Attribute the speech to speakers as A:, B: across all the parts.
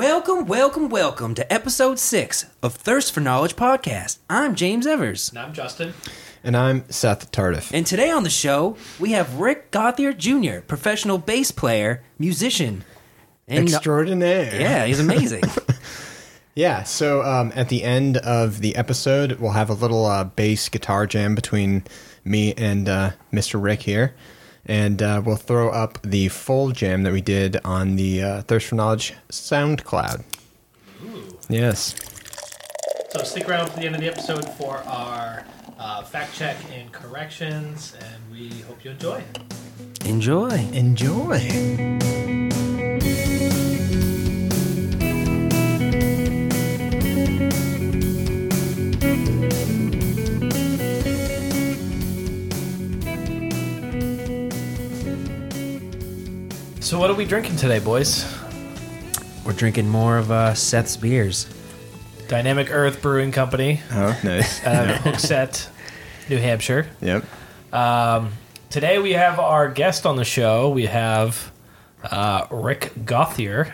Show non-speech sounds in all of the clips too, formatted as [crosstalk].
A: Welcome, welcome, welcome to episode six of Thirst for Knowledge podcast. I'm James Evers.
B: And I'm Justin.
C: And I'm Seth Tardiff.
A: And today on the show, we have Rick Gothier Jr., professional bass player, musician. And
C: Extraordinaire.
A: yeah, he's amazing.
C: [laughs] Yeah. So um, at the end of the episode, we'll have a little uh, bass guitar jam between me and uh, Mr. Rick here. And uh, we'll throw up the full jam that we did on the uh, Thirst for Knowledge SoundCloud.
B: Ooh.
C: Yes.
B: So stick around to the end of the episode for our uh, fact check and corrections, and we hope you enjoy.
A: Enjoy.
C: Enjoy.
D: So what are we drinking today, boys?
A: We're drinking more of uh, Seth's beers.
D: Dynamic Earth Brewing Company,
C: Oh, nice.
E: [laughs]
D: uh, Hooksett, New Hampshire.
C: yep.
D: Today we have our guest on the show. We have uh, Rick Gothier,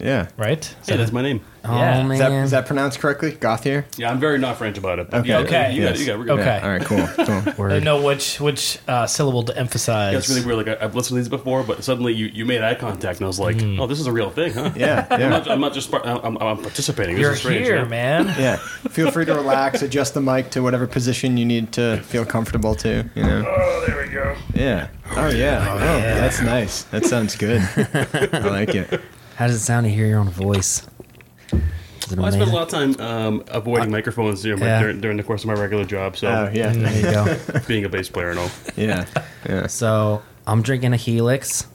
C: Yeah.
D: right?
E: Yeah, that's my name.
D: Yeah.
A: Oh, man.
C: Is that, is that pronounced correctly? Gothier?
E: Yeah, I'm very not French about it. but
C: Okay.
E: yeah,
D: Okay.
E: You got
C: Yes.
E: it. You got it. We're good.
D: Okay.
C: All right, cool. [laughs] cool.
D: I didn't know which which uh, syllable to emphasize.
E: That's really weird. Like I, I've listened to these before, but suddenly you, you made eye contact, and I was like, "Oh, this is a real thing, huh?"
C: Yeah,
E: I'm,
C: yeah.
E: not, I'm not just. Part, I'm, I'm participating. This
D: You're
E: is strange.
D: here,
E: yeah. [laughs]
D: man.
C: Yeah. Feel free to relax, adjust the mic to whatever position you need to feel comfortable to, you know.
E: Oh, there we go.
C: Yeah. Oh yeah. Oh, that's nice. That sounds good. I like
E: [laughs]
C: it.
A: How does it sound to hear your own voice? Is it
E: Well, I spent a
A: amazing?
E: lot of time um, avoiding microphones you know,
A: Yeah.
E: during, during the course of my regular job. So
C: Oh yeah.
A: There you go. [laughs]
E: being a bass player and all.
C: Yeah. Yeah.
A: So I'm drinking a Helix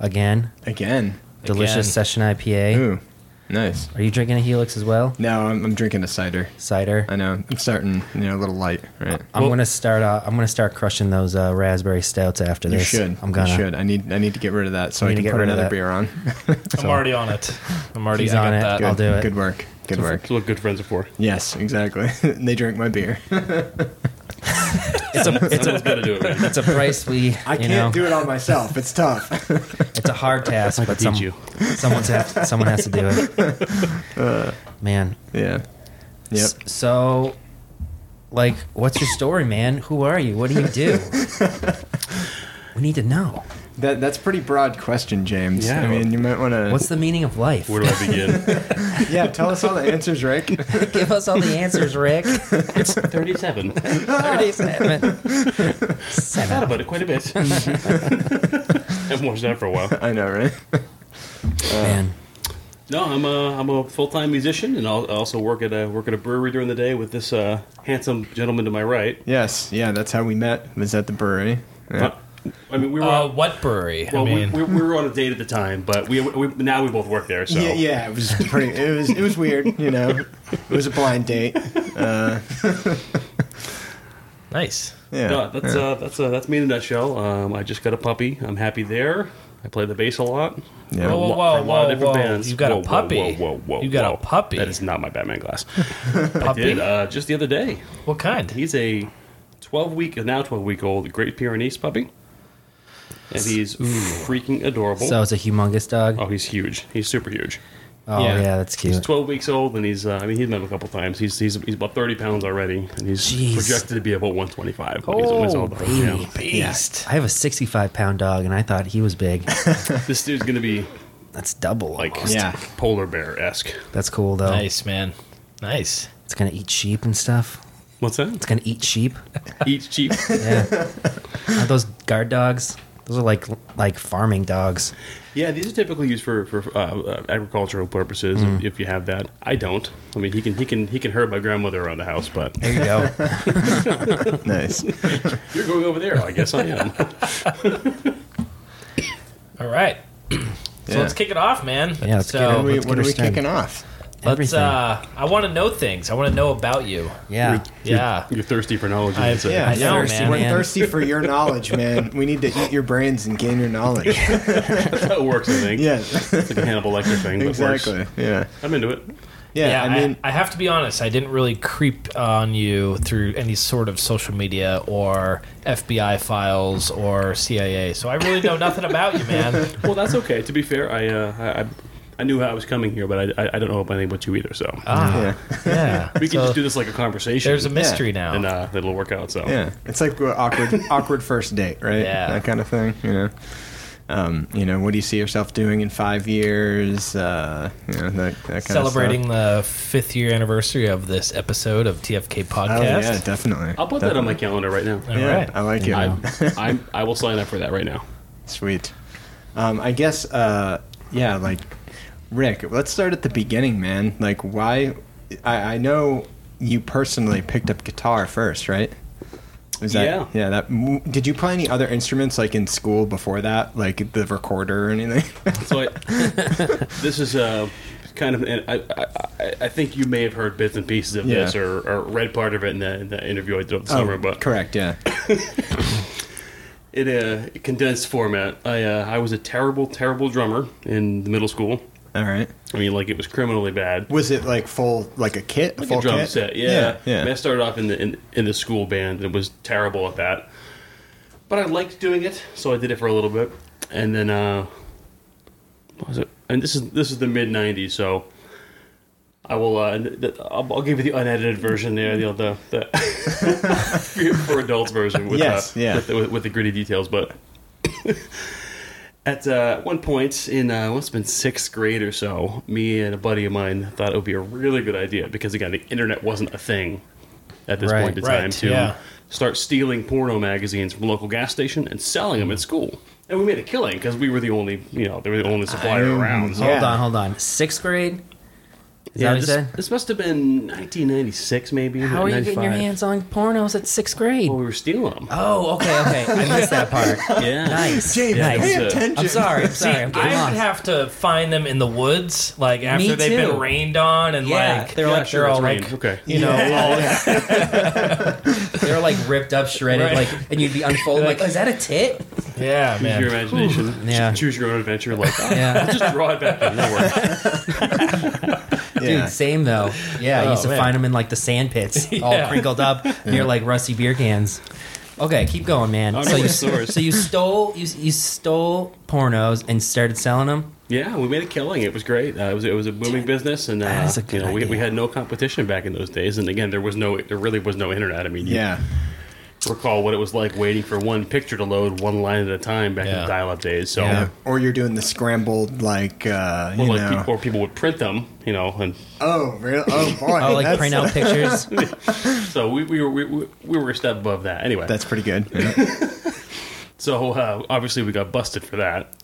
A: again.
C: Again.
A: Delicious
D: Again.
A: session IPA.
C: Ooh. Nice.
A: Are you drinking a Helix as well?
C: No, I'm, I'm drinking a cider.
A: Cider.
C: I know. I'm starting, you know, a little light, right?
A: I'm
D: Well-
A: gonna start. Uh, I'm gonna start crushing those uh, raspberry stouts after
C: You
A: this.
C: should.
A: I'm gonna.
C: You should. I need. I need to get rid of that so
A: You
C: I
A: need
C: can
A: to get
C: put
A: rid of
C: another
A: that.
C: beer on.
D: I'm already on it. I'm already
A: He's
D: I
A: on
D: got
A: it.
D: that.
A: I'll
C: Good.
A: do it.
C: Good work. Good work.
E: That's what good friends are for.
C: Yes, exactly. [laughs] they drink my
A: [laughs]
C: beer.
A: It's [laughs] a. It's a.
E: Someone's got to do it, man.
A: It's a price we.
C: I
A: you
C: can't
A: know,
C: do it all myself. It's tough.
A: It's a hard task, but
E: Beat
A: some,
E: you.
A: someone's have to, someone has to do it.
E: [laughs] Uh,
A: Man.
C: yeah. Yep.
A: S- So, like, what's your story, man? Who are you? What do
E: [laughs]
A: you do? we need to know.
C: That, that's a pretty broad question, James.
E: Yeah.
C: I mean, you might want to.
A: What's the meaning of life?
E: Where do I begin?
C: [laughs] Yeah. Tell us all the answers, Rick.
A: Give us all the answers,
E: [laughs]
A: Rick.
E: it's 37. I
A: Thirty-seven.
E: thought
A: Seven.
E: about it quite a bit. [laughs] I've watched that for a while.
C: I know, right?
A: Man.
E: No, I'm a I'm a full time musician, and I'll, I also work at a work at a brewery during the day with this uh, handsome gentleman to my right.
C: [laughs] Yes, yeah, that's how we met. Was at the brewery. Yeah.
E: Uh, I mean, we were
D: Uh,
E: on,
D: what brewery?
E: well,
D: I mean,
E: we, we, we were on a date at the time, but we, we now we both work there. So
C: yeah, yeah, it was pretty. It was it was weird, you know. It was a blind date.
D: nice.
C: Yeah,
E: No, that's uh, that's uh, that's me in a nutshell. Um, I just got a puppy. I'm happy there. I play the bass a lot.
C: Yeah.
D: Whoa,
E: Lo-
D: whoa,
E: from a lot of
D: whoa,
E: different
D: whoa.
E: bands.
D: You got a
E: Whoa, whoa,
D: puppy.
E: Whoa, whoa, whoa!
D: You got a
E: whoa.
D: puppy.
E: That is not my Batman glass.
D: Puppy?
E: Did uh, just the other day.
D: What kind?
E: He's a 12 week, now 12 week old Great Pyrenees puppy. And he's freaking adorable.
A: So it's a humongous dog.
E: oh, he's huge. He's super huge.
A: Oh yeah,
D: Yeah.
A: that's
E: He's
A: cute.
E: 12 weeks old, and he's, uh, I mean, he's met him a couple times. He's, he's, he's about 30 pounds already, and he's
A: Jeez.
E: projected to be about 125. when he's, when he's
D: oh,
E: all done. Yeah.
D: baby beast.
A: I have a 65 pound dog, and I thought he was big.
E: This dude's going to be
A: That's double.
E: like
A: almost.
C: Yeah.
E: polar bear esque.
A: that's cool though.
D: Nice, man. Nice.
A: It's gonna eat sheep and stuff.
E: What's that?
A: It's gonna eat sheep.
E: Eats cheap.
A: Yeah, are those guard dogs? Those are like like farming dogs.
E: yeah, these are typically used for, for uh, uh, agricultural purposes, if- if you have that. I don't. I mean, he can, he can, he can herd my grandmother around the house, but
A: There you go.
C: nice.
E: you're going over there. I guess I am.
D: All right. So
C: Yeah.
D: let's kick it off, man.
A: Yeah, let's
D: so,
A: get it.
C: What are we,
A: Let's
C: what
A: get
C: are
A: her
C: we
A: started.
C: kicking off?
D: Let's.
A: Everything.
D: Uh, I want to know things. I want to know about you.
A: yeah.
D: Yeah.
E: You're thirsty for knowledge.
D: I-
E: it's a-
C: Yeah,
D: I know,
C: thirsty-
D: man.
C: We're thirsty for your knowledge, man. We need to eat your brains and gain your knowledge.
E: [laughs] That's how it works, I think.
C: yeah,
E: It's like a Hannibal Lecter thing. But
C: [laughs]
E: Works.
C: exactly. Yeah.
E: I'm into it.
D: Yeah,
C: yeah, I mean,
D: I, have to be honest. I didn't really creep on you through any sort of social media or FBI files
E: [laughs]
D: or CIA, so I really know nothing about you, man.
E: Well, that's okay. To be fair, I, uh, I- I I knew I was coming here, but I, I, I don't know anything about you either. So
D: Ah, yeah.
E: we can
D: So
E: just do this like a conversation.
D: There's a mystery now.
E: and uh, it'll work out. So
C: Yeah, it's like a
D: [laughs]
C: awkward, awkward first date, right?
D: Yeah.
C: that kind of thing. You know, um, you know, what do you see yourself doing in five years? Uh, you know, that, that kind
D: Celebrating
C: Of
D: the fifth year anniversary of this episode of TFK
C: stuff.
D: podcast.
C: Oh yeah, definitely.
E: I'll put that on my calendar right now.
D: All
C: Yeah,
D: right.
C: I like it.
E: I'm, I'm, I will sign up for that right now.
C: Sweet. Um, I guess, uh, yeah, like, Rick, let's start at the beginning, man. Like, why? I, I know you personally picked up guitar first, right? Was that,
E: Yeah.
C: Yeah, that. m- Did you play any other instruments, like, in school before that? Like, the recorder or
A: [laughs]
C: anything?
E: So I, [laughs] this is uh, kind of, and I, I, I- I think you may have heard bits and pieces of
C: Yeah. Oh,
E: this or, or read part of it in the, in the interview I did over the summer, but
C: correct, yeah.
E: in a condensed format, I, uh, I was a terrible, terrible drummer in the middle school.
C: All right.
E: I mean, like it was criminally bad.
C: Was it, like, full, like a kit?
E: Like
C: full
E: a drum
C: kit?
E: set, yeah.
C: Yeah.
E: I, mean, I started off in the in, in the school band and was terrible at that, but I liked doing it, so I did it for a little bit, and then uh, what was it? And this is this is the mid '90s, so I will. Uh, th- th- I'll, I'll give you the unedited version there, you know, the the [laughs] for adults version with
C: Yes,
E: uh,
C: yeah.
E: with, the, with, with the gritty details, but. At uh, one point in uh, what's been sixth grade or so, me and a buddy of mine thought it would be a really good idea because again, the internet wasn't a thing at this
A: Right,
E: point in
D: right,
E: time to
D: yeah.
E: start stealing porno magazines from local gas station and selling
A: Mm.
E: them at school. And we made a killing because we were the only, you know, they were the only supplier around. So
A: Hold
C: Yeah.
A: on, hold on. Sixth grade? Is
E: yeah,
A: that what you
E: this,
A: said?
E: this must have been 1996, maybe.
A: How are you getting your
E: 95.
A: hands on pornos at sixth grade?
E: Well, we were stealing them.
A: Oh, okay, okay. I missed that part.
E: yeah. uh,
A: Nice.
C: James,
A: nice.
E: pay
C: attention.
A: I'm sorry. I'm sorry. I'm
D: I
A: getting
D: would
A: lost.
D: have to find them in the woods, like after they've
A: too.
D: been rained on, and
A: Yeah,
D: like
A: they're
E: Yeah,
A: like
E: sure,
A: they're
E: it's
A: all
E: rain.
A: like
E: okay.
D: you know,
A: they're like ripped up, shredded,
D: Right.
A: like, and you'd be unfolding like, is that a tit?
D: all- yeah,
E: Use your
D: man.
E: imagination.
A: Yeah.
E: Choose your own adventure. Like, oh,
A: Yeah.
E: I'll just draw it back in. That'll work.
A: Dude, same though. Yeah, I
D: Oh,
A: used to
D: man.
A: find them in like the sand pits, all
D: Yeah.
A: crinkled up near like rusty beer cans. Okay, keep going, man.
E: I'm
A: so
E: really
A: you
E: sourced.
A: [laughs] so you stole you, you stole pornos and started selling them.
E: Yeah, we made a killing. It was great. Uh, it was it was a booming business, and uh,
A: That is a
E: you know
A: good
E: we, we
A: idea.
E: had no competition back in those days. And again, there was no there really was no internet. I mean, you
C: Yeah.
E: recall what it was like waiting for one picture to load one line at a time back in
D: Yeah.
E: the dial-up days. So.
D: Yeah.
C: Or you're doing the scrambled, like, uh, you
E: Or, like,
C: know.
E: pe- or people would print them, you know, and
C: Oh, really? Oh,
A: [laughs]
C: boy.
A: Oh, like
C: that's- [laughs]
A: print out pictures.
E: so we, we were we, we we were a step above that. Anyway,
C: That's pretty good. Yeah.
E: so uh, obviously we got busted for that.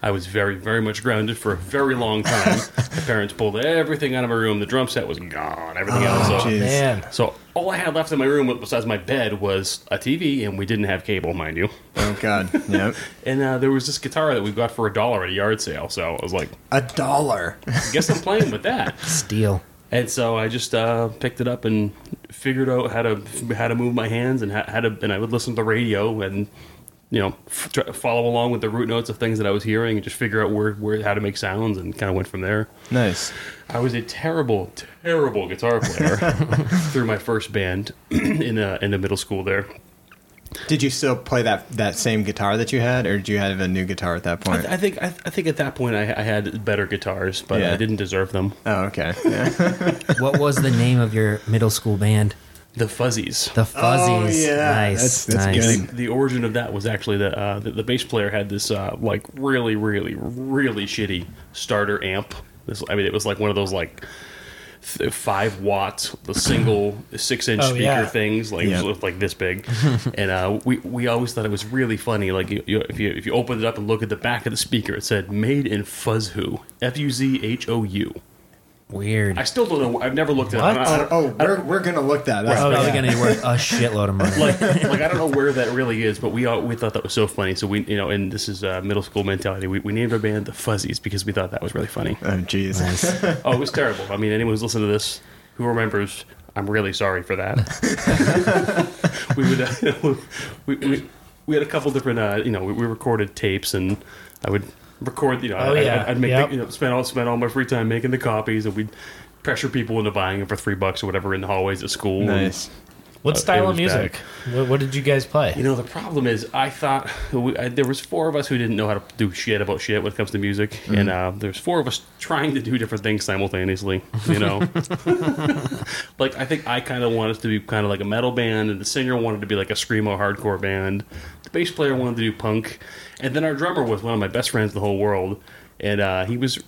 E: I was very very much grounded for a very long time. My parents pulled everything out of my room. The drum set was gone. Everything else. So,
C: jeez.
D: Man,
E: So all I had left in my room besides my bed was a TV, and we didn't have cable, mind you.
C: Oh God! Yep.
E: And uh, there was this guitar that we got for a dollar at a yard sale. So I was like,
C: A dollar.
E: I guess I'm playing with that.
A: Steal.
E: And so I just uh, picked it up and figured out how to how to move my hands and how, how to and I would listen to the radio and you know f- try, follow along with the root notes of things that I was hearing and just figure out where, where how to make sounds and kind of went from there.
C: Nice.
E: I was a terrible, terrible guitar player through my first band [clears throat] in uh, in the middle school there.
C: Did you still play that that same guitar that you had, or did you have a new guitar at that point?
E: I think I, I think at that point I, I had better guitars, but
C: Yeah.
E: I didn't deserve them.
C: oh, [laughs] okay. Yeah.
A: What was the name of your middle school band?
E: The Fuzzies.
A: The Fuzzies.
C: Oh, yeah. That's-
A: Nice.
C: that's
A: nice.
C: good.
E: the origin of that was actually the, uh, the the bass player had this uh, like really really really shitty starter amp. This I mean it was like one of those like th- five watt the single six inch
D: Oh,
E: speaker
D: yeah.
E: things like
C: Yeah.
E: it looked like this big, and uh, we we always thought it was really funny. Like you, you, if you if you opened it up and look at the back of the speaker, it said "Made in Fuzzhoo," F U Z H O U.
A: Weird.
E: I still don't know. I've never looked at.
D: What?
E: it. I- I-
C: oh, oh, we're, we're gonna look that
A: It's
C: up. Oh,
A: probably
D: yeah.
A: gonna be worth a shitload of money.
E: like, like I don't know where that really is, but we all, we thought that was so funny. So we, you know, and this is uh, middle school mentality. We, we named our band the Fuzzies because we thought that was really funny.
D: [laughs]
C: Oh, jeez.
E: Oh, it was terrible. I mean, anyone who's listening to this who remembers, I'm really sorry for that. [laughs] we would, [laughs] uh, we, we, we had a couple different, uh, you know, we, we recorded tapes, and I would record, you know,
D: Oh,
E: I,
D: yeah.
E: I'd, I'd make,
D: Yep.
E: the, you know, spend all spend all my free time making the copies, and we'd pressure people into buying them for three bucks or whatever in the hallways at school. and-
C: Nice.
D: What
E: Uh, it
D: style of
E: was
D: music?
E: bad.
D: What, what did you guys play?
E: You know, the problem is, I thought we, I, there was four of us who didn't know how to do shit about shit when it comes to music, and uh, there's four of us trying to do different things simultaneously. You know, like I think I kind of wanted to be kind of like a metal band, and the singer wanted to be like a screamo hardcore band. The bass player wanted to do punk, and then our drummer was one of my best friends in the whole world, and uh, he was.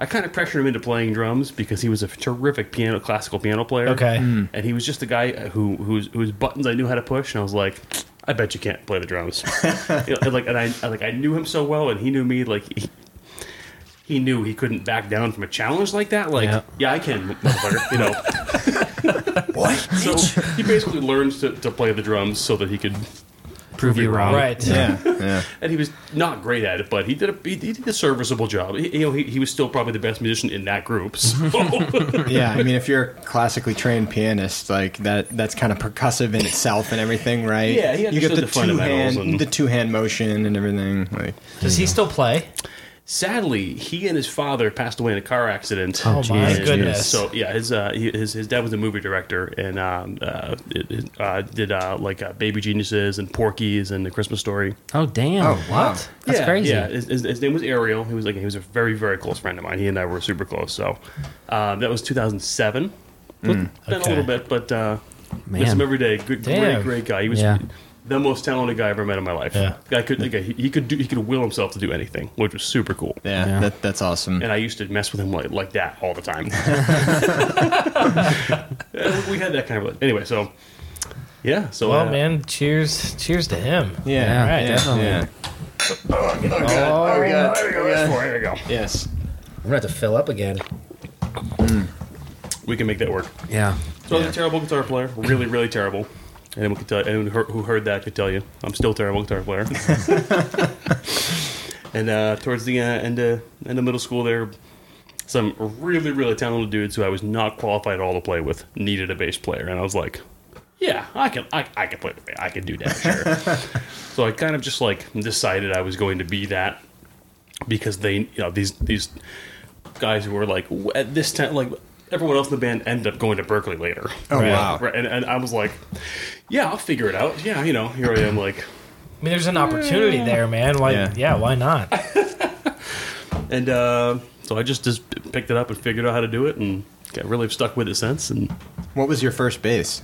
E: I kind of pressured him into playing drums because he was a terrific piano, classical piano player.
D: Okay.
E: and he was just a guy uh, who whose whose buttons I knew how to push, and I was like, I bet you can't play the drums. You know, and like, and I I- like I knew him so well, and he knew me. Like he, he knew he couldn't back down from a challenge like that. Like,
D: Yeah.
E: yeah, I can, motherfucker. You know.
A: What?
E: So he basically learns to, to play the drums so that he could,
A: Prove you wrong.
D: Right.
C: Yeah, [laughs] yeah.
E: and he was not great at it, but he did a he, he did a serviceable job. He, you know, he, he was still probably the best musician in
D: [laughs]
E: that group. So
C: Yeah, I mean, if you're a classically trained pianist, like that, that's kind of percussive in itself and everything, right?
E: Yeah, he
C: you get
E: understood
C: the,
E: the
C: two hand,
E: fundamentals and-
C: the two hand motion and everything. Like,
D: Does he still play?
E: sadly, he and his father passed away in a car accident.
D: Oh, my
E: And
D: goodness.
E: So yeah, his uh, he- his his dad was a movie director and um, uh, it- it, uh, did uh, like uh, Baby Geniuses and Porky's and The Christmas Story.
A: Oh damn!
C: Oh, wow.
A: That's
E: yeah,
A: crazy.
E: Yeah, his, his, his name was Ariel. He was like he was a very very close friend of mine. He and I were super close. So um, that was 2007. Been
D: Okay.
E: a little bit, but uh, miss
A: Man.
E: him every day. Good,
D: Damn.
E: great great guy. He was.
A: Yeah.
E: The most talented guy I ever met in my life.
D: Yeah.
E: guy could, like, he, he could do, he could will himself to do anything, which was super cool.
C: yeah,
A: Yeah.
C: That, that's awesome.
E: And I used to mess with him like, like that all the time. [laughs] Uh, we had that kind of anyway. So yeah. So
D: Well,
E: uh,
D: man, cheers, cheers to him.
C: Yeah,
A: Yeah,
C: yeah,
A: definitely.
C: yeah.
D: Oh,
C: we got-
E: There we go. That's four. There we go.
C: Yes.
A: I'm gonna have to fill up again.
E: We can make that work.
A: Yeah.
E: So I was a terrible guitar player, really, really terrible. Anyone could tell. Anyone who heard- who heard that could tell you, I'm still a terrible guitar player. [laughs] and uh, towards the uh, end, uh, end of middle school, there, some really, really talented dudes who I was not qualified at all to play with needed a bass player, and I was like, Yeah, I can, I, I can play. I can do that. Sure. so I kind of just like decided I was going to be that because they, you know, these these guys who were like w- at this time, like everyone else in the band ended up going to Berkeley later.
C: Oh
D: Right.
C: wow.
E: Right, and, and I was like, yeah, I'll figure it out. Yeah, you know, here I am. Like,
D: I mean, there's an opportunity there, man. Why?
C: Yeah.
D: Yeah. why not?
E: and uh, so I just just picked it up and figured out how to do it, and got really stuck with it since. And
C: What was your first base?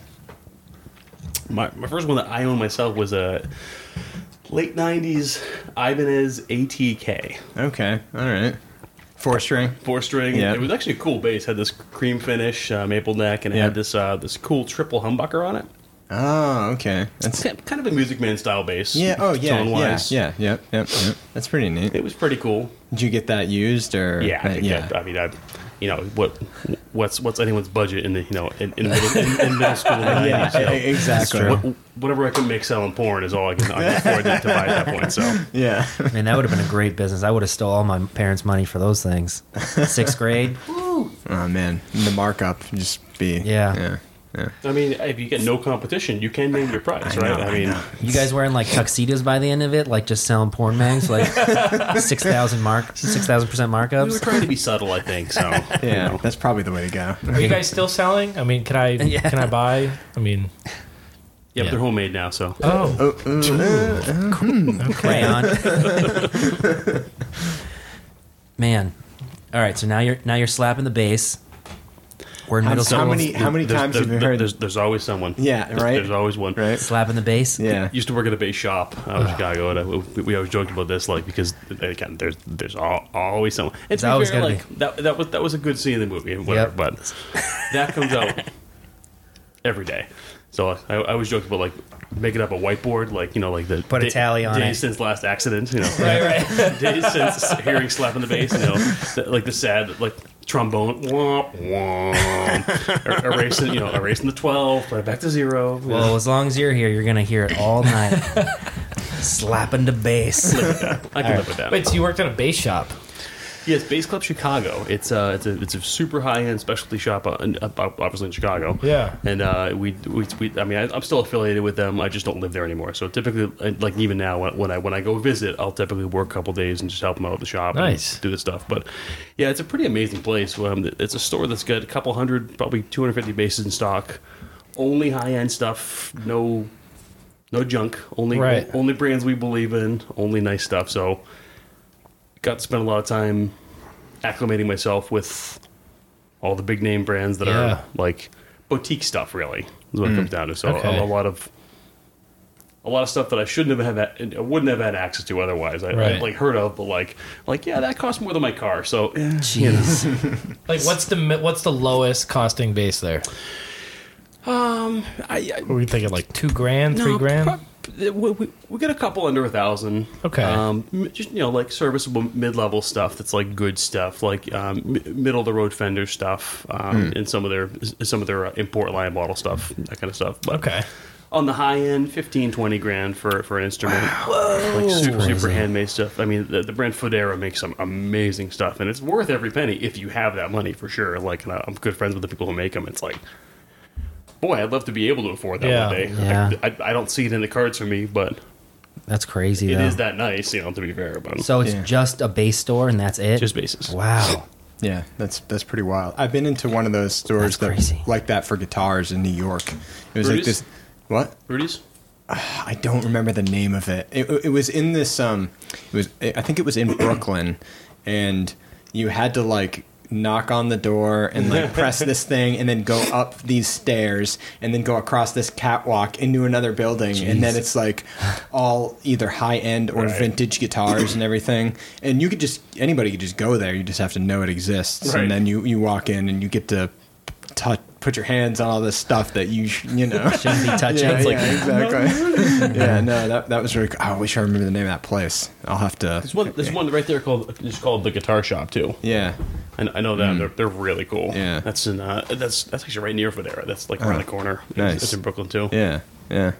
E: my, my first one that I owned myself was a late '90s Ibanez ATK
C: Okay. All right. Four string.
E: four string.
C: Yeah.
E: It was actually a cool bass. Had this cream finish, uh, maple neck, and it
C: Yeah.
E: had this uh, this cool triple humbucker on it.
C: Oh, okay. That's
E: It's kind of a Music Man style bass.
C: yeah. Oh, yeah. Yeah.
E: tone-wise.
C: Yeah. Yep. Yep. yep. That's pretty neat.
E: It was pretty cool.
C: Did you get that used or?
E: Yeah, I
C: that-
E: think That, I mean, I, you know, what, what's what's anyone's budget in the you know in, in, middle, in, in middle
C: [laughs]
E: school?
C: Yeah.
E: yeah,
C: e- e- Exactly.
E: What, whatever I can make selling porn is all I can, I can afford to, to buy at that point. So
C: [laughs] Yeah.
A: Man, that would have been a great business. I would have stole all my parents' money for
C: [laughs]
A: those things. Sixth grade.
C: [laughs] oh man, the markup would just be.
A: Yeah.
C: Yeah. Yeah.
E: [laughs] I mean, if you get no competition, you can name your price,
C: I
E: right?
C: know,
E: I
C: I
E: mean,
C: know.
A: You guys wearing like tuxedos by the end of it, like just selling porn mags,
C: [laughs]
A: like six thousand mark, six thousand percent
E: we were
A: markups.
E: trying to be subtle, I
C: [laughs]
E: think. So you
C: Yeah,
E: know.
C: that's probably the way to go.
D: Are you guys still selling? I mean, can I?
A: Yeah.
D: Can I buy? I mean,
E: yeah,
D: Yeah.
E: but they're homemade now, so
D: oh,
A: Crayon.
C: [laughs]
A: Man, all right. So now you're now you're slapping the bass. We're in
C: How-
A: middle
C: how
A: school.
C: many- how many
E: There's-
C: times
E: there's-
C: have you heard-
E: There's, there's always someone.
C: Yeah,
E: There's-
C: right?
E: There's always one.
C: Right?
A: slapping the bass?
C: Yeah.
E: used to work at a base shop out in Chicago, and I, we, we always joked about this, like because again, there's there's al always someone. It's
A: always gonna
E: like that. That was that was a good scene in the movie, and whatever.
A: Yep.
E: But that comes out every day. So I, I always joked about like making up a whiteboard, like you know, like the
A: Put a
E: da-
A: tally on
E: days
A: it.
E: since last accident,
A: [laughs]
E: you know,
D: right, right.
E: [laughs] days since hearing slap in the bass, you know, the, like the sad like trombone, womp womp,
A: [laughs]
E: er- erasing you know erasing the twelve, put it back to zero. you know.
A: Well, as long as you're here, you're gonna hear it all night. slapping the bass.
E: I can live with that.
D: Wait, so you worked at a base shop?
E: Yes, Bass Club Chicago. It's a it's a it's a super high end specialty shop, uh, in- uh, obviously in Chicago.
D: Yeah.
E: and uh, we, we we I mean I, I'm still affiliated with them. I just don't live there anymore. So typically, uh, like even now when, when I when I go visit, I'll typically work a couple days and just help them out at the shop. and
D: Nice.
E: do this stuff. But yeah, it's a pretty amazing place. Um, it's a store that's got a couple hundred, probably 250 bases in stock. only high end stuff. No, no junk. Only
D: Right.
E: only brands we believe in. Only nice stuff. So, got to spend a lot of time acclimating myself with all the big name brands that
D: Yeah.
E: are like boutique stuff. Really, is what it comes down to. So
D: Okay.
E: a, a lot of a lot of stuff that I shouldn't have had, I wouldn't have had access to otherwise. I, I
D: Right.
E: like heard of, but like, like yeah, that costs more than my car. So eh,
A: Jeez.
D: Like, what's the mi- what's the lowest costing base there?
E: I, I
D: What were we thinking? Like two grand, three
E: No,
D: grand?
E: prob- we, we, we get a couple under a thousand.
D: Okay.
E: Um, m- just you know, like serviceable mid-level stuff that's like good stuff, like um, m- middle of the road fender stuff, um, and some of their some of their uh, import line model stuff, that kind of stuff. But
A: [laughs]
D: okay.
E: on the high end, 15, 20 grand for for an instrument, like super super handmade stuff. I mean, the, the brand Fodera makes some amazing stuff, and it's worth every penny if you have that money for sure. Like, and I- I'm good friends with the people who make them. It's like. Boy, I'd love to be able to afford that one
D: Yeah.
E: day.
A: Yeah.
E: I, I, I don't see it in the cards for me, but
A: That's crazy,
E: it
A: though.
E: is that nice, you know, to be fair. But
A: So it's
C: Yeah.
A: just a base store and that's it?
E: Just bases.
A: Wow.
C: Yeah, that's that's pretty wild. I've been into one of those
A: That's
C: stores that
A: crazy.
C: like that for guitars in New York. It was like
E: Rudy's?
C: this. What?
E: Rudy's?
C: I don't remember the name of it. It, it was in this. Um, it was. I think it was in Brooklyn, and you had to like knock on the door and
E: [laughs]
C: like press this thing and then go up these stairs and then go across this catwalk into another building and then
A: Jeez.
C: it's like all either high end or
E: Right.
C: vintage guitars and everything and you could just anybody could just go there you just have to know it exists
E: Right.
C: and then you you walk in and you get to touch put your hands on all this stuff that you sh- you
E: [laughs]
C: know
A: Shouldn't be touching.
C: yeah,
A: It's [laughs] like-
C: exactly. [laughs] yeah, no, that that was really. Cool. Oh, I wish I remember the name of that place. I'll have to.
E: There's one, there's one right there called it's called the Guitar Shop too.
C: Yeah,
E: And I know that they're, they're really cool.
C: Yeah.
E: that's in uh, that's that's actually right near Federa. That's like around the corner. It's-
C: nice.
E: It's, in Brooklyn too.
C: yeah, yeah.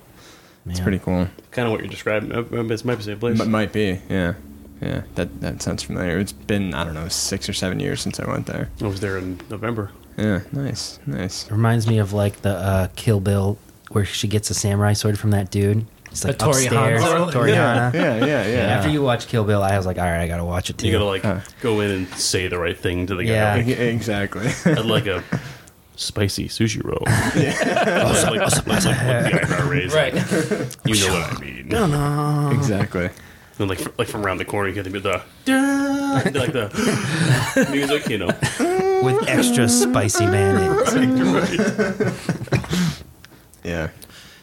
C: It's
A: Man.
C: pretty cool.
E: kind of what you're describing. Uh, uh, It's might be the same place.
C: M- might be. Yeah, yeah. That that sounds familiar. It's been I don't know six or seven years since I went there.
E: I was there in November.
C: Yeah, nice, nice.
A: Reminds me of like the uh, Kill Bill where she gets a samurai sword from that dude. It's like
D: The Tori
A: upstairs.
D: Hanzo?
A: Torihana.
C: Yeah, yeah, [laughs] yeah.
A: After you watch Kill Bill, I was like, all right, I gotta watch it too.
E: You gotta like
C: Huh.
E: go in and say the right thing to the
A: Yeah.
E: guy.
C: E- exactly.
E: I'd like a spicy sushi roll. That's like, that's like what the eyebrow
D: [laughs]
E: raise.
D: Right.
E: You know what I mean.
C: exactly.
E: And like fr- like from around the corner, you get the the da- like the music, you know.
A: with extra spicy mayonnaise.
C: Yeah.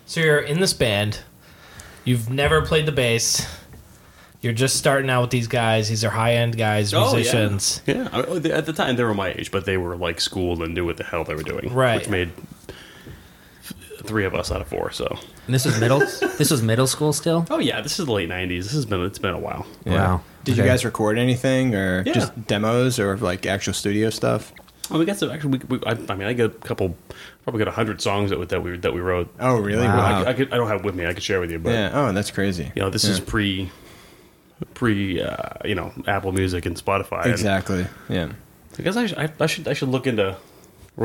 D: So you're in this band. You've never played the bass. You're just starting out with these guys. These are high end guys, musicians.
E: Oh, Yeah, yeah. I mean, they- at the time they were my age, but they were like schooled and knew what the hell they were doing.
D: Right.
E: which made th- three of us out of four. So,
A: And [laughs] this was middle. this was middle school still.
E: oh yeah, this is the late '90s. This has been it's been a while.
C: Yeah.
A: Wow.
C: Did you
A: Okay.
C: guys record anything or
E: Yeah.
C: just demos or like actual studio stuff?
E: Well, Oh, we got some actually. We, we, I, I mean, I got a couple, probably got a hundred songs that we, that we that we wrote.
C: Oh, really?
E: I,
C: Wow.
E: I, could, I don't have it with me. I could share with you, but
C: yeah. Oh, that's crazy.
E: you know, this is pre pre uh, you know Apple Music and Spotify. and-
C: exactly. Yeah.
E: I guess I should, I, I should I should look into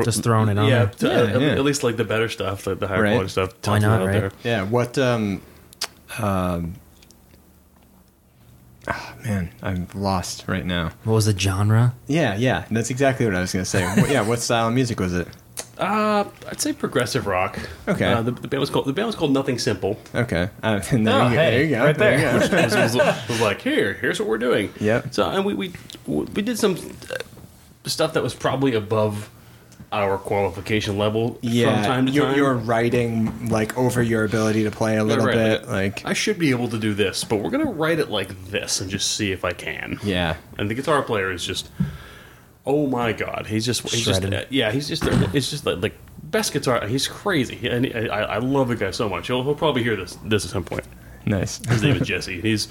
A: Just throwing it on
E: Yeah,
A: there.
E: to- uh,
C: Yeah,
E: at,
C: yeah.
E: at least like the better stuff, the, the higher
C: Right.
E: quality stuff.
A: Why
E: tons of it
A: not,
E: out
A: right?
E: there.
C: Yeah. What? Um. Um. ah, man, I'm lost right now.
A: What was the genre?
C: Yeah, yeah. That's exactly what I was gonna [laughs] say. What- yeah. What style of music was it?
E: Uh, I'd say progressive rock.
C: Okay.
E: Uh, the, the band was called the band was called Nothing Simple.
C: Okay. Uh, [laughs] and there,
D: Oh,
C: you,
D: hey,
C: there you go.
D: right there.
C: you
E: It was, it was- it was like here, here's what we're doing.
C: Yep.
E: So and we we we did some uh, stuff that was probably above our qualification level
C: yeah.
E: from time to
C: you're,
E: time.
C: you're writing like over your ability to play a little
E: Right,
C: bit. Like.
E: I should be able to do this, but we're gonna write it like this and just see if I can.
C: yeah.
E: and the guitar player is just oh my god he's just he's just uh,
A: Shredded.
E: yeah he's just it's just like, like best guitar he's crazy and he, I, I love the guy so much he'll, he'll probably hear this this at some point
C: Nice.
E: his name is Jesse he's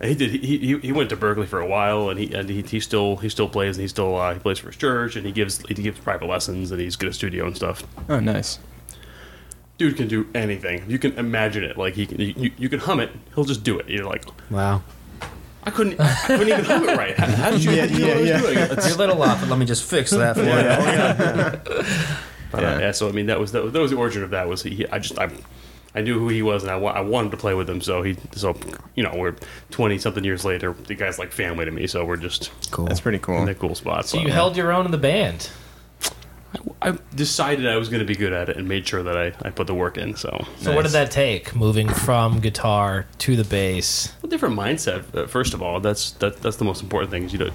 E: and he did he, he, he went to Berkeley for a while and he and he, he still he still plays and he still uh, he plays for his church and he gives he gives private lessons and he's good at studio and stuff
C: [laughs] Oh, nice.
E: dude can do anything you can imagine it like he can you, you can hum it he'll just do it you're like
A: Wow.
E: I couldn't I couldn't even hum it right how, how did you,
C: Yeah,
E: how did you know
C: yeah,
E: what I was
C: yeah.
E: doing?
A: You're a little off, but let me just fix that for you.
E: But, uh,
C: [laughs] Yeah.
E: yeah, so I mean, that was that, was- that was the origin of that. Was he? I just I, I knew who he was, and I, wa- I wanted to play with him. So he, so you know, we're twenty something years later. The guy's like family to me, so we're just
A: Cool.
C: That's pretty cool.
E: in a cool spot.
D: So you
E: but-
D: held your own in the band.
E: I decided I was going to be good at it and made sure that I, I put the work in. So,
D: So what
A: Nice.
D: did that take? Moving from guitar to the bass.
E: a different mindset. Uh, first of all, that's that, that's the most important thing. Is you don't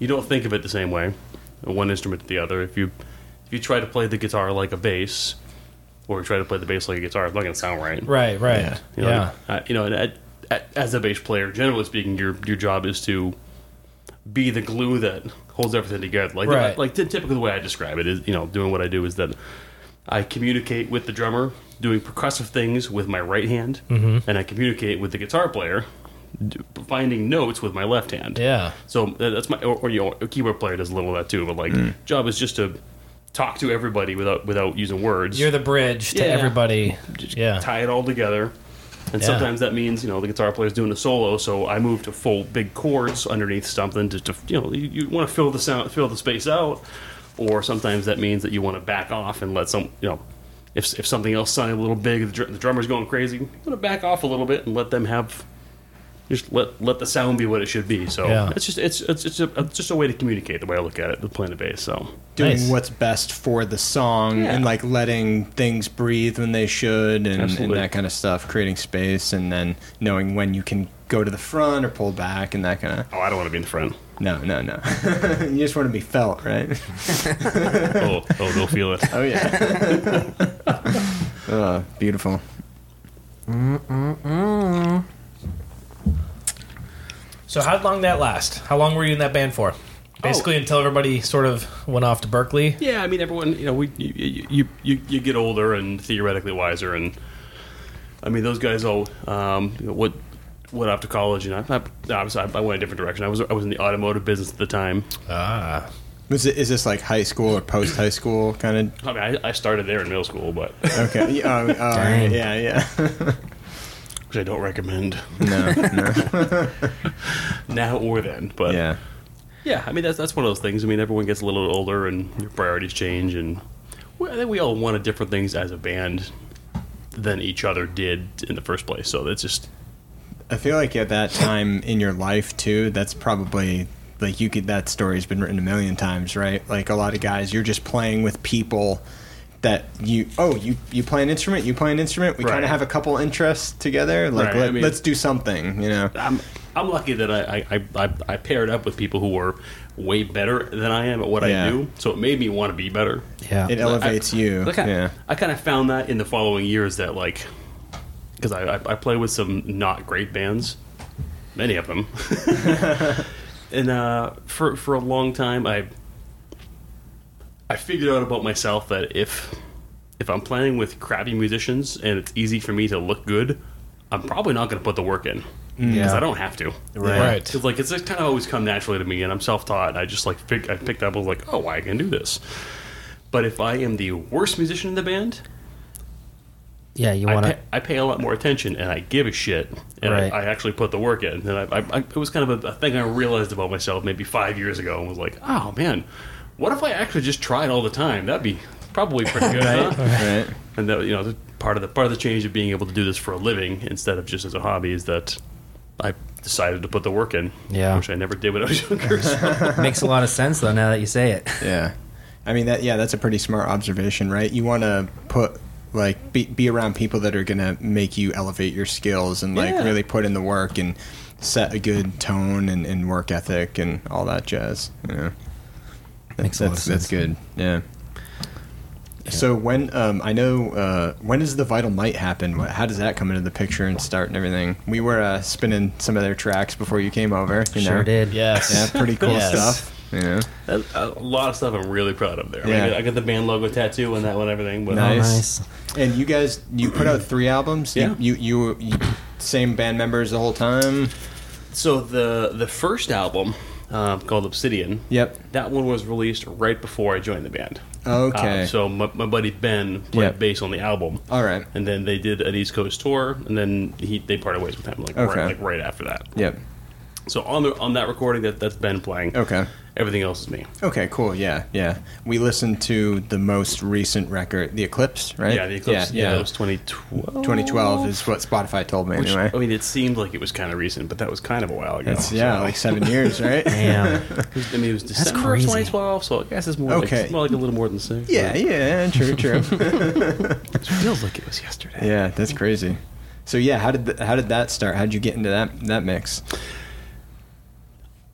E: you don't think of it the same way, one instrument to the other. If you if you try to play the guitar like a bass, or you try to play the bass like a guitar, it's not going to sound right.
D: Right, right. Yeah.
E: You know, uh, you know, and at, at, as a bass player, generally speaking, your your job is to be the glue that holds everything together. Like,
D: Right.
E: like the typical way I describe it is, you know, doing what I do is that I communicate with the drummer doing percussive things with my right hand,
D: Mm-hmm.
E: and I communicate with the guitar player d- finding notes with my left hand.
D: Yeah.
E: So that- that's my or, or you know, a keyboard player does a little of that too. But like, job is just to talk to everybody without without using words
D: You're the bridge to
E: Yeah.
D: everybody.
E: just
D: Yeah.
E: tie it all together. And
D: Yeah.
E: sometimes that means you know the guitar player's doing a solo, so I move to full big chords underneath something to, to you know you, you want to fill the sound, fill the space out. Or sometimes that means that you want to back off and let some you know if, if something else sounded a little big, the, dr- the drummer's going crazy, you want to back off a little bit and let them have just let let the sound be what it should be. So
D: Yeah.
E: it's just it's it's it's, a, it's just a way to communicate the way I look at it, the playing the bass. So
C: doing
D: Nice.
C: what's best for the song
E: Yeah.
C: and like letting things breathe when they should and, and
E: Absolutely.
C: that kind of stuff, creating space and then knowing when you can go to the front or pull back and that kind of
E: oh, I don't want to be in the front.
C: no, no, no. [laughs] you just want to be felt, right?
E: oh oh, they'll feel it.
C: Oh yeah. [laughs] uh, beautiful.
D: So how long did that last? How long were you in that band
E: Oh.
D: for? Basically until everybody sort of went off to Berkeley.
E: Yeah, I mean, everyone, you know, we you you, you- you, you get older and theoretically wiser, and I mean, those guys all um, you know, what went off to college, and I, I obviously I, I went a different direction. I was I was in the automotive business at the time.
D: Ah.
C: Was it, is this like high school or post high school kind
E: I mean, I, I started there in middle school, but [laughs]
C: of? Okay. Yeah, oh, oh,
A: Dang.
C: yeah, yeah.
E: which I don't recommend [laughs]
C: no, no.
E: now or then.
C: [laughs]
E: But
C: Yeah.
E: yeah, I mean, that's that's one of those things. I mean, everyone gets a little older, and your priorities change, and we, I think we all wanted different things as a band than each other did in the first place. So that's just
C: I feel like at that time in your life too, that's probably like you could that story's been written a million times, right? Like a lot of guys, you're just playing with people that you oh you you play an instrument, you play an instrument. We kind
E: Right.
C: of have a couple interests together. Like
E: Right, I
C: let,
E: mean-
C: us do something, you know?
E: I'm I'm lucky that I I, I- I I paired up with people who were way better than I am at what I
C: Yeah.
E: do, so it made me want to be better.
A: Yeah.
C: It elevates
E: I-
C: you.
E: I kinda,
C: yeah.
E: I kind of found that in the following years that like because I, I I play with some not great bands, many of them, and uh, for for a long time I I figured out about myself that if if I'm playing with crappy musicians and it's easy for me to look good, I'm probably not going to put the work in because I don't have to.
D: Right.
E: Because like it's just kind of always come naturally to me, and I'm self-taught. And I just like pick, I picked up. I was like, oh, I can do this. But if I am the worst musician in the band,
A: Yeah, you
E: I
A: want
E: pay,
A: to.
E: I pay a lot more attention and I give a shit, and
A: Right.
E: I, I actually put the work in. And I, I, I, it was kind of a, a thing I realized about myself maybe five years ago, and was like, oh man, what if I actually just tried all the time? That'd be probably pretty
A: [laughs]
E: good. huh?
C: Right.
E: and that you know the- part of the part of the change of being able to do this for a living instead of just as a hobby is that I decided to put the work in,
A: Yeah.
E: which I never did when I was [laughs] younger. so-
A: Makes a lot of sense though. Now that you say it,
C: Yeah. I mean that yeah, that's a pretty smart observation, right? You want to put like be, be around people that are going to make you elevate your skills and like
E: Yeah.
C: really put in the work and set a good tone and, and work ethic and all that jazz, you know. That-
A: Makes a lot
C: that's
A: of
C: that's good. Yeah. So when um, I know uh, when does the vital might happen? What, how does that come into the picture and start and everything? We were uh, spinning some of their tracks before you came over. You know?
A: [laughs] sure did.
D: Yes.
C: Yeah, pretty
A: [laughs]
C: cool
D: Yes.
C: stuff. You know?
E: That's a lot of stuff I'm really proud of there. I,
C: Yeah.
E: mean, I got the band logo tattoo and that one, everything. But um,
A: Oh,
C: Nice.
A: nice.
C: And you guys, you put out three albums. You-
E: Yeah.
C: You you, you, same band members the whole time.
E: So the the first album um, called Obsidian.
C: Yep.
E: That one was released right before I joined the band.
C: Okay.
E: Uh, so my, my buddy Ben played
C: Yep.
E: bass on the album.
C: All right.
E: And then they did an East Coast tour, and then he they parted ways with him like
C: Okay.
E: right like right after that.
C: Yep.
E: So on the on that recording, that that's Ben playing.
C: Okay.
E: Everything else is me.
C: Okay, cool. Yeah, yeah. We listened to the most recent record, The Eclipse, right?
E: Yeah, the Eclipse. Yeah,
C: Yeah,
E: that was 2012.
C: 2012 is what Spotify told me
E: Which, Oh,
C: anyway.
E: I mean, it seemed like it was kind of recent, but that was kind of a while ago.
C: That's, yeah,
E: so-
C: like seven
E: [laughs]
C: years, right?
A: Damn.
E: It was- I mean, it was December of
A: crazy.
E: 2012, so I guess it's more,
C: Okay.
E: like, more like a little more than six.
C: Yeah, yeah, true,
E: [laughs]
C: true.
E: but It feels like it was yesterday.
C: yeah, that's crazy. So yeah, how did th- how did that start? How would you get into that that mix?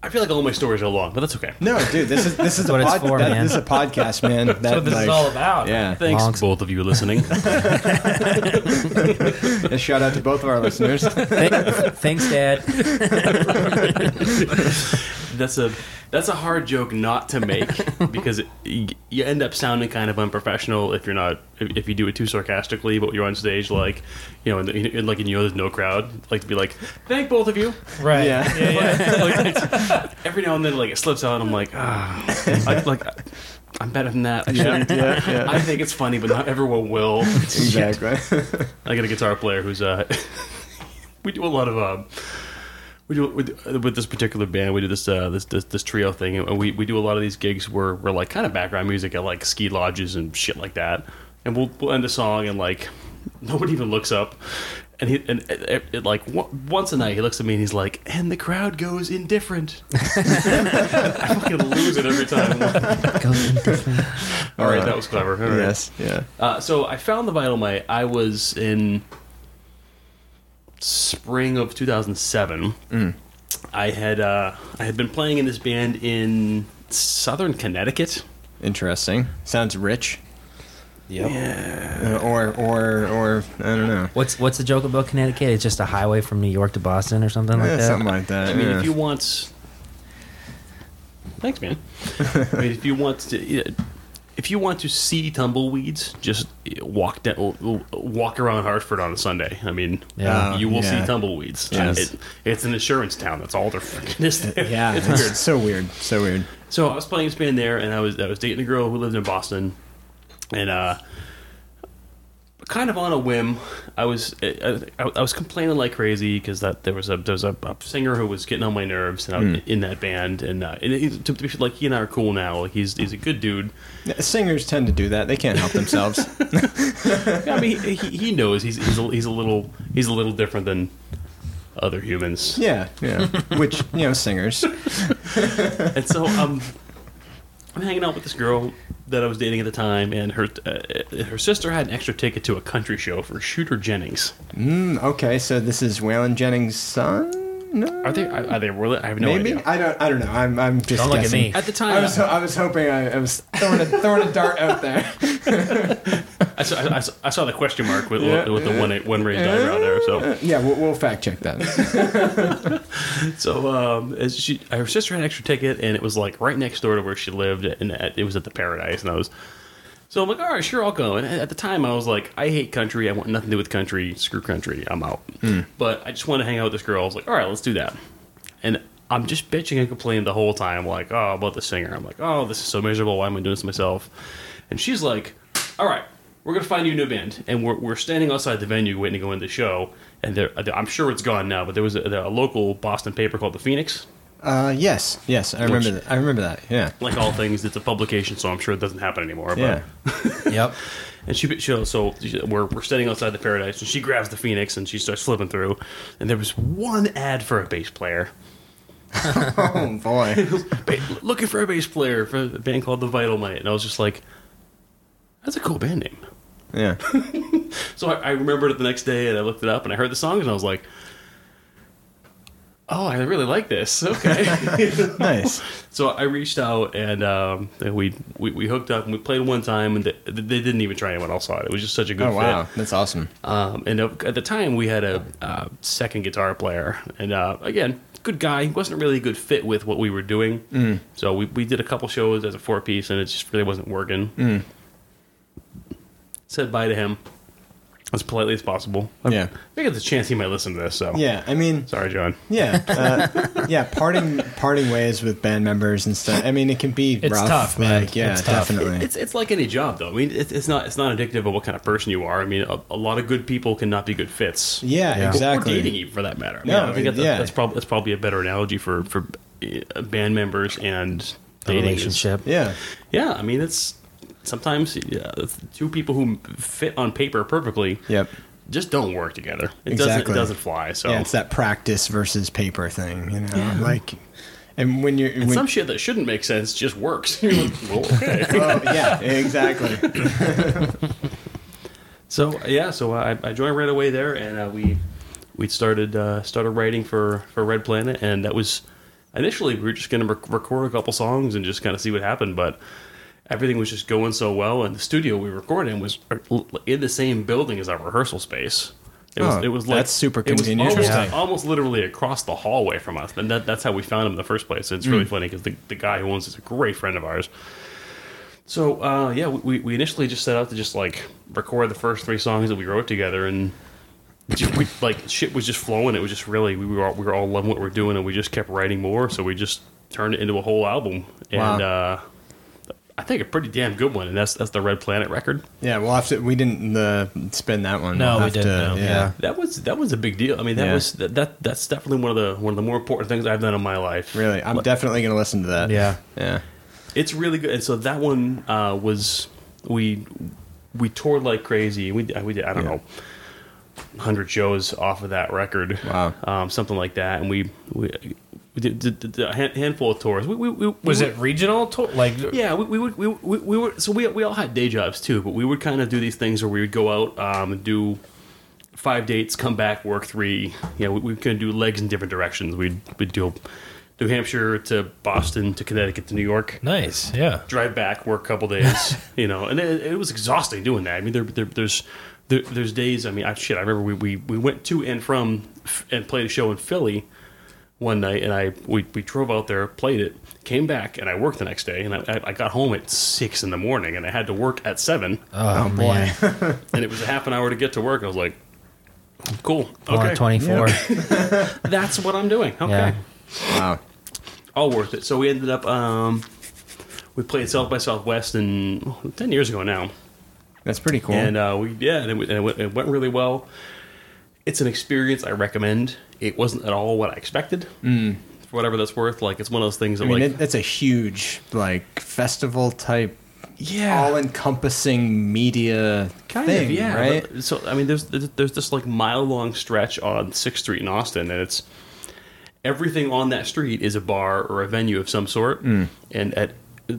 E: I feel like all my stories are long, but that's okay.
C: No, dude, this is this is
A: what
C: a
A: it's
C: pod-
A: for,
C: that-
A: man.
C: This is a podcast, man. That's
D: what this is all about.
E: [laughs]
C: Yeah,
E: Thanks,
A: Long-
E: both of you
C: [laughs]
E: listening.
C: a shout out to both of our listeners.
A: Th- thanks, Dad.
E: that's a that's a hard joke not to
C: [laughs]
E: make because it, you you end up sounding kind of unprofessional if you're not if, if you do it too sarcastically. But you're on stage, like you know, and, and like and you know, there's no crowd. Like to be like, thank both of you.
D: Right.
C: Yeah.
D: yeah, yeah.
E: Like, it's- every now and then, like it slips out. and I'm
C: [laughs]
E: like, ah, I, like I'm better than that. I, shouldn't. [laughs]
C: yeah, yeah.
E: I think it's funny, but not everyone will.
C: [laughs] exactly.
E: I got a guitar player who's uh, [laughs] we do a lot of um, we do with, with this particular band we do this uh this this, this trio thing and we, we do a lot of these gigs where we're like kind of background music at like ski lodges and shit like that and we'll we'll end a song and like [laughs] nobody even looks up. And he and it, it, it, like w- once a night he looks at me and he's like, and the crowd goes indifferent. [laughs] I fucking lose it every time.
A: Goes in different-
E: All right,
C: Uh,
E: that was clever. All right.
C: yes, yeah.
E: Uh, so I found the vinyl. My I was in spring of 2007.
C: Mm.
E: I had uh, I had been playing in this band in Southern Connecticut.
C: Interesting. Sounds rich.
E: Yeah.
C: Uh, or or or I don't know.
A: [laughs] What's what's the joke about Connecticut? It's just a highway from New York to Boston or something like
C: Yeah,
A: that.
C: something like that.
E: I mean,
C: yeah. [laughs]
E: if you [laughs] want, thanks, man. I mean, if you want to, if you want to see tumbleweeds, just walk down, walk around Hartford on a Sunday. I mean,
A: Yeah.
E: you will
C: Yeah.
E: see tumbleweeds.
C: Yes.
E: It- it's an insurance town. That's all they're freaking. is there.
C: yeah,
E: [laughs] it's
C: it's
E: weird.
C: so weird, so weird.
E: So I was playing this band there, and I was I was dating a girl who lived in Boston, and uh, kind of on a whim, I was I, I, I was complaining like crazy because that there was a there was a, a singer who was getting on my nerves, and I, in that band, and, uh, and he's, to be like he and I are cool now. Like he's he's a good dude.
C: Singers tend to do that. They can't help themselves.
E: I mean, he, he he knows he's he's a, he's a little he's a little different than other humans.
C: [laughs] yeah,
E: [laughs]
C: yeah. Which you know, singers.
E: and so um, I'm hanging out with this girl that I was dating at the time, and her uh, her sister had an extra ticket to a country show for Shooter Jennings.
C: Mm, okay, so this is Waylon Jennings' son. No,
E: Are they are, are they really? I have no
C: maybe
E: idea.
C: I don't. I don't know. I'm. I'm just.
A: Don't look at
C: guessing.
A: me.
E: At the time,
C: I was. I was hoping. I, I was throwing a throwing a dart out
E: [laughs]
C: there.
E: I, saw, I, saw, I saw the question mark with,
C: Yeah.
E: with the one one raised eyebrow there. So
C: Uh, Yeah, we'll, we'll fact check that.
E: so um, as she her sister had an extra ticket, and it was like right next door to where she lived, and at, it was at the Paradise, and I was. So I'm like, all right, sure, I'll go. And at the time, I was like, I hate country. I want nothing to do with country. Screw country. I'm out. But I just wanted to hang out with this girl. I was like, all right, let's do that. And I'm just bitching and complaining the whole time, like, oh, about the singer. I'm like, oh, this is so miserable. Why am I doing this to myself? And she's like, all right, we're going to find you a new band. And we're, we're standing outside the venue waiting to go in the show. And there, I'm sure it's gone now, but there was a, a local Boston paper called The Phoenix.
C: Uh, yes, yes, I remember. that. I remember that. Yeah,
E: Like all things, it's a publication, so I'm sure it doesn't happen anymore. But [laughs]
C: yeah.
A: Yep.
E: and she, she so we're, we're standing outside the paradise, and she grabs the phoenix and she starts flipping through. And there was one ad for a bass player,
C: Oh boy.
E: Ba- looking for a bass player for a band called The Vital Might, and I was just like, "That's a cool band name."
C: [laughs] Yeah.
E: So I, I remembered it the next day, and I looked it up, and I heard the songs, and I was like, "Oh, I really like
C: [laughs]
E: this." Okay.
C: Nice.
E: So I reached out and um, and we, we we hooked up and we played one time and they, they didn't even try anyone else on it. It was just such a good
C: Oh
E: fit.
C: wow, that's awesome.
E: Um, and at at the time, we had a uh, second guitar player, and uh, again, good guy. He wasn't really a good fit with what we were doing. Mm. So we, we did a couple shows as a four piece, and it just really wasn't working.
C: Mm.
E: Said bye to him as politely as possible.
C: Yeah.
E: I think there's a chance he might listen to this. So
C: Yeah, I mean,
E: sorry, John.
C: Yeah,
E: [laughs]
C: uh, yeah. Parting parting ways with band members and stuff. I mean, it can be
D: It's
C: rough.
D: tough, man.
C: like, yeah,
D: It's tough.
C: definitely.
E: It's it's like any job though. I mean, it's it's not it's not indicative of what kind of person you are. I mean, a, a lot of good people cannot be good fits.
C: yeah,
A: Yeah.
C: exactly.
E: Or dating even for that matter. I
C: No,
E: I think that's,
C: yeah.
E: that's, prob- that's probably a better analogy for for uh, band members and
A: a
E: Dating is-
A: relationship.
C: Yeah.
E: Yeah, I mean it's sometimes yeah, two people who fit on paper perfectly
C: Yep.
E: just don't work together. It doesn't
C: Exactly.
E: it doesn't fly. So
C: Yeah, it's that practice versus paper thing, you know. Like, and when you're
E: and
C: when,
E: some shit that shouldn't make sense just works. [laughs] You're like, well, okay.
C: well, [laughs] yeah, exactly.
E: [laughs] so yeah, so I, I joined right away there, and uh, we we started uh, started writing for for Red Planet, and that was initially we were just gonna rec- record a couple songs and just kind of see what happened, but. Everything was just going so well, and the studio we recorded in was uh, in the same building as our rehearsal space. It was,
C: Oh,
E: it was like
C: that's super
E: it was
C: convenient.
E: almost-
C: Interesting.
E: almost literally across the hallway from us, and that, that's how we found him in the first place. It's
C: Hmm.
E: really funny because the, the guy who owns it is a great friend of ours. So uh, yeah, we, we initially just set out to just like record the first three songs that we wrote together, and just, we, like shit was just flowing. It was just really we were all, we were all loving what we are doing, and we just kept writing more. So we just turned it into a whole album, and uh, I think a pretty damn good one. And that's that's the Red Planet record.
C: Yeah, we'll have to. We didn't uh, spin that one.
D: No,
C: We'll
D: we
C: have
D: didn't, no.
C: yeah.
A: Yeah.
E: That was that was a big deal. I mean, that
C: Yeah.
E: was that, that that's definitely one of the one of the more important things I've done in my life.
C: really, I'm definitely gonna listen to that.
A: Yeah.
C: yeah,
E: It's really good. And so that one uh, was we we toured like crazy. We did- we did I don't
C: Yeah.
E: know hundred shows off of that record,
C: Wow.
E: um, something like that. And we we, we did, did, did a hand- handful of tours. We, we, we, we
D: Was
E: would-
D: it regional? To- like,
E: [laughs] Yeah, we, we would we, we, we were so we we all had day jobs too, but we would kind of do these things where we would go out um, and do five dates, come back, work three. You know, we, we could do legs in different directions. We'd we'd do New Hampshire to Boston to Connecticut to New York
D: nice. Yeah.
E: drive back, work a couple
A: [laughs]
E: days, you know, and it, it was exhausting doing that. I mean, there, there there's there, there's days. I mean, I, shit, I remember we, we, we went to and from f- and played a show in Philly one night, and I we, we drove out there, played it, came back, and I worked the next day, and I, I- I got home at six in the morning, and I had to work at seven,
A: Oh, man,
E: and it was a half an hour to get to work. I was like, cool,
A: four
E: okay,
A: twenty four.
E: that's what I'm doing. Okay
A: Yeah.
C: wow,
E: all worth it. So we ended up um, we played South by Southwest in ten years ago now,
C: that's pretty cool.
E: and uh, we yeah, and it, went- and it, went, it went really well. It's an experience I recommend. It wasn't at all what I expected, mm. for whatever that's worth. Like it's one of those things that
C: I mean,
E: like
C: it, that's a huge like festival type,
E: yeah,
C: all-encompassing media
E: kind
C: thing,
E: of yeah.
C: right?
E: But- uh, so I mean, there's there's this like mile long stretch on Sixth Street in Austin, and it's everything on that street is a bar or a venue of some sort.
C: Mm.
E: And at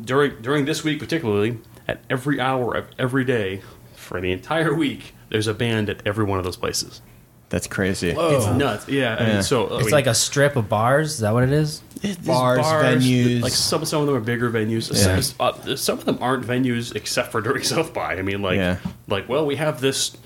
E: during during this week particularly, at every hour of every day for the entire week, there's a band at every one of those places.
C: that's crazy.
E: It's nuts. Yeah. I mean,
C: Oh. Yeah.
E: so I
A: It's
E: mean,
A: like a strip of bars. Is that what it is?
E: it's
C: bars, venues.
E: Like some some of them are bigger venues.
C: Yeah.
E: Some, uh, some of them aren't venues except for [laughs] during South by. I mean, like
C: Yeah.
E: like well, we have this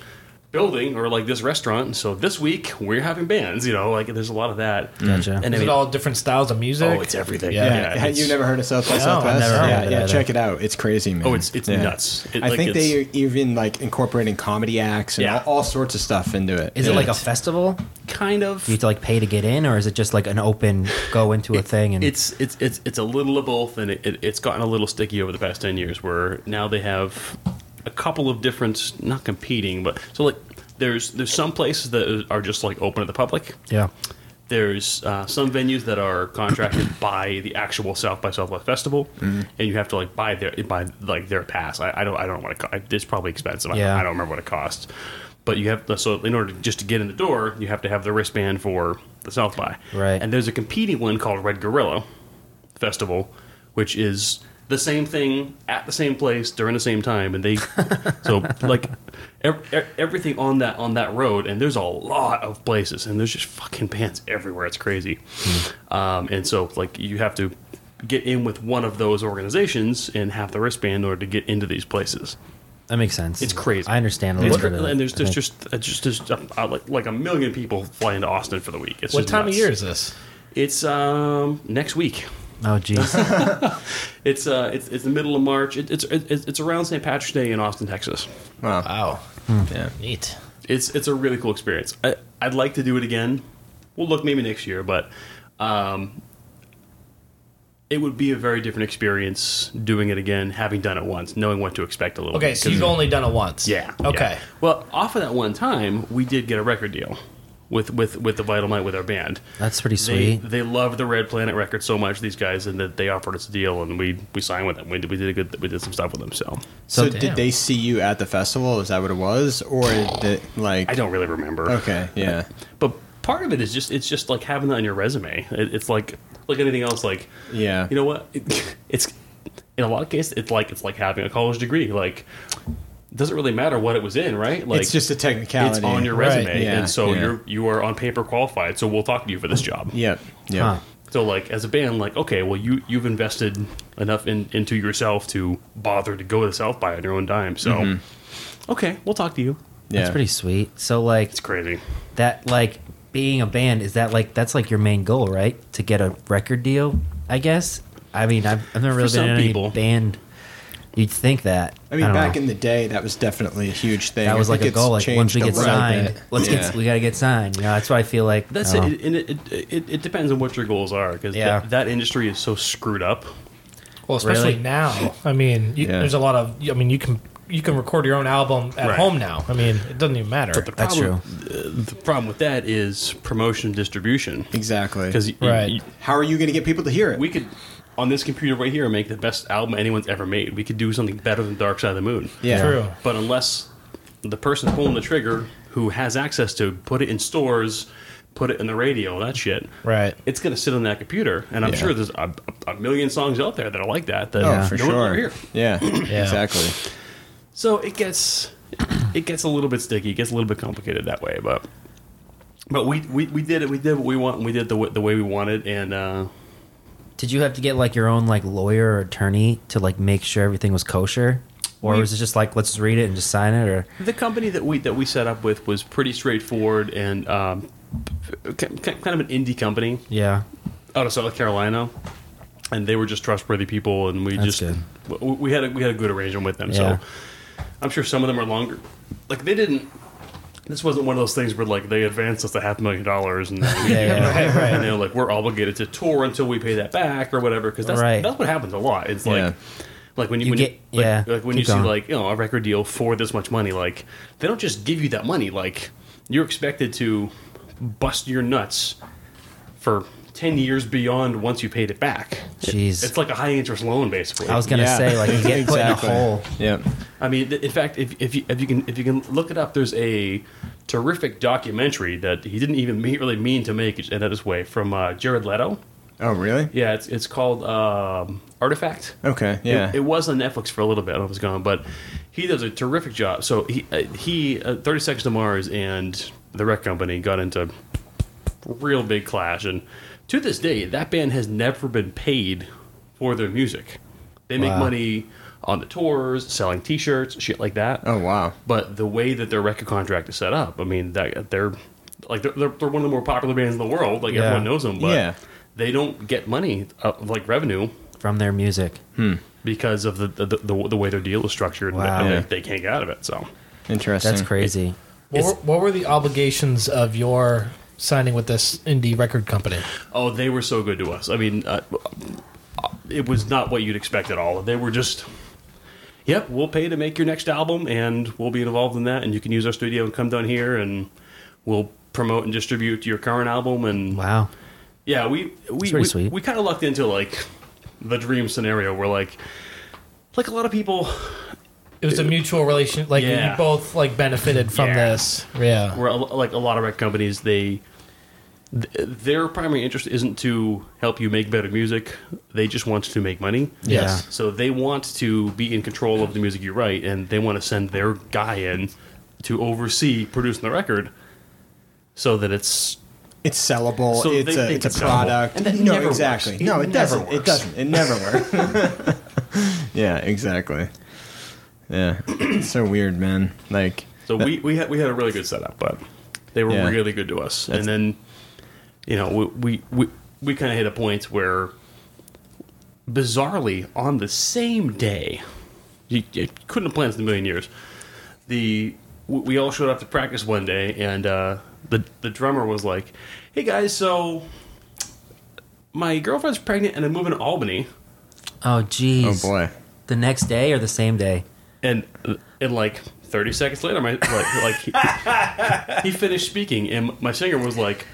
E: building or like this restaurant, so this week we're having bands. You know, like there's a lot of that.
A: Gotcha.
E: And I
D: Is
E: mean,
D: it all different styles of music?
E: oh, it's everything.
D: Yeah.
C: Yeah, had
E: it's-
C: you never heard of South by
D: No, I've
C: Southwest?
A: never heard
C: yeah,
A: of it
C: yeah,
A: either.
C: check it out. It's crazy, man.
E: Oh, it's- it's
C: Yeah.
E: nuts. It-
C: I
E: like,
C: think they
E: it's-
C: are even like incorporating comedy acts and
E: Yeah.
C: all, all sorts of stuff into it.
A: Is it
C: Yeah.
A: like a festival?
E: kind of?
A: Do you have to like pay to get in, or is it just like an open go into a thing? And
E: It's it's it's it's a little of both, and it, it, it's gotten a little sticky over the past ten years. Where now they have a couple of different, not competing, but so like there's there's some places that are just like open to the public.
A: yeah,
E: There's uh, some venues that are contracted [coughs] by the actual South by Southwest festival, and you have to like buy their buy like their pass. I, I don't I don't want to. It's probably expensive.
A: Yeah.
E: I, I don't remember what it costs, but you have so in order to, just to get in the door, you have to have the wristband for the South by.
A: Right.
E: And there's a competing one called Red Gorilla Festival, which is the same thing at the same place during the same time, and they so like ev- ev- everything on that on that road, and there's a lot of places, and there's just fucking bands everywhere. It's crazy, um, and so like you have to get in with one of those organizations and have the wristband in order to get into these places.
A: that makes sense.
E: It's crazy.
A: I understand a
E: It's
A: little
E: cra-
A: bit. Of that,
E: and there's
A: I
E: just
A: think.
E: just uh, just, just uh, uh, like like a million people fly into Austin for the week. It's
D: what
E: just
D: time
E: nuts.
D: of year is this?
E: It's um next week.
A: oh
E: [laughs]
A: jeez,
E: It's uh it's, it's the middle of March. It, it's it's it's around St. Patrick's Day in Austin, Texas.
C: wow.
D: Wow.
E: Hmm.
C: Yeah.
D: Neat.
E: It's it's a really cool experience. I I'd like to do it again. We'll look maybe next year, but um it would be a very different experience doing it again, having done it once, knowing what to expect a little.
D: Okay,
E: bit,
D: so you've only done it once.
E: Yeah.
D: Okay.
E: yeah. Well, off of that one time, we did get a record deal with with with the Vital Might with our band.
A: That's pretty
E: They,
A: sweet.
E: they love the Red Planet record so much, these guys, and that they offered us a deal, and we we signed with them. We did, we did a good, we did some stuff with them. So
C: So,
A: So-
C: did they see you at the festival? Is that what it was, or did, like
E: I don't really remember.
C: Okay, yeah.
E: but part of it is just it's just like having that on your resume. It, it's like like anything else. Like
C: Yeah.
E: you know what? It, [laughs] it's in a lot of cases it's like it's like having a college degree. Like it doesn't really matter what it was in, right? Like
C: it's just a technicality.
E: it's on your
D: Right,
E: resume,
C: yeah,
E: and so
C: yeah.
E: you're you are on paper qualified. So we'll talk to you for this job.
C: Yep. Yep.
A: Huh.
E: So like as a band, like okay, well you you've invested enough in, into yourself to bother to go to South by on your own dime. So okay, we'll talk to you.
C: Yeah.
A: That's pretty sweet. So like
E: Mm-hmm. It's crazy.
A: that like being a band is that like that's like your main goal, right? To get a record deal, I guess. I mean, I've, I've never really
E: For
A: been
E: some
A: in any
E: people.
A: band. You'd think that.
C: I mean,
A: don't
C: back
A: know.
C: in the day, that was definitely a huge thing.
A: that was
C: I
A: like
C: think
A: a
C: it's
A: goal. Like once we
C: changed a
A: get
C: little
A: signed,
C: bit.
A: let's
C: Yeah.
A: get we gotta get signed. You know, that's what I feel like.
E: That's
A: I don't know.
E: it. And it, it, it, it depends on what your goals are because
A: Oh. Yeah.
E: that industry is so screwed up.
D: Well, especially
A: Really?
D: now. I mean, you,
C: Yeah.
D: there's a lot of. I mean, you can you can record your own album at
E: Right.
D: home now. I mean, it doesn't even matter.
E: The
A: That's
E: problem, uh, the problem with that is promotion distribution
C: Exactly.
E: because
D: Right.
C: how are you going to get people to hear it?
E: we could on this computer right here make the best album anyone's ever made. We could do something better than Dark Side of the Moon.
C: yeah.
D: True.
E: But unless the person pulling the trigger who has access to put it in stores, put it in the radio, that shit,
D: Right.
E: it's going to sit on that computer. And I'm
C: Yeah.
E: sure there's a, a million songs out there that are like that. that
C: Oh,
A: Yeah.
C: for
E: no one will
C: sure.
E: hear.
C: Yeah,
D: Yeah.
C: Exactly.
E: So it gets it gets a little bit sticky. It gets a little bit complicated that way, but but we we, we did it. We did what we want. and We did the wa- the way we wanted, and uh,
A: Did you have to get like your own like lawyer or attorney to like make sure everything was kosher, or was it just like let's just read it and just sign it? Or
E: the company that we that we set up with was pretty straightforward and um, k- k- kind of an indie company
A: yeah,
E: out of South Carolina, and they were just trustworthy people, and we
A: That's
E: just
A: good.
E: w we had a, we had a good arrangement with them.
A: Yeah.
E: So I'm sure some of them are longer. Like they didn't. This wasn't one of those things where like they advanced us a half million dollars
A: [laughs]
E: and then we
A: yeah,
D: Right. Right.
E: and they're like, we're obligated to tour until we pay that back or whatever. Because that's
A: Right.
E: that's what happens a lot. It's
C: Yeah.
E: like, like when you,
A: You
E: when
A: get-
E: you, like,
A: yeah,
E: like when
A: keep
E: you see
A: going.
E: like you know a record deal for this much money, like they don't just give you that money. Like you're expected to bust your nuts for ten years beyond once you paid it back. It-
A: Jeez.
E: it's like a high interest loan basically.
A: I was gonna
C: Yeah.
A: say like you get put in a hole.
C: Yep.
E: I mean, th- in fact, if, if, you, if you can if you can look it up, there's a terrific documentary that he didn't even mean, really mean to make it this way from uh, Jared Leto.
C: Oh, really?
E: Yeah, it's it's called um, Artifact.
C: Okay. Yeah.
E: It, it was on Netflix for a little bit. I was gone, but he does a terrific job. So he uh, he uh, Thirty Seconds to Mars and the Rec Company got into real big clash, and to this day, that band has never been paid for their music. They make
A: Wow.
E: money on the tours, selling T-shirts, shit like that.
C: oh, wow.
E: But the way that their record contract is set up, I mean, that they're like they're, they're they're one of the more popular bands in the world. Like
A: Yeah.
E: everyone knows them, but
C: Yeah.
E: they don't get money uh, like revenue
A: from their music.
E: because of the the, the, the way their deal is structured. and
A: Wow.
E: they-
C: Yeah.
E: they can't get out of it. So
C: Interesting.
A: That's crazy.
D: What were, what were the obligations of your signing with this indie record company?
E: oh, they were so good to us. I mean, uh, it was not what you'd expect at all. They were just. Yep, we'll pay to make your next album, and we'll be involved in that. And you can use our studio and come down here, and we'll promote and distribute your current album. And
A: Wow.
E: Yeah, we we
A: pretty
E: we,
A: sweet.
E: we kind of lucked into like the dream scenario where like like a lot of people
D: It was a mutual relation. Like
E: Yeah.
D: you both like benefited from
E: Yeah.
D: this. Yeah.
E: where a lo- like a lot of record companies they th- their primary interest isn't to help you make better music. They just want to make money.
A: Yes. Yeah.
E: So they want to be in control of the music you write and they want to send their guy in to oversee producing the record so that it's
C: It's sellable.
E: So
C: it's
E: they
C: a
E: think
C: it's a
E: it's sellable.
C: product.
E: And that
C: no,
E: never
C: exactly.
E: works.
C: No, it,
E: It never
C: doesn't. It
E: works.
C: doesn't. It never works.
E: [laughs]
C: [laughs] yeah. Exactly. Yeah. [clears throat] It's so weird, man. Like.
E: So we, we had we had a really good setup, but they were
C: Yeah.
E: really good to us.
C: That's-
E: and then, you know, we we we, we kind of hit a point where, bizarrely, on the same day, you, you couldn't have planned this in a million years. The we- we all showed up to practice one day, and uh, the the drummer was like, "Hey guys, so my girlfriend's pregnant, and I'm moving to Albany."
A: Oh
C: Oh
A: geez.
C: boy.
A: The next day or the same day?
E: and uh, and like 30 seconds later, my like like he, he finished speaking, and my singer was like,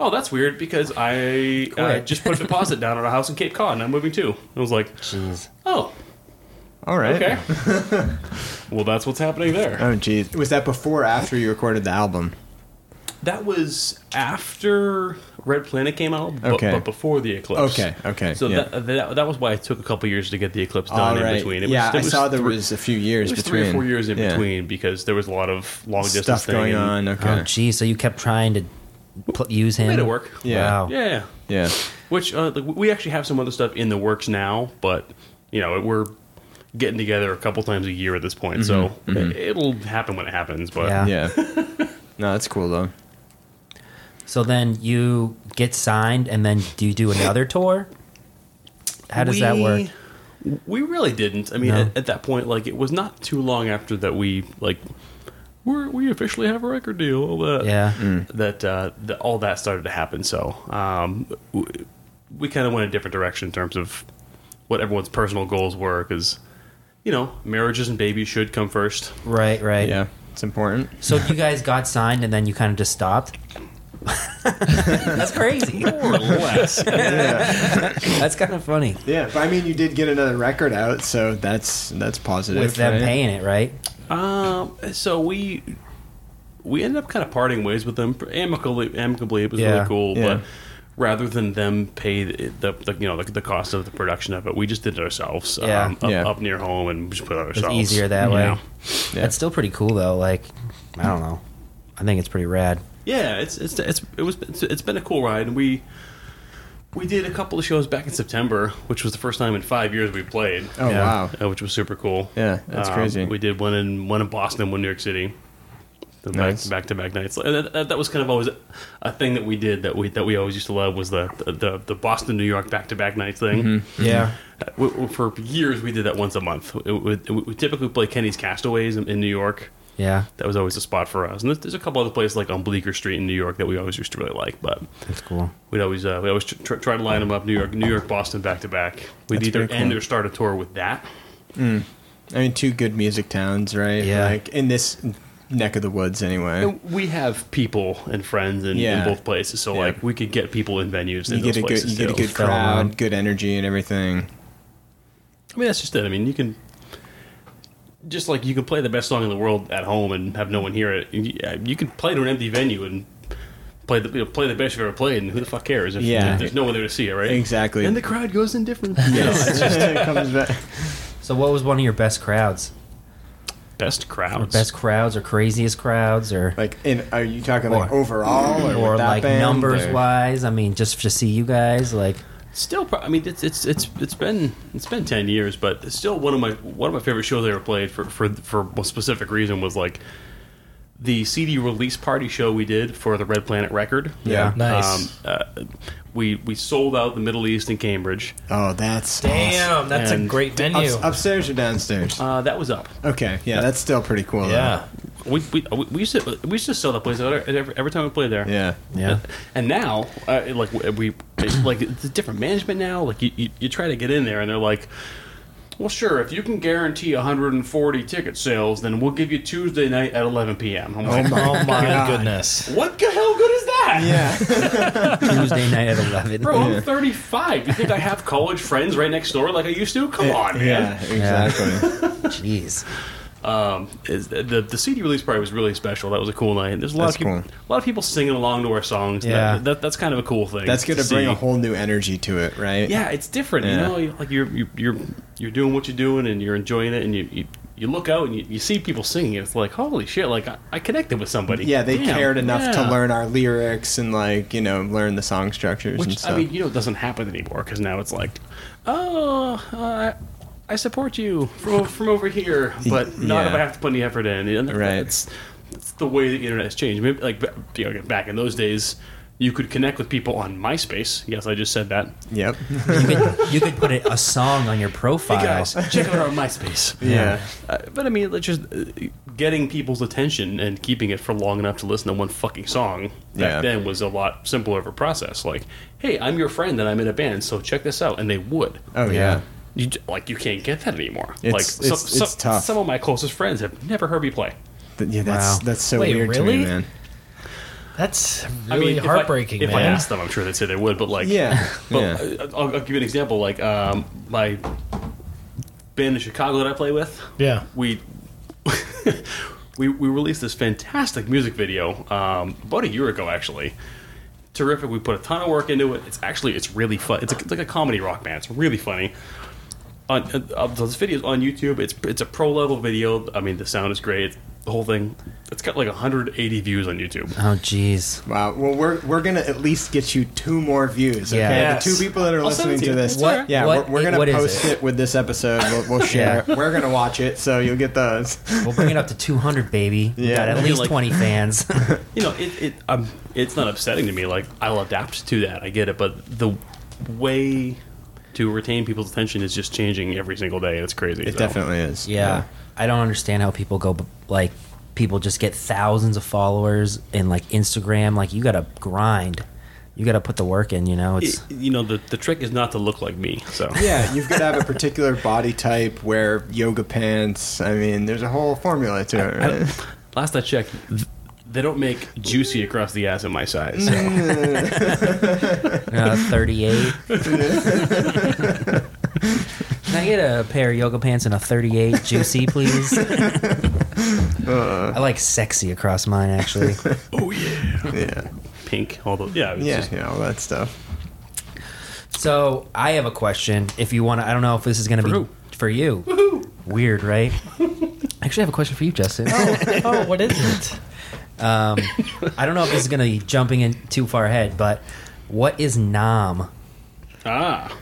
E: "Oh, that's weird because I uh,
A: Quit.
E: just put a deposit down on a house in Cape Cod, and I'm moving too." I was like,
A: Jeez.
E: "Oh,
C: All right.
E: okay."
C: [laughs]
E: well, that's what's happening there.
C: Oh, geez. Was that before or after you recorded the album?
E: That was after Red Planet came out, but,
C: Okay.
E: but before the eclipse.
C: Okay, okay,
E: So
C: yeah.
E: that, that that was why it took a couple years to get the eclipse done in between. It
C: yeah,
E: was, it
C: I
E: was
C: saw there
E: thr-
C: was a few years
E: It was
C: between.
E: three or four years in
C: Yeah.
E: between because there was a lot of long distance
C: Stuff
E: thing
C: going on.
E: and-
C: Okay.
A: Oh, geez. So you kept trying to pl- use him?
E: Made it work.
C: Yeah.
A: Wow.
E: Yeah, yeah. [laughs]
C: yeah.
E: Which uh, like, we actually have some other stuff in the works now, but you know we're getting together a couple times a year at this point, so it'll happen when it happens. But
A: Mm-hmm. Yeah.
C: Yeah. no, that's cool though.
A: So then you get signed, and then do you do another tour? How does that work?
E: We- We really didn't. I mean,
A: No.
E: at, at that point, like it was not too long after that we like we're, we officially have a record deal. All that
A: Yeah.
C: Mm.
E: that uh, that all that started to happen. So um, w- we kind of went a different direction in terms of what everyone's personal goals were, because you know, marriages and babies should come first.
A: Right, right.
C: Yeah, it's important.
A: So you guys got signed, and then you kind of just stopped? That's crazy.
E: More or less.
A: That's kind of funny.
C: Yeah, but I mean, you did get another record out, so that's that's positive.
A: With them
C: right?
A: paying it, right?
E: [laughs] um, so we we ended up kind of parting ways with them amicably. Amicably, it was
A: Yeah,
E: really cool,
C: yeah.
E: but. Rather than them pay the, the you know the, the cost of the production of it, we just did it ourselves. um,
A: Yeah.
E: up,
C: Yeah.
E: up near home and just put it
A: It's
E: ourselves.
A: easier that way.
E: Yeah.
A: That's still pretty cool, though. Like, I don't know. I think it's pretty rad.
C: Mm-hmm.
E: yeah, it's it's it's it was it's, it's been a cool ride, and we we did a couple of shows back in September, which was the first time in five years we played.
C: Oh
A: Yeah.
C: wow.
E: uh, which was super cool. Um,
C: Yeah, that's crazy.
E: We did one in one in Boston, one in New York City. The
C: Nice.
E: Back to back nights. And That, that, that was kind of always a thing that we did that we that we always used to love was the the, the Boston New York back to back nights thing.
C: Mm-hmm.
E: Uh,
A: Yeah.
E: We- we- for years, we did that once a month. It, would- we, we typically play Kenny's Castaways in, in New York
A: Yeah.
E: that was always a spot for us. And there's, there's a couple other places like on Bleecker Street in New York that we always used to really like, but
A: That's cool.
E: we'd always uh, we always tr- tr- try to line them up New York, New York, Boston back to back. We'd
C: That's
E: either
C: pretty
E: end
C: cool.
E: or start a tour with that.
C: I mean, two good music towns, right?
A: Yeah.
C: Like in this neck of the woods, anyway.
E: And we have people and friends in,
C: Yeah.
E: in both places, so
C: Yeah.
E: like we could get people in venues in
C: you get
E: those
C: a good,
E: places
C: you get a
E: too.
C: good
A: Fell in
C: crowd,
A: line.
C: good energy, and everything.
E: I mean, that's just it. I mean, you can. Just like you can play the best song in the world at home and have no one hear it, you, yeah, you can play to an empty venue and play the you know, play the best you've ever played, and who the fuck cares if,
C: Yeah.
E: if there's no one there to see it, right?
C: Exactly.
E: And the crowd goes indifferent.
C: It comes back.
A: So, what was one of your best crowds?
E: best
A: Or
E: crowds.
A: best crowds, or craziest crowds, or
C: [laughs] Like, in, are you talking like
A: Or-
C: overall, or,
A: or
C: with that
A: like
C: band,
A: numbers
C: or-
A: wise? I mean, just to see you guys, like,
E: Still, pro- I mean, it's it's it's it's been it's been ten years, but it's still one of my one of my favorite shows I ever played for for for a specific reason was like the CD release party show we did for the Red Planet record.
C: Yeah.
D: Nice.
E: Um, uh, we we sold out the Middle East in Cambridge.
C: Oh, that's awesome.
D: Damn, that's a
E: And-
D: great venue.
C: Ups- upstairs or downstairs?
E: Uh, that was up. Uh,
C: okay, yeah, that's still pretty cool. though.
D: yeah.
E: We we, we used to we used to sell that place out every, every time we played there.
C: yeah,
A: yeah,
E: And now, uh, like we, like it's [clears throat] a different management now. Like you, you, you try to get in there, and they're like, "Well, sure, if you can guarantee 140 ticket sales, then we'll give you Tuesday night at 11 p.m." I'm like,
D: Oh
C: [laughs]
D: my
C: God.
D: goodness.
E: what the hell good is that?
C: yeah.
A: Tuesday night at
C: [laughs]
A: eleven.
E: Bro,
C: Yeah.
E: I'm 35. You think I have college friends right next door like I used to? Come on, man.
C: yeah, exactly.
A: Jeez,
E: Um, is- the the CD release party was really special. That was a cool night. There's a lot
C: That's
E: of people,
C: cool.
E: a lot of people singing along to our songs.
A: Yeah.
E: That, that, that's kind of a cool thing.
C: That's going to bring
E: see.
C: a whole new energy to it, right?
E: yeah, it's different.
C: Yeah.
E: You know, like you're you- you're you're doing what you're doing and you're enjoying it, and you you, you look out and you, you see people singing. It's like holy shit! Like I, I connected with somebody.
C: Yeah, they
E: Damn.
C: cared enough to
E: Yeah.
C: learn our lyrics and like you know learn the song structures and
E: Which
C: stuff.
E: I mean, you know, it doesn't happen anymore because now it's like, oh, uh, I support you from from
C: [laughs]
E: over here, but not if
C: Yeah.
E: I have to put any effort in. And that-
C: Right.
E: That's, that's the way the internet has changed. Maybe like ba- you know, back in those days. You could connect with people on MySpace. Yes, I just said that.
C: yep.
A: you could, you could put a, a song on your profile.
E: Hey guys, check out our MySpace.
C: yeah.
E: Uh, but I mean, it's just uh, getting people's attention and keeping it for long enough to listen to one fucking song back
C: Yeah.
E: then was a lot simpler of a process. Like, hey, I'm your friend and I'm in a band, so check this out, and they would.
C: Oh yeah.
E: you j- like you can't get that anymore.
C: It's-
E: like some,
C: it's- it's
E: some-
C: tough.
E: some of my closest friends have never heard me play.
C: Th- yeah, that's
A: Wow.
C: that's so
D: Wait,
C: weird to me,
D: really?
C: man.
D: That's
E: I
D: really
E: mean, if I-
D: heartbreaking,
E: If I,
D: man.
E: asked them, I'm sure they'd say they would. But like,
C: Yeah,
E: [laughs] But
C: yeah.
E: uh, I'll, I'll give you an example. Like um, my band in Chicago that I play with,
D: yeah.
E: we [laughs] we we released this fantastic music video um, about a year ago, actually. Terrific. We put a ton of work into it. It's actually it's really fun. It's, a, it's like a comedy rock band. It's really funny. On, uh, uh, this video is on YouTube. It's it's a pro level video. I mean, the sound is great. The whole thing. It's got like 180 views on YouTube.
C: [laughs]
A: Oh, jeez.
C: Wow. Well, we're we're gonna at least get you two more views. Okay,
A: Yeah.
D: Yes.
C: the two people that are
E: I'll send
C: listening to
E: it to you.
C: this.
E: It's What- alright.
C: Yeah,
A: what-
C: we're, we're gonna
A: what is
C: post
A: it?
C: it? with this episode. We'll, we'll share. it. We're gonna watch it, so you'll get those.
A: [laughs] We'll bring it up to 200, baby. We
C: Yeah.
A: got at
E: Maybe
A: least
E: like-
A: 20 fans.
E: you know, it, it um, it's not upsetting to me. Like I'll adapt to that. I get it, but the way to retain people's attention is just changing every single day. It's crazy.
C: It
E: so.
C: definitely is.
A: Yeah. I don't understand how people go b- like people just get thousands of followers in like Instagram. Like you gotta grind. You gotta put the work in, you know? It's
E: It- you know, the the trick is not to look like me. So
C: Yeah, you've got to have a particular body type, wear yoga pants. I mean, there's a whole formula to it, right?
E: last I checked, th- they don't make juicy across the ass in my size.
C: Mm-hmm.
E: So.
A: uh, thirty eight. Can I get a pair of yoga pants and a thirty eight juicy, please? I like sexy across mine actually.
E: oh yeah,
C: yeah,
E: pink. All the yeah, it's
C: yeah,
E: just-
C: yeah, all that stuff.
A: So I have a question. If you want to, I don't know if this is going to be
E: who?
A: for you. Weird, right?
D: [laughs]
A: I actually have a question for you, Justin.
D: oh, what is it?
A: Um, I don't know if this is going to be jumping in too far ahead, but what is nom?
E: ah.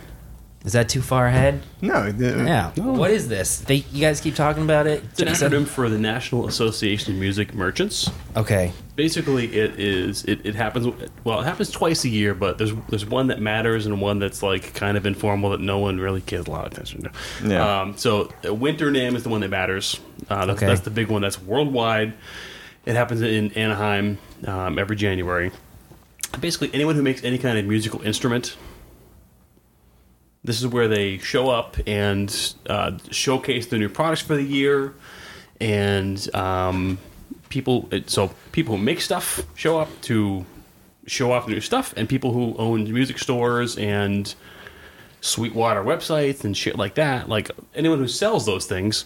A: Is that too far ahead?
C: No, the,
A: Yeah.
D: Oh.
A: What is this? They, you guys keep talking about it.
E: It's an acronym for the National Association of Music Merchants.
A: Okay.
E: basically it is it, it happens well it happens twice a year but there's there's one that matters and one that's like kind of informal that no one really gives a lot of attention to
C: Yeah.
E: um, so uh, winter nam is the one that matters uh, that's,
A: Okay.
E: that's the big one that's worldwide it happens in anaheim um, every january basically anyone who makes any kind of musical instrument this is where they show up and uh, showcase their new products for the year and um, people it- so people who make stuff show up to show off new stuff and people who own music stores and sweetwater websites and shit like that like anyone who sells those things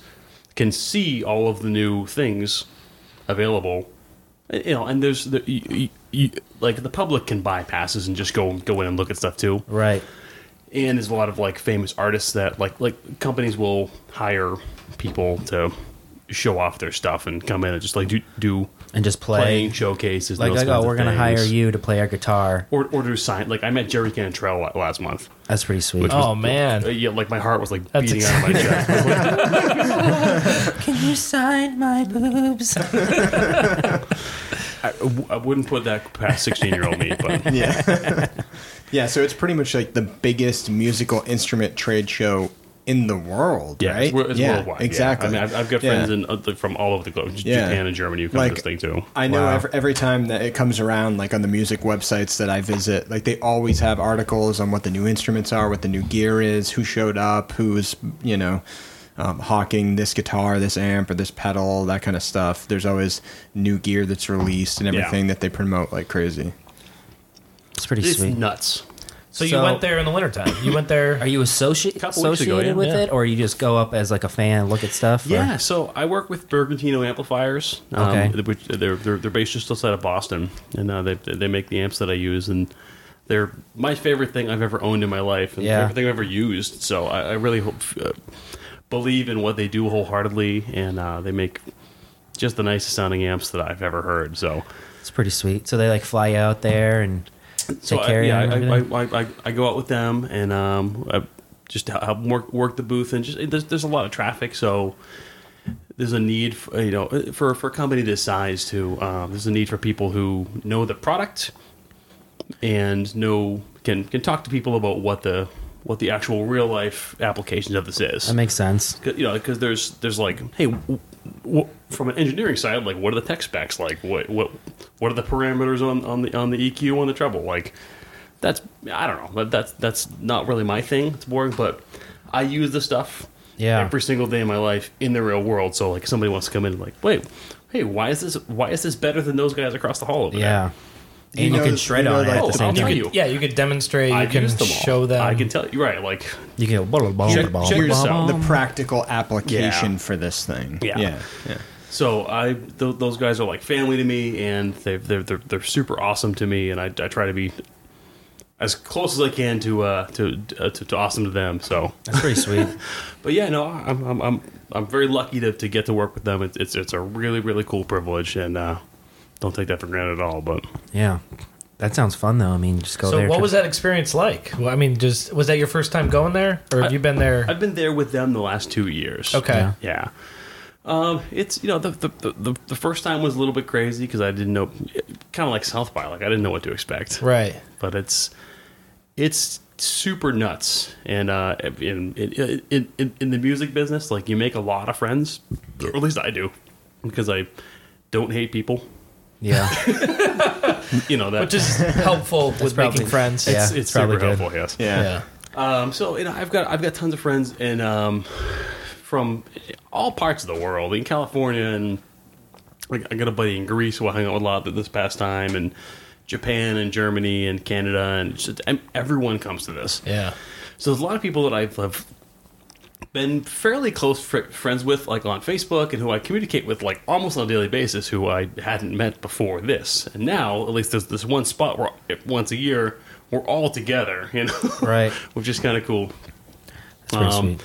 E: can see all of the new things available Uh, you know and there's the, you, you, you, like the public can buy passes and just go go in and look at stuff too
A: Right.
E: and there's a lot of like famous artists that like like companies will hire people to show off their stuff and come in and just like do do
A: And just play.
E: playing showcases. and
A: Like,
E: those
A: like,
E: kinds
A: oh,
E: of
A: we're going to
E: things.
A: hire you to play our guitar.
E: or or do sign. Like I met Jerry Cantrell la- last month.
A: That's pretty sweet.
E: Which was-
D: Oh, man.
E: Uh, yeah, like my heart was like
D: That's
E: beating out of my chest. I was like,
A: Can you sign my boobs?
E: I, w- I wouldn't put that past sixteen year old me, but
C: [laughs] yeah, yeah. So it's pretty much like the biggest musical instrument trade show in the world,
E: yeah,
C: right?
E: it's, wor- it's
C: yeah,
E: worldwide. yeah.
C: Exactly.
E: I mean, I've, I've got friends
C: Yeah.
E: in other, from all over the globe, J-
C: Yeah.
E: Japan and Germany. who come
C: Like,
E: to this thing too.
C: I know
A: Wow.
C: every, every time that it comes around, like on the music websites that I visit, like they always have articles on what the new instruments are, what the new gear is, who showed up, who's, you know, um, hawking this guitar, this amp, or this pedal, that kind of stuff. There's always new gear that's released and
E: Yeah.
C: everything that they promote like crazy.
A: It's pretty
E: It's
A: sweet.
E: nuts.
D: So, you
A: So-
D: went there in the wintertime. You went [laughs] there.
A: Are you associate,
E: Couple weeks ago,
A: associated
E: yeah.
A: with
D: Yeah.
A: it, or you just go up as like a fan, and look at stuff? or-
E: Yeah, so I work with Bergantino Amplifiers. Um,
A: Okay.
E: which they're, they're they're based just outside of Boston, and uh, they they make the amps that I use, and they're my favorite thing I've ever owned in my life, and
A: Yeah.
E: favorite thing I've ever used. So I, I really hope uh, believe in what they do wholeheartedly, and uh, they make just the nicest sounding amps that I've ever heard. So
A: it's pretty sweet. So they like fly you out there and take
E: so I,
A: care
E: yeah,
A: of you. and
E: I,
A: everything?
E: I, I, I, I go out with them and um, I just help work work the booth and just there's, there's a lot of traffic, so there's a need for, you know uh, for for a company this size to um, there's a need for people who know the product and know can can talk to people about what the what the actual real life applications of this is.
A: that makes sense.
E: 'Cause, you know, because there's there's like, hey, w- w- from an engineering side, like, what are the tech specs like? What what what are the parameters on, on the on the EQ on the treble? Like, that's I don't know. That, that's that's not really my thing. It's boring, but I use the stuff
A: Yeah.
E: every single day of my life in the real world. So like somebody wants to come in and like, wait, hey, why is this why is this better than those guys across the hall over
A: yeah. And you,
C: know-
A: can shred
C: you know,
A: on it
C: like,
A: at the
E: the-
A: same
E: I'll
A: time.
E: tell
A: You
E: you.
D: Yeah, you could demonstrate.
E: there?
D: You
E: I
D: can
E: used them all.
D: show them.
E: I can tell you right, like
A: can go.
C: Check- check
E: Here's
C: this out.
E: some.
C: the practical application
E: Yeah.
C: for this thing.
E: Yeah.
C: yeah, yeah.
E: So I th- those guys are like family to me, and they they're, they're they're super awesome to me, and I, I try to be as close as I can to uh to uh, to, to awesome to them. So,
A: That's
E: [laughs]
A: pretty sweet.
E: but yeah, no, I'm I'm I'm, I'm very lucky to, to get to work with them. It's it's, it's a really really cool privilege, and uh, don't take that for granted at all. But
A: Yeah. That sounds fun though. I mean, just go
D: so,
A: there.
D: what was that experience like? Well, I mean, just was that your first time going there, or have you been there?
E: I've been there with them the last two years.
D: okay.
A: Yeah.
E: Yeah. Um, it's you know the the, the- the the first time was a little bit crazy because I didn't know, kind of like South by, like I didn't know what to expect.
D: Right.
E: but it's it's super nuts and uh in in, in in in the music business like you make a lot of friends or at least i do because i don't hate people
A: Yeah.
E: [laughs] you know that
D: Which is [laughs] helpful with
A: probably-
D: making friends.
A: yeah.
E: it's,
A: it's
E: it's
A: probably
E: super
A: good.
E: helpful yes
C: Yeah.
D: Yeah.
E: um so you know i've got i've got tons of friends and um from all parts of the world in california and like i got a buddy in greece who i hung out with a lot this past time and japan and germany and canada and just, and everyone comes to this
D: Yeah.
E: So there's a lot of people that I've have been fairly close fr- friends with, like on Facebook, and who I communicate with, like almost on a daily basis, who I hadn't met before this. And now, at least there's this one spot where if- once a year we're all together, you know,
A: [laughs]
E: [laughs]
A: Right.
E: which is kind of cool.
A: That's pretty
E: Um,
A: sweet.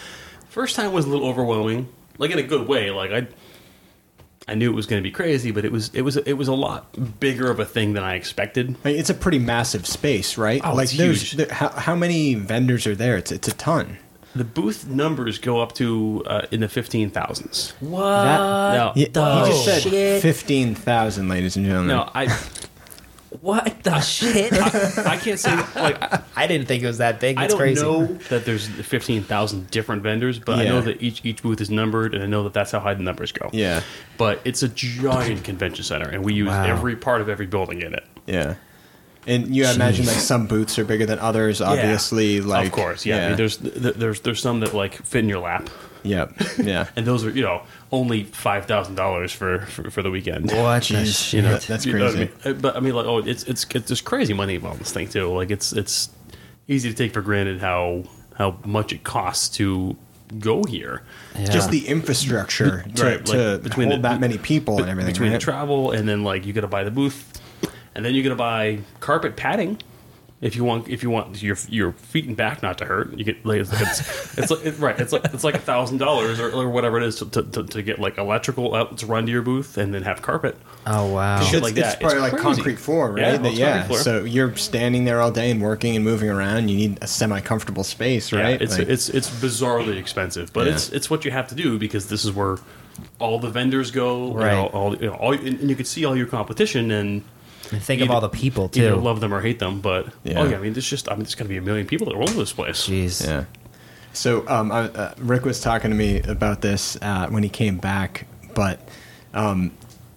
E: First time was a little overwhelming, like in a good way. Like I, I knew it was going to be crazy, but it was it was it was a lot bigger of a thing than I expected.
C: I mean, it's a pretty massive space, right?
E: Oh,
C: like
E: it's
C: there's
E: huge.
C: There, how, how many vendors are there? It's it's a ton.
E: The booth numbers go up to uh, in the fifteen thousands.
A: What?
E: No.
C: Yeah,
A: the
C: he just said
A: Oh, shit?
C: fifteen thousand, ladies and gentlemen.
E: No, I.
A: [laughs] What the shit?
E: I can't say like I
A: I didn't think it was that big. That's
E: don't
A: crazy.
E: know that there's fifteen thousand different vendors, but I
C: Yeah.
E: know that each each booth is numbered, and I know that that's how high the numbers go.
C: Yeah.
E: but it's a giant convention center, and we use
A: Wow.
E: every part of every building in it.
C: Yeah. And you imagine like some booths are bigger than others, obviously. Like
E: of course, yeah. I mean, there's th- there's there's some that like fit in your lap,
C: yep.
E: [laughs]
C: Yeah.
E: and those are you know only five thousand dollars for for for the weekend.
A: What the
C: Jeez,
A: shit?
C: yeah, that's
E: You know what
C: crazy.
E: I mean? Uh, But I mean, like, oh, it's it's it's there's crazy money involved in this thing too. Like, it's it's easy to take for granted how how much it costs to go here.
A: Yeah.
C: Just the infrastructure to,
E: Right,
C: to
E: like, between
C: hold
E: the-
C: that many people
E: Be-
C: and everything.
E: between
C: right?
E: the travel and then like you got to buy the booth, and then you got to buy carpet padding. If you want, if you want your your feet and back not to hurt, you get like it's like, it's, [laughs] it's like it, right, it's like it's like a thousand dollars or or whatever it is to, to, to, to get like electrical out to run to your booth and then have carpet.
A: Oh wow.
E: Shit
C: it's,
E: like
C: it's
E: that. It's
C: probably like
E: crazy.
C: concrete floor, right?
E: Yeah,
C: That-
E: it's concrete floor.
C: So you're standing there all day and working and moving around. You need a semi-comfortable space,
E: Yeah,
C: right?
E: it's
C: Like-
E: it's it's bizarrely expensive, but
C: Yeah.
E: it's it's what you have to do because this is where all the vendors go.
A: Right.
E: You know, all you know, all and, and you can see all your competition and
A: And think of
E: either-
A: all the people
E: either
A: too.
E: love them or hate them. But
C: Yeah.
E: oh yeah, I mean, there's just I mean, there's gonna be a million people that roll to this place.
A: Jeez.
C: Yeah. So um, I, uh, Rick was talking to me about this uh, when he came back, but um,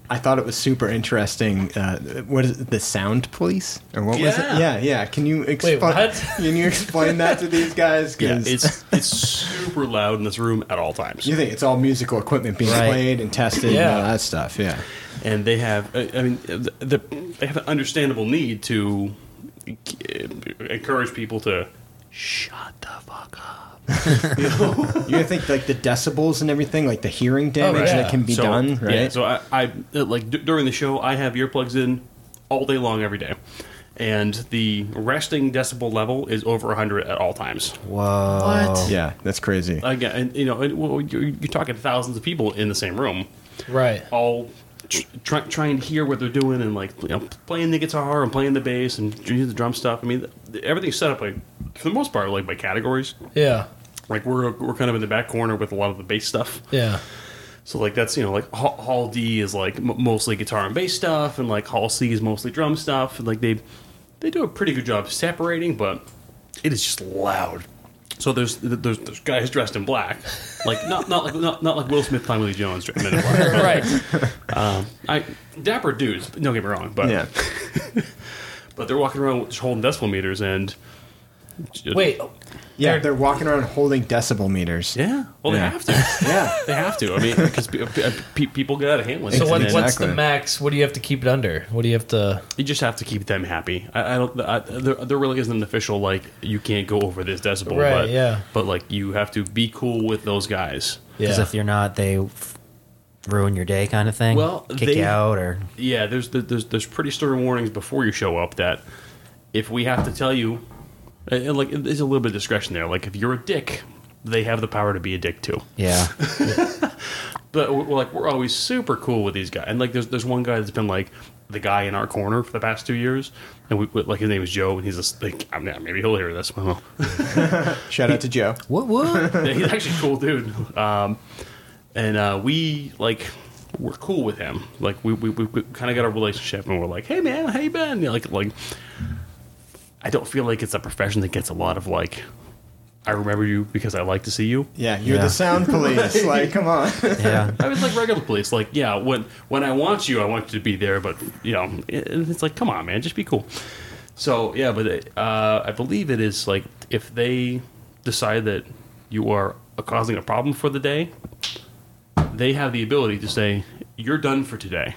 C: I thought it was super interesting. Uh, what is it, the sound police or what was it?
E: Yeah.
C: Yeah, yeah. Can you explain?
D: what?
C: [laughs] Can you explain that to these guys? 'Cause
E: Yeah, it's it's super loud in this room at all times,
C: you think it's all musical equipment being
A: Right.
C: played and tested
D: Yeah.
C: and all that stuff? Yeah.
E: and they have I I mean, the, the, they have an understandable need to uh, encourage people to shut the fuck up.
C: You think like the decibels and everything, like the hearing damage
D: Oh, yeah.
C: that can be
E: so,
C: done, right?
E: Yeah, so I, I uh, like d- during the show, I have earplugs in all day long, every day, and the resting decibel level is over 100 at all times.
A: Whoa.
C: Yeah, that's crazy.
E: Again, and, you know, and, well, you're, you're talking thousands of people in the same room,
D: Right.
E: all tr- try, trying to hear what they're doing and like you know, playing the guitar and playing the bass and doing the drum stuff. I mean, th- everything's set up like for the most part like by categories.
D: Yeah.
E: Like we're we're kind of in the back corner with a lot of the bass stuff.
D: Yeah.
E: So like that's you know like Hall, Hall D is like m- mostly guitar and bass stuff, and like Hall C is mostly drum stuff. And like they they do a pretty good job separating, but it is just loud. So there's there's, there's guys dressed in black, like not not like not, not like Will Smith, Tommy Lee Jones dressed in
C: [laughs]
E: black.
D: Right.
E: I dapper dudes, don't get me wrong, but
C: yeah.
E: but they're walking around with- holding decimal meters and
D: Wait,
C: Yeah,
D: They're-
C: they're, walking around holding decibel meters.
E: Yeah. Well,
C: Yeah.
E: they have to.
C: Yeah.
E: They have to. I mean, because pe- pe- pe- people get out of hand with
D: So
E: it.
D: what,
E: and
D: what's
C: Exactly.
D: the max? What do you have to keep it under? What do you have to?
E: You just have to keep them happy. I, I don't. I, there, there really isn't an official like you can't go over this decibel.
D: Right,
E: But,
D: yeah.
E: But like you have to be cool with those guys.
A: Because if you're not, they f- ruin your day, kind of thing.
E: Well,
A: kick
E: they-
A: you out or
E: Yeah. There's there's there's pretty stern warnings before you show up that if we have to tell you, and, and, like there's a little bit of discretion there. Like if you're a dick, they have the power to be a dick too. [laughs]
A: yeah,
E: But we're, like we're always super cool with these guys. And like there's there's one guy that's been like the guy in our corner for the past two years, and we, we like his name is Joe, and he's just like I mean, maybe he'll hear this. [laughs] I don't know.
C: Shout out to Joe.
A: what
E: [laughs]
A: what?
E: Yeah, he's actually a cool dude. Um, and uh, we like we're cool with him. Like we we, we, we kind of got a relationship, and we're like, hey man, how you been? You know, like like I don't feel like it's a profession that gets a lot of like. I remember you because I like to see you.
C: Yeah, you're
A: Yeah.
C: the
A: [laughs]
C: sound police. like, come on.
A: yeah,
E: I was like regular police, like yeah, when when I want you, I want you to be there, but you know, it, it's like come on, man, just be cool. So yeah, but uh, I believe it is like if they decide that you are causing a problem for the day, they have the ability to say you're done for today.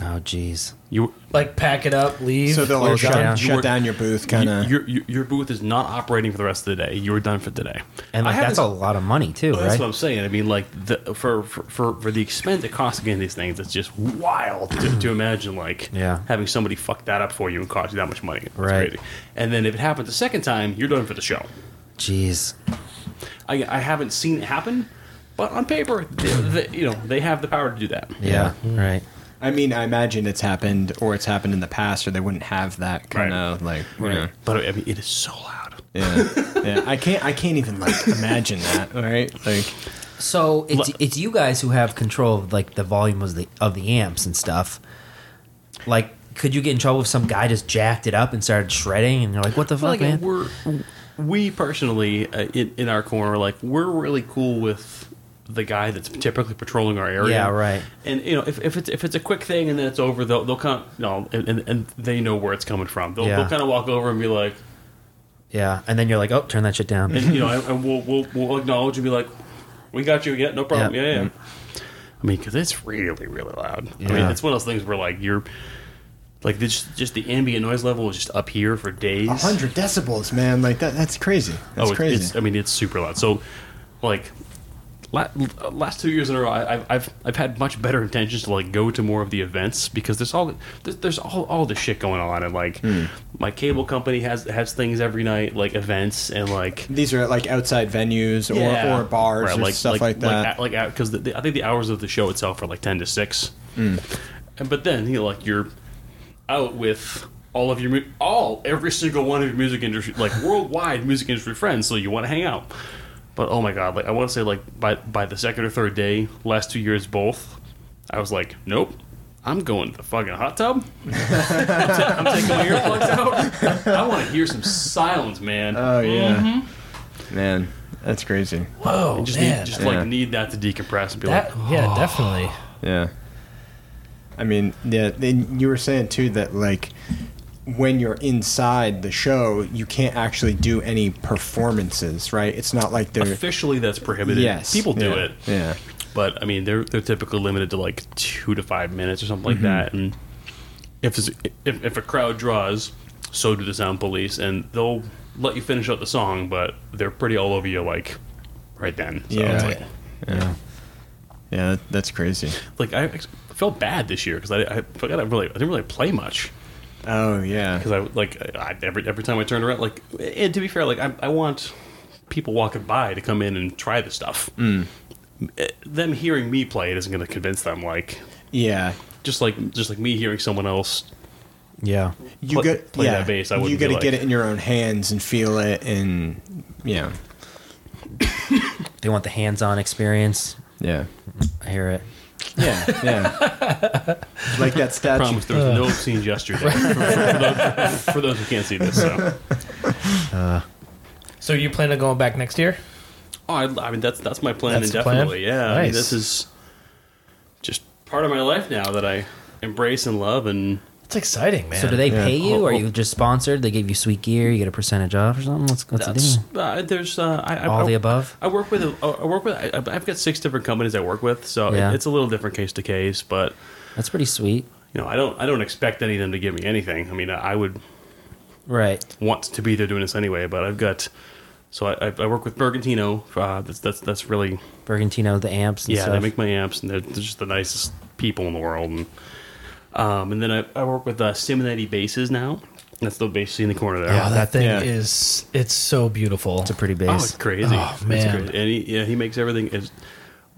A: oh jeez,
E: You
D: Like pack it up, leave.
C: so they'll
A: Or
C: like,
A: shut
C: shut,
A: down.
C: down. shut down your booth, kind of.
E: your, your your booth is not operating for the rest of the day. You're done for today.
A: and
E: I
A: like
E: have
A: that's
E: this-
A: a lot of money too,
E: Well,
A: right?
E: That's what I'm saying. I mean, like the, for, for for for the expense it costs to get in these things, it's just wild to, to imagine like
A: Yeah.
E: having somebody fuck that up for you and cost you that much money. It's
A: Right.
E: Crazy. And then if it happens the second time, you're done for the show.
A: Jeez,
E: I, I haven't seen it happen, but on paper, they, they, you know, they have the power to do that.
A: yeah, right.
C: I mean, I imagine it's happened, or it's happened in the past, or they wouldn't have that kind of like. you know.
E: But I mean, it is so loud.
C: Yeah, yeah. I can't. I can't even like imagine that. All right, like
A: So it's it's you guys who have control of like the volume of the of the amps and stuff. Like, could you get in trouble if some guy just jacked it up and started shredding, and you're like, "What the
E: Well,
A: fuck,
E: again,
A: man?"
E: We're we personally uh, in, in our corner, like we're really cool with the guy that's typically patrolling our area.
A: Yeah, right.
E: And you know, if, if it's if it's a quick thing and then it's over, they'll they'll come. No, and, and, and they know where it's coming from. They'll,
A: Yeah.
E: they'll kind of walk over and be like,
A: Yeah, and then you're like, "Oh, turn that shit down."
E: and you know, and, and we'll, we'll we'll acknowledge and be like, we got you. Yeah, no problem.
A: Yeah.
E: Yeah, yeah. I mean, because it's really really loud. I mean,
A: Yeah.
E: it's one of those things where like you're. Like this, just the ambient noise level is just up here for days.
C: hundred decibels, man. Like that. That's crazy. That's
E: oh, it-
C: crazy.
E: It's, I mean, it's super loud. So, like, la- uh, last two years in a row, I, I've, I've I've had much better intentions to like go to more of the events because there's all there's, there's all all this shit going on, and like my cable company has has things every night, like events and like.
C: These are like outside venues or, or bars
E: Right,
C: or stuff like, that.
E: Like, because the, the, I think the hours of the show itself are like ten to six,
C: Mm.
E: and but then you know, like you're out with all of your mu- all every single one of your music industry
C: [laughs]
E: like worldwide music industry friends, so you want to hang out. But oh my god, like I want to say like by by the second or third day, last two years both, I was like, nope. I'm going to the fucking hot tub.
D: [laughs]
E: I'm taking my
D: [laughs]
E: earplugs out. I want to hear some silence, man.
C: oh yeah, man, that's crazy.
D: Whoa,
E: just
D: Oh, man.
E: need, just
C: Yeah.
E: like need that to decompress and be
D: that,
E: like,
D: yeah, definitely.
C: Yeah. I mean, yeah, then you were saying too that like when you're inside the show, you can't actually do any performances, right? It's not like they're
E: officially that's prohibited.
C: yes,
E: people do
C: yeah,
E: it,
C: Yeah.
E: but I mean they're they're typically limited to like two to five minutes or
C: Mm-hmm.
E: something like that. And if it's, if if a crowd draws, so do the sound police, and they'll let you finish out the song, but they're pretty all over you like right then. So
C: Yeah.
E: it's like,
A: Yeah.
C: Yeah, that- that's crazy.
E: like I ex- felt bad this year because I, I forgot I really I didn't really play much.
C: Oh yeah.
E: because I would, like I, every every time I turned around, like and to be fair, like I, I want people walking by to come in and try the stuff.
D: Mm.
E: Eh, Them hearing me play it isn't going to convince them. Like
C: Yeah.
E: just like just like me hearing someone else.
A: Yeah,
C: You
E: Play-
C: get
E: play
C: yeah,
E: that bass, I
C: you
E: wouldn't
C: got
E: be
C: to
E: like-
C: get it in your own hands and feel it, and yeah,
A: they want the hands-on experience.
C: yeah,
A: I hear it.
C: yeah, yeah. [laughs] like that
E: I
C: statue.
E: promise there was no obscene
D: [laughs]
E: gesture there for, for those, for those who can't see this. So.
D: So you plan on going back next year?
E: Oh, I, I mean that's that's my plan
D: That's the plan?
E: indefinitely. Yeah, I mean,
D: Nice.
E: this is just part of my life now that I embrace and love and.
D: It's That's exciting, man.
A: So do they
C: Yeah.
A: pay you? Or are you just sponsored? They give you sweet gear. You get a percentage off or something. What's, what's the
E: That's
A: deal?
D: Hmm.
E: uh, there's uh, I, I,
A: All
E: I,
A: Oh, the above.
E: I work with a- I work with I, I've got six different companies I work with, so it-
A: Yeah.
E: it's a little different case to case. But
A: That's pretty sweet,
E: you know, I don't I don't expect any of them to give me anything. I mean, I, I would
A: right?
E: want to be there doing this anyway, but I've got. So I, I I work with Bergantino. Uh, that's that's that's really
A: Bergantino, the amps. And
E: yeah.
A: stuff.
E: They make my amps, and they're, they're just the nicest people in the world. And um, and then I, I work with uh, Simonati basses now. That's the bass you see in the corner there.
D: Oh, that thing
C: Yeah.
D: is it's so beautiful.
A: it's a pretty
E: Oh, it's
A: bass.
E: crazy!
D: Oh,
E: It's
D: man.
E: crazy. and he, yeah, he makes everything is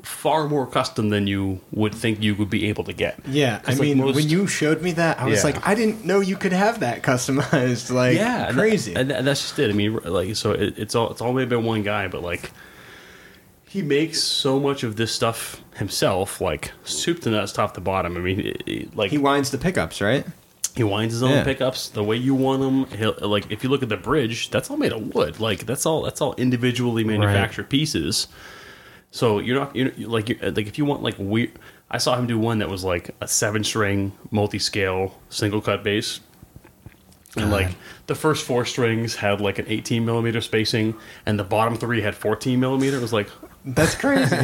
E: far more custom than you would think you would be able to get.
C: Yeah, I
E: 'Cause, like,
C: mean,
E: most-
C: when you showed me that, I was
E: Yeah.
C: like, I didn't know you could have that [laughs] customized. Like,
E: yeah, and that-
C: crazy.
E: and, that- that's just it. I mean, like, so it, it's all it's all made by one guy, but like, he makes so much of this stuff himself, like soup to nuts, top to bottom. I mean, it- it- like
C: he winds the pickups, right?
E: He winds his own
C: Yeah.
E: pickups the way you want them. He'll, like if you look at the bridge, that's all made of wood. Like that's all that's all individually manufactured pieces. So you're not you're, you're- like you're, like if you want like weird. I saw him do one that was like a seven string multi scale single cut bass. And like the first four strings had like an 18 millimeter spacing, and the bottom three had 14 millimeter. It was like, [laughs]
C: That's
A: [laughs]
C: crazy.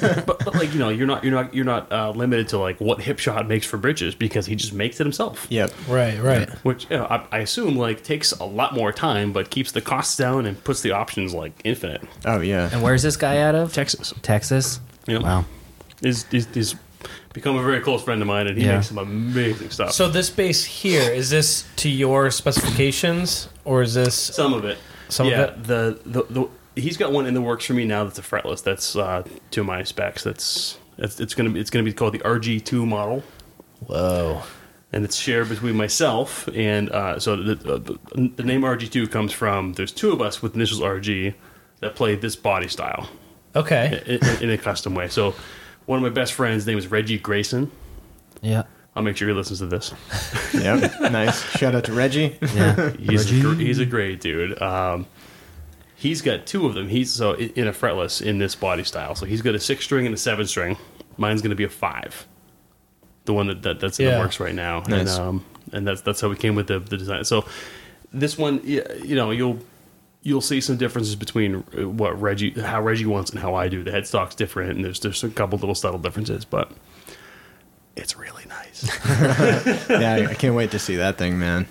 C: [laughs]
E: but, but like you know, you're not you're not you're not uh, limited to like what hip shot makes for bridges because he just makes it himself
C: yep.
D: right, right.
E: which you know, I, I assume like takes a lot more time, but keeps the costs down and puts the options like infinite.
C: Oh yeah.
A: And where's this guy out of?
E: Texas,
A: Texas.
E: you know,
A: Wow.
E: is is is become a very close friend of mine, and he
A: Yeah.
E: makes some amazing stuff.
D: So this base here is this to your specifications or is this
E: some of it,
D: Some of
E: yeah,
D: it?
E: The, the the he's got one in the works for me now. That's a fretless. That's uh, to my specs. That's it's, it's gonna be it's gonna be called the RG two model.
D: whoa?
E: and it's shared between myself and uh, so the, uh, the, the name RG2 comes from there's two of us with initials RG that play this body style
D: Okay,
E: in, in, in a custom way. So one of my best friends' name is Reggie Grayson.
A: Yeah.
E: I'll make sure he listens to this.
A: [laughs]
C: Yep. nice. Shout out to Reggie.
A: Yeah.
E: He's a, gr- he's a great dude. Um, he's got two of them. He's so i- in a fretless in this body style. So he's got a six string and a seven string. Mine's going to be a five. The one that, that that's in
D: Yeah.
E: the works right now, and
C: Nice.
E: um, and that's that's how we came with the, the design. So this one, y- you know, you'll you'll see some differences between uh, what Reggie how Reggie wants and how I do. The headstock's different, and there's there's a couple little subtle differences, but it's really nice.
C: Yeah, I- I can't wait to see that thing, man.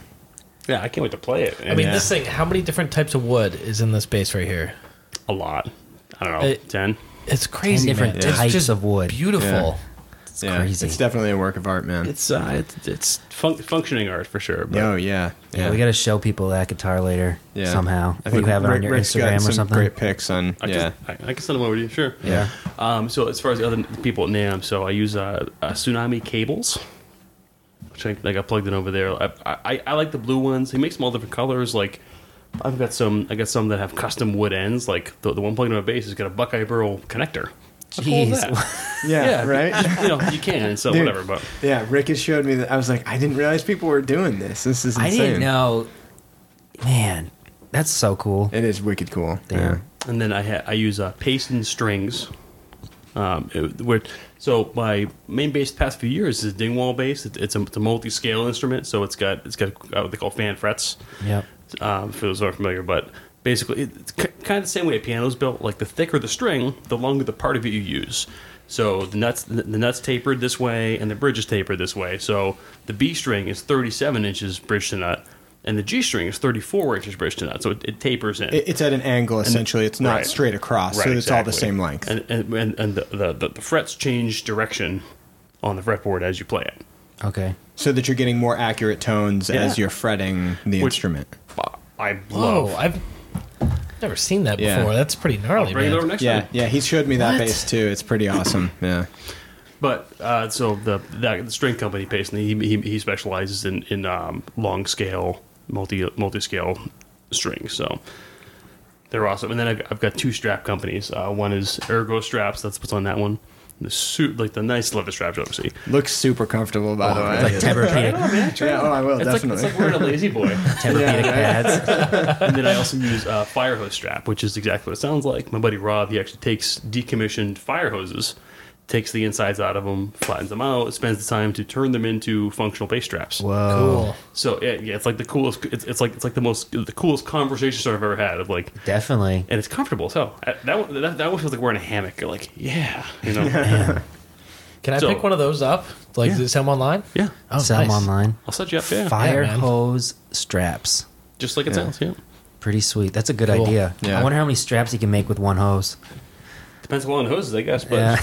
E: yeah, I can't wait to play it.
D: I mean
C: Yeah.
D: this thing. How many different types of wood is in this base right here?
E: a lot. I don't know,
D: Uh,
E: ten.
D: It's crazy.
A: different
D: man.
A: types
D: it's just
A: of wood.
D: Beautiful.
A: It's crazy.
C: It's definitely a work of art, man.
E: It's uh, it's, it's fun- functioning art for sure. But
C: oh yeah.
A: yeah. We got to show people that guitar later
C: Yeah.
A: somehow.
C: I
A: If you
C: think
A: have it on
C: Rick-
A: your
C: Rick's got
A: Instagram or
C: some
A: something.
C: Great pics on.
E: I
C: yeah.
E: can, I, I can send them over to you. Sure.
A: Yeah.
E: Um, so as far as the other people now, so I use uh, uh, tsunami cables, which I, like I plugged in over there. I, I, I like the blue ones. He makes them all different colors. Like I've got some. I got some that have custom wood ends. Like the, the one plugged in my base has got a Buckeye Burl connector. How cool is
A: Jeez.
E: that?
C: yeah.
E: yeah.
A: [laughs]
C: Right.
E: you know you can.
C: [laughs]
E: So
C: Dude.
E: whatever. But
C: yeah. Rick has showed me that. I was like, I didn't realize people were doing this. This is insane.
A: I didn't know. Man, that's so cool.
C: It is wicked cool.
A: Damn.
E: and then I ha- I use uh, paste and strings. Um, it- where, so my main bass the past few years is Dingwall bass. It, it's a, it's a multi-scale instrument, so it's got it's got uh, what they call fan frets.
A: Yep.
E: Um, for those who aren't familiar, but basically it, it's ki kind of the same way a piano's built. Like the thicker the string, the longer the part of it you use. So the nuts the nuts tapered this way, and the bridge is tapered this way. So the B string is 37 inches bridge to nut, and the G string is 34 inches bridge to nut. So it, it tapers in.
C: It, it's at an angle essentially. It's not
E: Right.
C: straight across, so
E: Right,
C: it's all the
E: exactly.
C: same length.
E: And and, and, and the, the, the, the frets change direction on the fretboard as you play it.
D: [laughs]
A: Okay.
C: so that you're getting more accurate tones as
E: Yeah.
C: you're fretting the
E: Which-
C: instrument.
E: I
D: Whoa,
E: love.
D: I've never seen that
C: Yeah.
D: before. That's pretty gnarly,
E: Bring it over
D: man.
E: next
C: Yeah,
E: time.
C: yeah. He showed me that
D: What?
C: bass too. It's pretty awesome. Yeah.
E: But uh, so the, that, the string company basically he, he, he specializes in in um, long scale multi multi scale strings. So they're awesome. And then I've, I've got two strap companies. Uh, one is Ergo Straps. That's what's on that one. The suit like the nice leather straps, obviously.
C: Looks super comfortable, by the way. [laughs]
A: It's like Tempur-Pedic,
C: yeah, oh, I will
E: It's like,
C: definitely.
E: it's like wearing a lazy
C: [laughs]
E: boy.
A: Tempur-Pedic pads.
E: and then I also use uh, fire hose strap, which is exactly what it sounds like. My buddy Rob, he actually takes decommissioned fire hoses takes the insides out of them, flattens them out, spends the time to turn them into functional bass straps.
A: Whoa.
E: So yeah, yeah, it's like the coolest. It's, it's like it's like the most the coolest conversation start I've ever had. Of like,
A: Definitely.
E: and it's comfortable. So that one- that that one feels like we're in a hammock. You're like, yeah, you know,
D: Can I
E: So-
D: pick one of those up? Like,
C: Yeah.
D: does it sell online?
E: yeah.
D: Oh,
A: Sell 'em
D: nice.
A: online.
E: I'll set you up. Yeah,
A: Fire
D: Yeah, man.
A: hose straps.
E: just like it
C: Yeah.
E: sounds. Yeah,
A: Pretty sweet. That's a good
D: Cool.
A: idea.
C: Yeah.
A: I wonder how many straps you can make with one hose.
E: depends on the hoses, I guess. But
A: Yeah.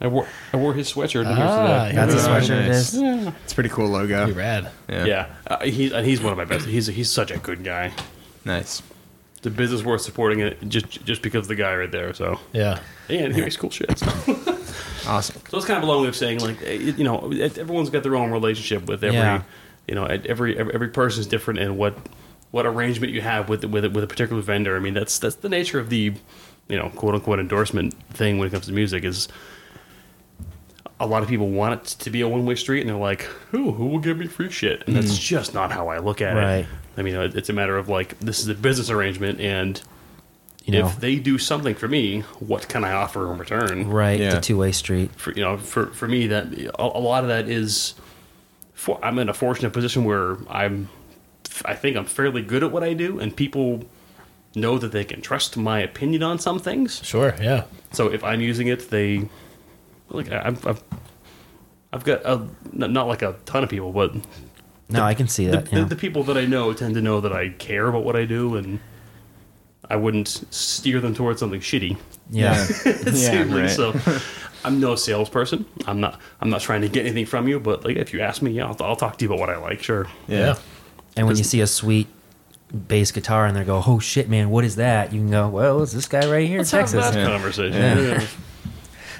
E: I wore I wore his sweatshirt. and
D: Ah,
E: here's the-
A: That's a
C: Yeah.
A: sweatshirt it
C: Nice.
A: is.
C: It's a pretty cool logo.
D: Be rad.
E: yeah, Uh, he's and he's one of my best. He's he's such a good guy.
C: Nice.
E: The business worth supporting it just just because of the guy right there. So
D: Yeah.
E: and he makes cool shit. So.
C: Awesome.
E: So it's kind of a long way of saying, like, eh, you know, eh, everyone's got their own relationship with every,
A: Yeah.
E: you know, eh, every every, every person is different, and what what arrangement you have with with with a particular vendor. I mean, that's that's the nature of the, you know, quote unquote endorsement thing when it comes to music is. A lot of people want it to be a one way street, and they're like, "Who who will give me free shit?" And that's just not how I look at
A: Mm. Right.
E: it. I mean, it- it's a matter of like, this is a business arrangement, and
A: You know,
E: if they do something for me, what can I offer in return?
A: [laughs] right.
C: Yeah.
A: The two way street.
E: for you know for for me that a, a lot of that is for I'm in a fortunate position where I'm I think I'm fairly good at what I do and people know that they can trust my opinion on some things
D: Sure. Yeah.
E: so if I'm using it they like I- I've, I've I've got a, n- not like a ton of people but
A: No, I can see
E: the,
A: that.
E: the,
A: yeah.
E: the people that I know tend to know that I care about what I do and I wouldn't steer them towards something shitty
A: yeah.
E: [laughs] Seemingly
C: right. [laughs]
E: so. I'm no salesperson. I'm not. I'm not trying to get anything from you. But like, if you ask me, yeah, I'll, I'll talk to you about what I like. Sure.
D: Yeah.
A: And when you see a sweet bass guitar and they go, "Oh shit, man, what is that?" You can go, "Well, it's this guy right here in Texas."
E: Have that
C: Yeah.
E: conversation.
C: Yeah.
E: Yeah.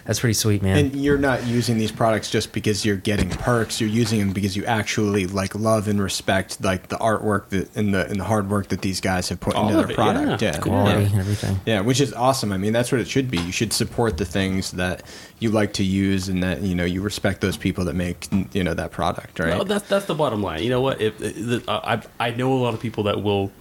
A: That's pretty sweet, man.
C: And you're not using these products just because you're getting perks. You're using them because you actually like love and respect like the artwork that and the and the hard work that these guys have put
E: All
C: into
E: of
C: their
E: it,
C: product.
E: yeah.
C: Yeah.
A: Quality
C: Yeah.
A: and everything.
C: Yeah, which is awesome. I mean, that's what it should be. You should support the things that you like to use and that, you know, you respect those people that make, you know, that product, right?
E: No, that's that's the bottom line. You know what? If, if I I know a lot of people that will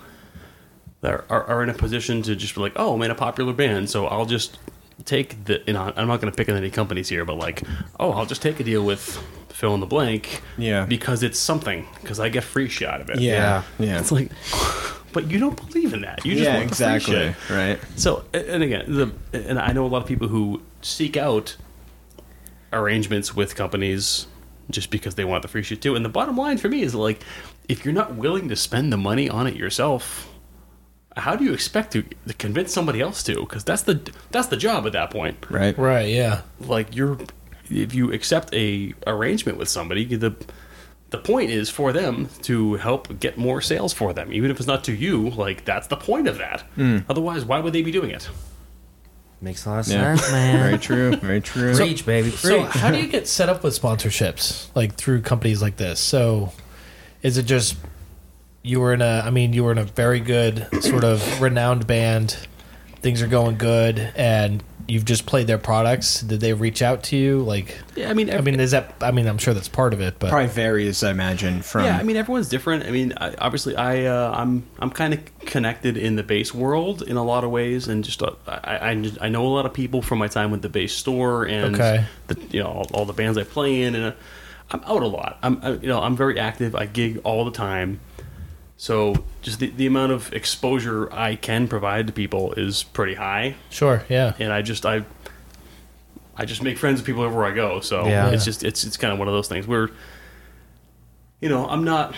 E: that are, are in a position to just be like, oh, I'm in a popular band, so I'll just take the. You know, I'm not going to pick on any companies here, but like, oh, I'll just take a deal with fill in the blank.
C: Yeah.
E: Because it's something. Because I get free shot of it.
C: yeah. Yeah.
E: It's like, but you don't believe in that. You just
C: yeah,
E: want the free
C: exactly.
E: shit.
C: Right.
E: So, and again, the, and I know a lot of people who seek out arrangements with companies just because they want the free shit too. And the bottom line for me is like, if you're not willing to spend the money on it yourself, how do you expect to, to convince somebody else to? Because that's the that's the job at that point.
C: Right.
D: Right. Yeah.
E: Like you're, if you accept a arrangement with somebody, the the point is for them to help get more sales for them, even if it's not to you. Like that's the point of that. Otherwise, why would they be doing it?
A: Makes a lot of
C: Yeah.
A: sense, man.
C: Very true.
E: [laughs]
C: Very true.
A: Preach, baby, preach.
D: So, how do you get set up with sponsorships, like through companies like this? So, is it just you were in a? I mean, you were in a very good, sort of renowned band. Things are going good, and you've just played their products. Did they reach out to you? Like,
E: Yeah, I mean,
D: I mean, is that? I mean, I'm sure that's part of it, but
C: Probably varies, I imagine, from
E: yeah, I mean, everyone's different. I mean, I, obviously, I uh, I'm I'm kind of connected in the bass world in a lot of ways, and just uh, I, I I know a lot of people from my time with the bass store and
D: Okay.
E: the you know all, all the bands I play in, and uh, I'm out a lot. I'm I, you know I'm very active. I gig all the time, so just the, the amount of exposure I can provide to people is pretty high
D: sure, yeah,
E: and I just I I just make friends with people everywhere I go. So
A: Yeah.
E: it's just it's it's kind of one of those things where you know I'm not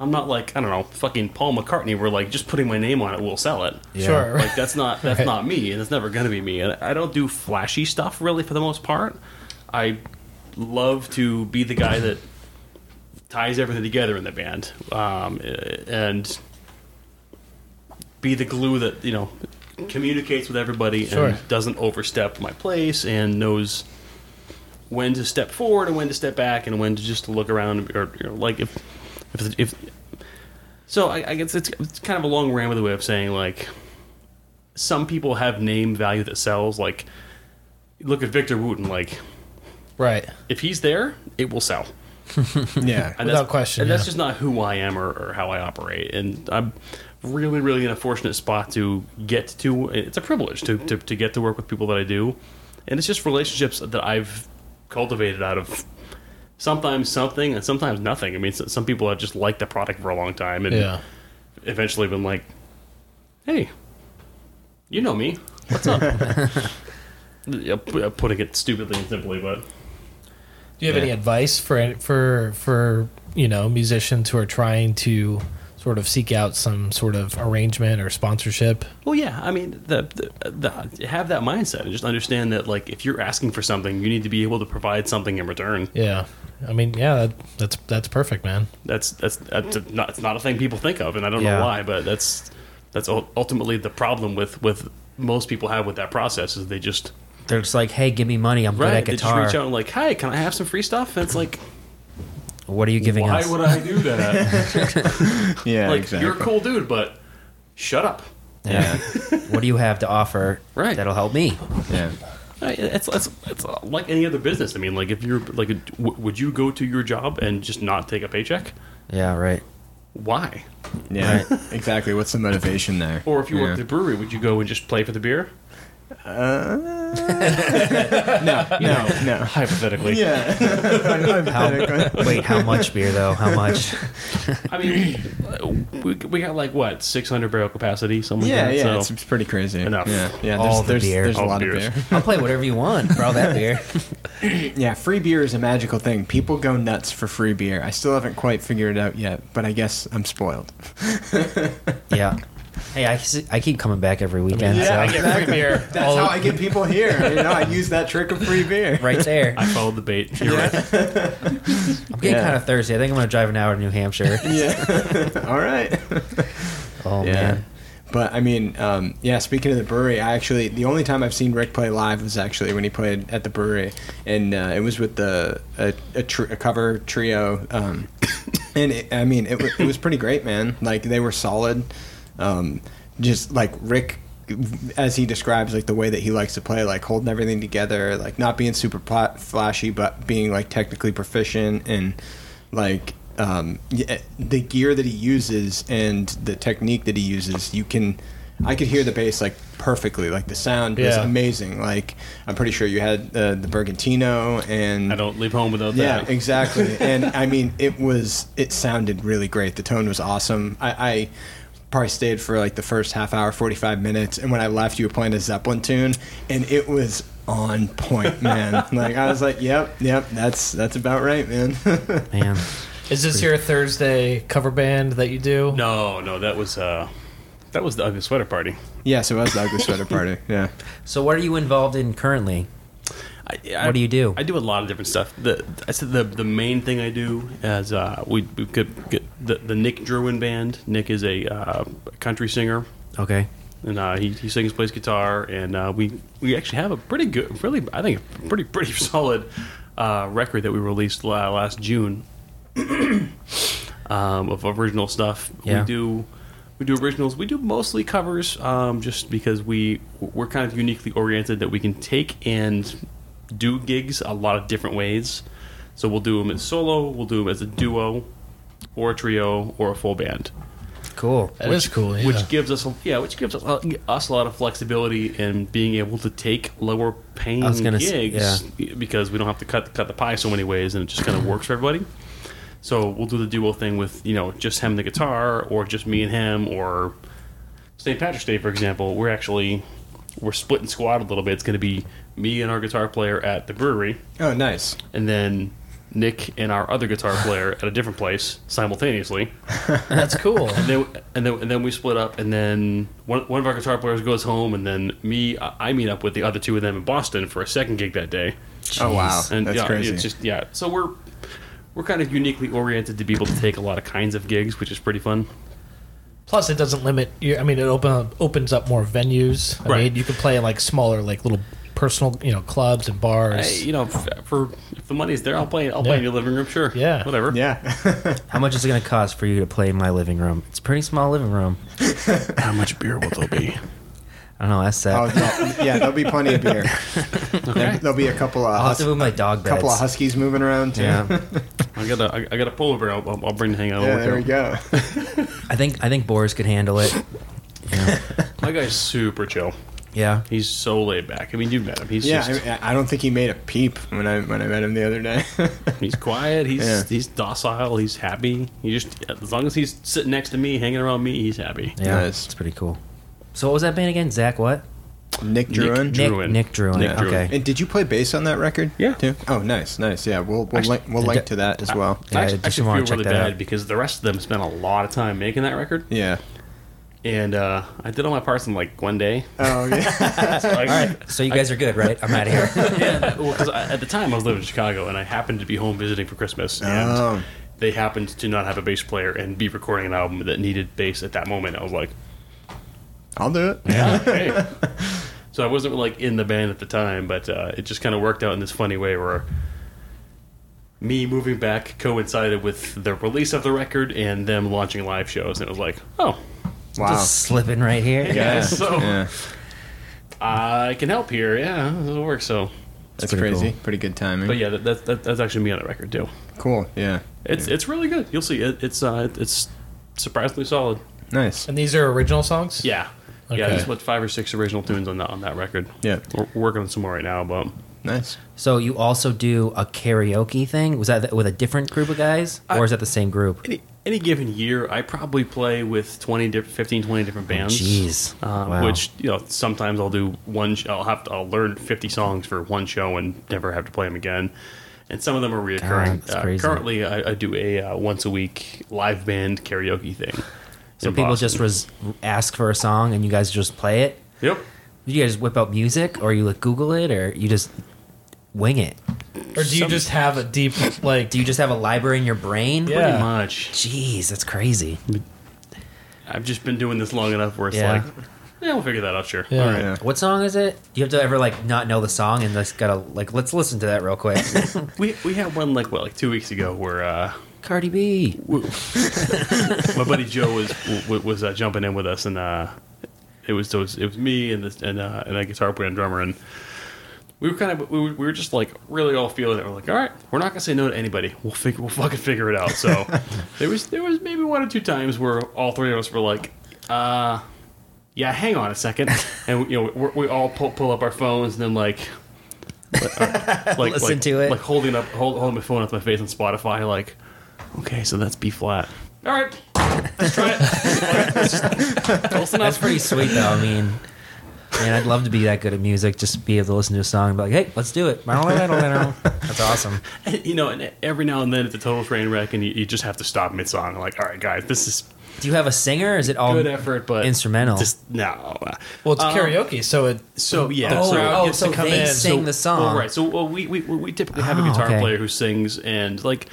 E: I'm not like I don't know fucking Paul McCartney. Where like just putting my name on it will sell it.
A: Yeah.
D: sure,
E: Like that's not that's not me, and it's never gonna be me. And I don't do flashy stuff really for the most part. I love to be the guy that ties everything together in the band, um, and be the glue that you know communicates with everybody
D: Sure.
E: and doesn't overstep my place and knows when to step forward and when to step back and when to just look around or you know, like if if, if so I, I guess it's, it's kind of a long rambly way of saying like some people have name value that sells like look at Victor Wooten like
D: [laughs] right,
E: if he's there it will sell
C: yeah,
D: Without
E: and that's,
D: question,
E: And
D: yeah.
E: that's just not who I am or, or how I operate. And I'm really, really in a fortunate spot to get to. It's a privilege to, to, to get to work with people that I do. and it's just relationships that I've cultivated out of sometimes something and sometimes nothing. I mean, s- some people have just liked the product for a long time and
D: Yeah.
E: eventually been like, "Hey, you know me.
D: [laughs]
E: What's up?" [laughs] Yeah, p- Putting it stupidly and simply, but
D: Do you have any advice for for for you know musicians who are trying to sort of seek out some sort of arrangement or sponsorship?
E: Well, yeah. I mean, the, the, the have that mindset and just understand that, like, if you're asking for something, you need to be able to provide something in return.
D: Yeah, I mean, yeah, that, that's that's perfect, man.
E: That's that's that's not it's not a thing people think of, and I don't
A: Yeah.
E: know why, but that's that's ul- ultimately the problem with with most people have with that process is they just
A: They're just like, hey, give me money. I'm
E: right
A: good
E: they
A: at
E: just reach out
A: guitar.
E: and like, hi, can I have some free stuff? And it's like,
A: What are you giving
E: why
A: us?
E: would I do [laughs] that?
C: Yeah,
E: like,
C: exactly.
E: you're a cool dude, but shut up.
A: yeah. what do you have to offer
E: Right.
A: that'll help me?
C: yeah.
E: I- Uh, It's, it's, it's uh, like any other business. I mean, like if you're like, w- would you go to your job and just not take a paycheck?
A: Yeah, right.
E: Why?
C: Yeah, [laughs] exactly. What's the motivation there?
E: Or if you worked
C: Yeah.
E: at the brewery, would you go and just play for the beer?
C: Uh, [laughs] no, no.
E: Hypothetically.
C: Yeah. [laughs]
E: [laughs]
C: Hypothetically.
A: Wait, how much beer though? How much?
E: I mean, we, we got like what six hundred barrel capacity, something
C: Yeah,
E: like that.
C: yeah, it's,
E: so
C: it's pretty crazy.
E: Enough.
C: Yeah, yeah. There's,
A: All the
C: there's,
A: beer.
C: there's
E: All
C: a lot
E: the beers.
C: of beer.
A: I'll play whatever you want for all that beer.
C: Yeah, free beer is a magical thing. People go nuts for free beer. I still haven't quite figured it out yet, but I guess I'm spoiled.
A: yeah. Hey, I, s- I keep coming back every weekend.
C: Yeah,
A: so.
D: I get free beer.
C: That's
D: all-
C: how I get people here. You know, I use that trick of free beer.
A: [laughs] Right
E: [laughs]
A: there.
E: I followed
C: [laughs]
E: the bait. You're right.
A: I'm getting
C: Yeah.
A: kind of thirsty. I think I'm going to drive an hour to New Hampshire.
C: Yeah. [laughs] All right.
A: Oh,
C: yeah.
A: man.
C: But I mean, um, yeah. Speaking of the brewery, I actually the only time I've seen Rick play live was actually when he played at the brewery, and uh, it was with the a, a, tr- a cover trio. Um, [coughs] and it, I mean, it, wa- it was pretty great, man. Like they were solid. Um, just like Rick, as he describes, like the way that he likes to play, like holding everything together, like not being super pla- flashy, but being like technically proficient and like um, y- the gear that he uses and the technique that he uses, you can. I could hear the bass like perfectly. Like the sound was
D: Yeah.
C: amazing. Like I'm pretty sure you had uh, the Bergantino and
E: I don't leave home without
C: yeah,
E: that. [laughs]
C: exactly. and I mean, it was it sounded really great. The tone was awesome. I, I probably stayed for like the first half hour, forty five minutes, and when I left, you were playing a Zeppelin tune, and it was on point, man.
E: [laughs]
C: like I was like, yep, yep, that's that's about right, man.
A: Man.
D: Is this your Thursday cover band that you do?
E: No, no, that was uh, that was the ugly sweater party.
C: yeah, so it was the ugly sweater party. Yeah,
A: So, what are you involved in currently?
E: I,
A: What do you do?
E: I do a lot of different stuff. The I said the the main thing I do is uh, we we could get the, the Nick Druin band. Nick is a uh, country singer.
A: Okay.
E: and uh, he, he sings, plays guitar, and uh, we we actually have a pretty good, really, I think, a pretty pretty [laughs] solid uh, record that we released la- last June [coughs] um, of original stuff.
A: Yeah.
E: We do we do originals. We do mostly covers, um, just because we we're kind of uniquely oriented that we can take and do gigs a lot of different ways. So we'll do them as solo, we'll do them as a duo, or a trio, or a full band
A: Cool.
D: That is cool. Yeah.
E: which gives us a, yeah, which gives us a, us a lot of flexibility in being able to take lower paying
A: I was gonna s-
E: gigs because we don't have to cut cut the pie so many ways, and it just kind of works for everybody. So we'll do the duo thing with you know just him and the guitar, or just me and him, or St. Patrick's Day, for example. We're actually we're splitting squad a little bit. It's going to be me and our guitar player at the brewery,
C: oh nice.
E: and then Nick and our other guitar player at a different place simultaneously
D: that's cool.
E: and then and then and then we split up, and then one one of our guitar players goes home, and then me I I meet up with the other two of them in Boston for a second gig that day.
C: Oh wow,
E: And
C: that's
E: yeah,
C: crazy.
E: It's just yeah. So we're we're kind of uniquely oriented to be able to take a lot of kinds of gigs, which is pretty fun.
D: [laughs] Plus, it doesn't limit. Your, I mean, it open up, opens up more venues. I
E: Right.
D: mean, you can play in, like smaller, like little personal, you know, clubs and bars.
E: Hey, you know, f- for if the money's there, I'll play. I'll play
D: Yeah.
E: in your living room, sure.
D: Yeah.
E: whatever.
C: yeah,
A: How much is it going to cost for you to play in my living room? It's a pretty small living room.
E: How much beer will there be?
A: I don't know. That's
C: oh,
A: that.
C: no, yeah. There'll be plenty of beer. There,
E: Okay,
C: will be a couple of
A: I'll have to
C: hus-
A: move my dog beds.
C: couple of huskies moving around too.
A: yeah.
E: I got a I, I got a polar bear. I'll, I'll- I'll bring the hang out.
C: Yeah, there we go.
A: I think I think Boris could handle it.
E: My guy's super chill.
A: Yeah.
E: He's so laid back. I mean, you've met him. He's
C: yeah,
E: just,
C: I, I don't think he made a peep when I when I met him the other day.
E: he's quiet. He's
C: Yeah.
E: he's docile. He's happy. He just as long as he's sitting next to me, hanging around me, he's happy.
A: Yeah.
C: Nice.
A: It's pretty cool. So what was that band again? Zach what?
C: Nick Druin.
E: Nick Druin.
A: Nick Druin.
E: Nick Druin.
A: okay.
C: And did you play bass on that record?
E: Yeah.
C: Too? Oh, nice, nice. Yeah, we'll we'll,
E: Actually-
C: link we'll link to that as well.
A: Yeah,
E: I
A: I
E: actually,
A: just
E: actually
A: wanna
E: feel
A: check
E: really
A: that
E: bad
A: out.
E: because the rest of them spent a lot of time making that record,
C: Yeah.
E: and uh, I did all my parts in like
C: [laughs]
E: one day.
C: Oh yeah.
E: Like,
A: All right. So you guys are good, right? I'm out of here.
E: yeah, [laughs] well, because at the time I was living in Chicago, and I happened to be home visiting for Christmas, and
C: Oh.
E: they happened to not have a bass player and be recording an album that needed bass at that moment. I was like,
C: I'll do it.
E: yeah, hey. So I wasn't like in the band at the time, but uh, it just kind of worked out in this funny way where me moving back coincided with the release of the record and them launching live shows, and it was like, oh,
C: Wow.
A: Just slipping right here.
E: Yeah.
C: yeah.
E: guys, so-
C: yeah.
E: I can help here. Yeah, it'll work. So,
C: That's
A: pretty
C: crazy.
A: cool.
C: Pretty good timing.
E: but yeah, that, that, that, that's actually me on the record too.
C: Cool. Yeah.
E: It's it's really good. You'll see. It, it's uh, it's surprisingly solid.
C: Nice.
D: And these are original songs.
E: Yeah. Yeah,
D: Okay.
E: there's what five or six original tunes on that on that record.
C: Yeah.
E: we're we're working on some more right now, but
C: Nice.
A: So you also do a karaoke thing? Was that th- with a different group of guys, or is that the same group?
E: any any given year, I probably play with 20, diff- 15, 20 different bands.
A: Oh, jeez.
E: uh,
A: Wow.
E: which you know sometimes I'll do one. Sh- I'll have to I'll learn fifty songs for one show and never have to play them again. And some of them are
A: God,
E: reoccurring.
A: that's crazy.
E: Uh, currently, I, I do a uh, once a week live band karaoke thing.
A: So
E: in
A: people
E: Boston.
A: just res- ask for a song, and you guys just play it.
E: yep.
A: Did you guys whip out music, or you like Google it, or you just wing it?
D: Or do you just have a deep [laughs] like?
A: Do you just have a library in your brain?
D: Yeah.
E: Pretty much.
A: Jeez, that's crazy.
E: I've just been doing this long enough where it's
A: Yeah.
E: like, yeah, we'll figure that out. Sure.
D: Yeah.
E: All right.
C: Yeah.
A: What song is it? Do you have to ever like not know the song and just gotta like let's listen to that real quick.
E: We we had one like what like two weeks ago where uh,
A: [laughs] Cardi B.
E: [laughs] my buddy Joe was was, was uh, jumping in with us, and uh, it was it was, it was me and this and uh, and a guitar player and drummer, and we were kind of we were, we were just like really all feeling it. We're like, all right, we're not gonna say no to anybody. We'll figure we'll fucking figure it out.
A: [laughs]
E: So there was there was maybe one or two times where all three of us were like, uh, yeah, hang on a
A: [laughs]
E: second, and you know we're, we all pull, pull up our phones and then like. Like, like-
A: Listen
E: like-
A: to it.
E: like holding up, hold, holding my phone up to my face on Spotify. Like, okay, so that's B flat. All right, let's try it. Close
A: That's
E: enough.
A: pretty sweet though. I mean, man, I'd love to be that good at music. Just be able to listen to a song and be like, hey, let's do [laughs] it. That's awesome.
E: [laughs] You know, and every now and then it's a total train wreck, and you, you just have to stop mid song. Like, all right, guys, this is
A: Do you have a singer? Is it all
E: good effort, but
A: Um, instrumental?
E: Just no.
D: Well, it's
E: Um,
D: karaoke, so it.
E: So yeah.
D: Oh,
E: so,
D: wow.
A: oh,
D: gets
A: so
D: to come
A: they
D: in.
A: sing the song.
E: Well, right. So well, we, we we typically have a
A: Oh,
E: guitar
A: okay.
E: player who sings, and like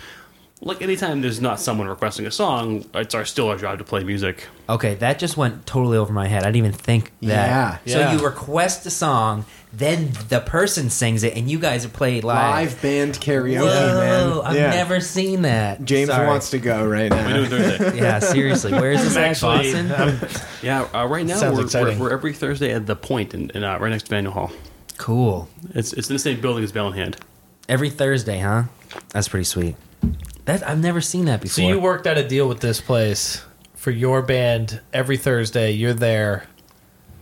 E: like anytime there's not someone requesting a song, it's our still our job to play music.
A: Okay, that just went totally over my head. I didn't even think that.
C: Yeah.
A: so
D: Yeah.
A: you request a song, then the person sings it, and you guys play it live.
C: Live band karaoke,
A: Whoa,
C: man.
A: I've
C: yeah.
A: never seen that.
C: James
A: Sorry.
C: wants to go right
E: We do
C: now.
E: it Thursday.
A: [laughs] Yeah, seriously. Where is
D: [laughs]
A: this at,
E: Actually,
A: Boston?
E: Yeah, uh, right now
D: Sounds
E: we're, we're,
D: exciting.
E: we're every Thursday at the Point, and uh, right next to Manual Hall.
A: Cool.
E: It's it's in the same building as Bell and Hand.
A: Every Thursday, huh? That's pretty sweet. That I've never seen that
D: So
A: before.
D: you worked out a deal with this place for your band every Thursday. You're there.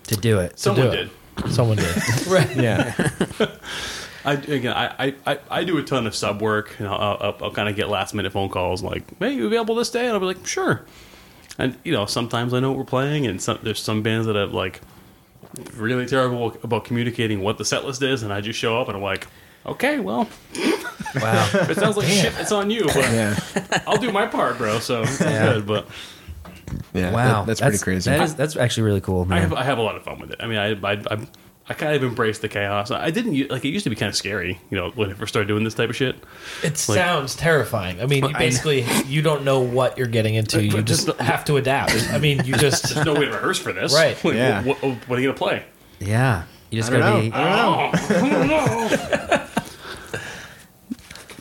A: to do it.
D: to do
E: Someone
D: it. Someone did. right.
C: yeah.
E: I again, I, I- I, I do a ton of sub work, and I'll, I'll, I'll kind of get last minute phone calls like, "Hey, you available this day?" And I'll be like, "Sure." And you know, sometimes I know what we're playing, and some, there's some bands that are like really terrible about communicating what the set list is, and I just show up and I'm like, "Okay, well,
A: Wow.
E: if [laughs] it sounds like shit. It's on you, but
C: Yeah.
E: I'll do my part, bro." So it's
A: Yeah.
E: good, but
C: Yeah.
A: Wow.
C: that- that's pretty crazy.
A: That is, that's actually really cool, man.
E: I have I have a lot of fun with it. I mean, I I, I, I kind of embraced the chaos. I didn't u- like it used to be kind of scary, you know, when I first started doing this type of shit.
D: [laughs] It sounds terrifying. I mean, you
E: I-
D: basically you don't know what you're getting into. You
E: But
D: just
E: just-
D: have to adapt. I mean, you just
E: There's [laughs] no way to rehearse for this,
D: Right.
E: Like,
C: Yeah.
E: [laughs] What, what, what are you gonna play?
A: yeah. You just
C: I don't
A: gotta
C: know.
A: be.
E: Oh, I don't know.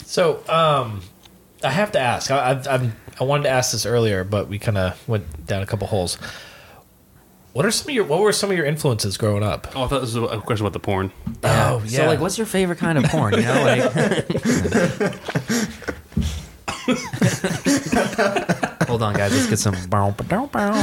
D: So, um, I have to ask. I, I've, I'm, I wanted to ask this earlier, but we kind of went down a couple holes. What are some of your What were some of your influences growing up?
E: [laughs] Oh, I thought this was a question about the porn.
D: Oh,
A: So
D: yeah.
A: like, what's your favorite kind of porn? You know, like. [laughs] Hold on, guys. Let's get some.
C: yeah.
E: Ow, ow.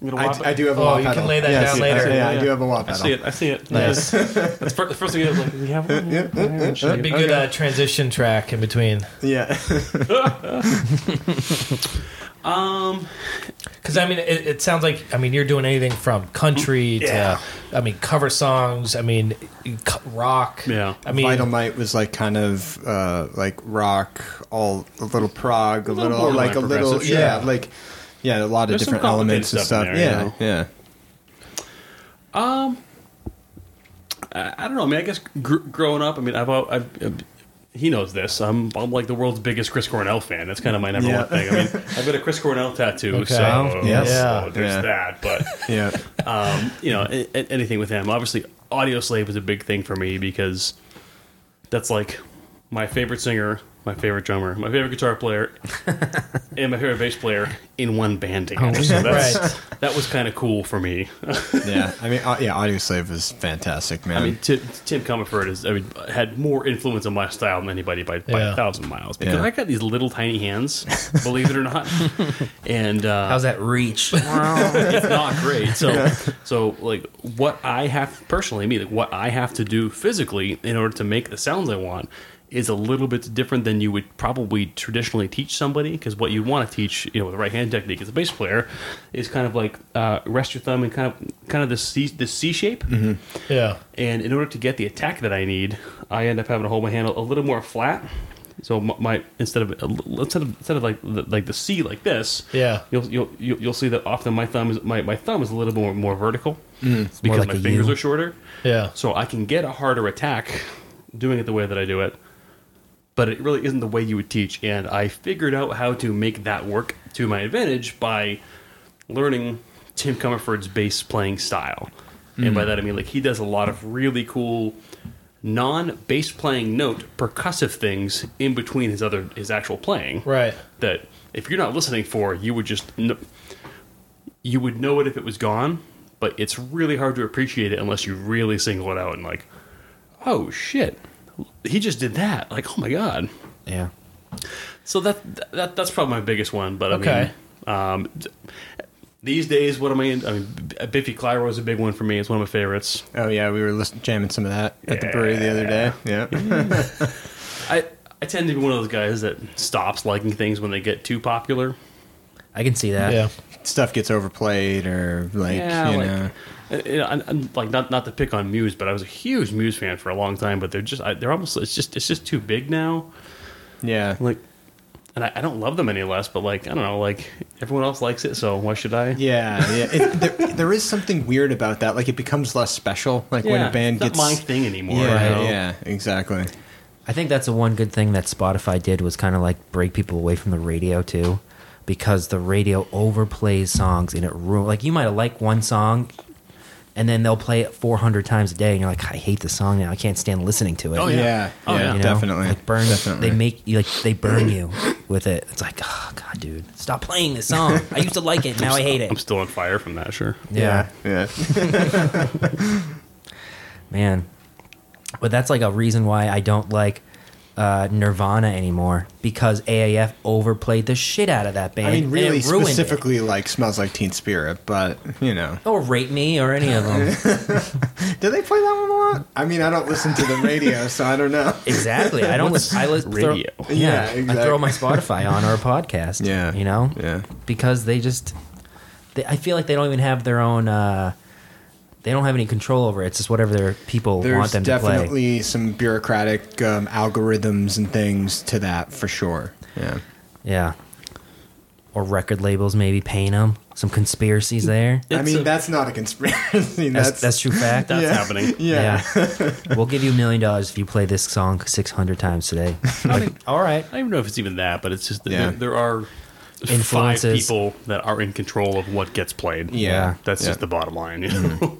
E: You gonna
C: I,
E: whop
C: d-
E: it?
C: I do have a
D: Oh,
C: wah
D: you can
C: pedal.
D: lay that
C: Yeah, I
D: down
C: see it.
D: later.
C: I see- yeah, I
D: Yeah.
C: do have a wah
E: I
C: pedal.
E: see it. I see it.
D: Nice.
E: That's the fir- the first thing I was like, "Do we have one?"
C: Yeah, yeah, yeah, sure.
D: That'd be good
C: Okay.
D: uh, transition track in between.
C: [laughs] Yeah.
E: Um,
D: Because I mean, it, it sounds like I mean you're doing anything from country to
E: Yeah.
D: I mean cover songs. I mean co- rock.
E: Yeah.
D: I mean
C: Vital Might was like kind of uh, like rock, all a little prog, a,
E: little
C: little like a
E: borderline
C: little
E: progressive,
C: yeah,
D: yeah.
C: like yeah, a lot
E: There's
C: of
E: some
C: different elements and stuff.
E: complicated
C: yeah,
E: stuff
C: yeah.
E: I, I don't know. I mean, I guess gr- growing up, I mean, I've, al- I've, I've- he knows this. I'm, I'm like the world's biggest Chris Cornell fan. That's kind of my number
C: Yeah.
E: one thing. I mean, I've got a Chris Cornell tattoo,
D: Okay.
E: so
C: Yes.
E: so there's
C: Yeah.
E: that. But
C: Yeah,
E: um, you know, a- a- anything with him. Obviously, Audio Slave is a big thing for me because that's like my favorite singer, my favorite drummer, my favorite guitar player, and my favorite bass player in one band together. So that's, That was kind of cool for me.
C: yeah. I mean, uh, yeah, Audio Slave is fantastic, man.
E: I mean, Tim, Tim Comerford is, I mean, had more influence on my style than anybody by, by
D: Yeah.
E: a thousand miles because
C: Yeah.
E: I got these little tiny hands, believe it
C: [laughs]
E: or not, and uh,
A: How's that
E: [laughs]
A: reach?
E: it's not great. So, so like what I have personally, me, like what I have to do physically in order to make the sounds I want is a little bit different than you would probably traditionally teach somebody because what you want to teach, you know, with the right hand technique as a bass player, is kind of like uh, rest your thumb and kind of kind of this C, this C shape.
C: Mm-hmm.
D: yeah,
E: And in order to get the attack that I need, I end up having to hold my hand a, a little more flat. So my, my instead of instead of instead of like the, like the C like this,
D: Yeah.
E: you'll you'll you'll you'll see that often my thumb is my, my thumb is a little more more vertical because
A: Mm. more like
E: my
A: a
E: fingers
A: U.
E: are shorter.
D: yeah.
E: So I can get a harder attack doing it the way that I do it, but it really isn't the way you would teach. And I figured out how to make that work to my advantage by learning Tim Comerford's bass playing style. And by that I mean like he does a lot of really cool non bass playing note percussive things in between his other his actual playing
D: Right.
E: that if you're not listening for, you would just kn- you would know it if it was gone, but it's really hard to appreciate it unless you really single it out and like, oh shit, he just did that. Like, oh my god.
A: yeah.
E: So that that that's probably my biggest one. But I
D: Okay.
E: mean, um, d- these days, what am I? In? I mean, B- Biffy Clyro is a big one for me. It's one of my favorites.
C: oh yeah, we were listen- jamming some of that at the brewery the other day. [laughs] Yeah,
E: I I tend to be one of those guys that stops liking things when they get too popular.
A: I can see that.
D: Yeah.
C: stuff gets overplayed or like
E: yeah,
C: you
E: like,
C: know.
E: uh, you know, I'm, I'm, like not not to pick on Muse, but I was a huge Muse fan for a long time. But they're just I, they're almost it's just it's just too big now.
C: Yeah,
E: Like, and I, I don't love them any less. But like I don't know, like everyone else likes it, so why should I?
C: yeah, yeah. It, there, there is something weird about that. Like it becomes less special. Like when
E: Yeah,
C: a band
E: it's not
C: gets
E: my thing anymore.
C: Yeah,
E: you know?
C: yeah, exactly.
A: I think that's the one good thing that Spotify did was kind of like break people away from the radio too, because the radio overplays songs and it ruin like you might have liked one song, and then they'll play it 400 times a day, and you're like, I hate this song now. I can't stand listening to it.
E: Oh, yeah.
C: yeah,
E: Oh,
C: yeah,
E: yeah.
A: You know?
C: definitely.
A: Like burn,
C: definitely.
A: they make you like they burn you with it. It's like, oh god, dude, stop playing this song. I used to like it, now I hate
E: I'm
A: it.
E: still on fire from that. Sure.
A: Yeah,
C: yeah.
A: man. But that's like a reason why I don't like uh, Nirvana anymore because AAF overplayed the shit out of that band.
C: I mean,
A: and
C: really
A: it ruined it. Oh.
C: specifically, like smells like Teen Spirit, but you know,
A: or rape me or any of them.
C: [laughs] do they play that one a lot? I mean, I don't listen to the radio, so I don't know.
A: exactly. I don't. I listen
E: radio?
A: Throw,
C: Yeah,
A: yeah, I
C: exactly.
A: throw my Spotify on or a podcast.
C: Yeah.
A: you know.
C: Yeah.
A: because they just. They, I feel like they don't even have their own. Uh, they don't have any control over it. It's just whatever their people want
C: There's
A: them to play.
C: definitely some bureaucratic um, algorithms and things to that for sure. Yeah,
A: Yeah. Or record labels maybe paying them some conspiracies there.
C: I
E: It's
C: mean,
E: a-
C: that's not a conspiracy. [laughs]
A: That's
C: That's
A: that's,
C: [laughs]
A: true fact.
E: That's
C: Yeah.
E: happening.
C: yeah.
A: [laughs] we'll give you a million dollars if you play this song six hundred times today. Like, [laughs] all right.
E: [laughs] I don't even know if it's even that, but it's just that
C: Yeah.
E: there, there are five
A: Influences.
E: people that are in control of what gets played.
C: Yeah.
E: That's
C: Yeah. Mm-hmm.
E: just the bottom line. You know?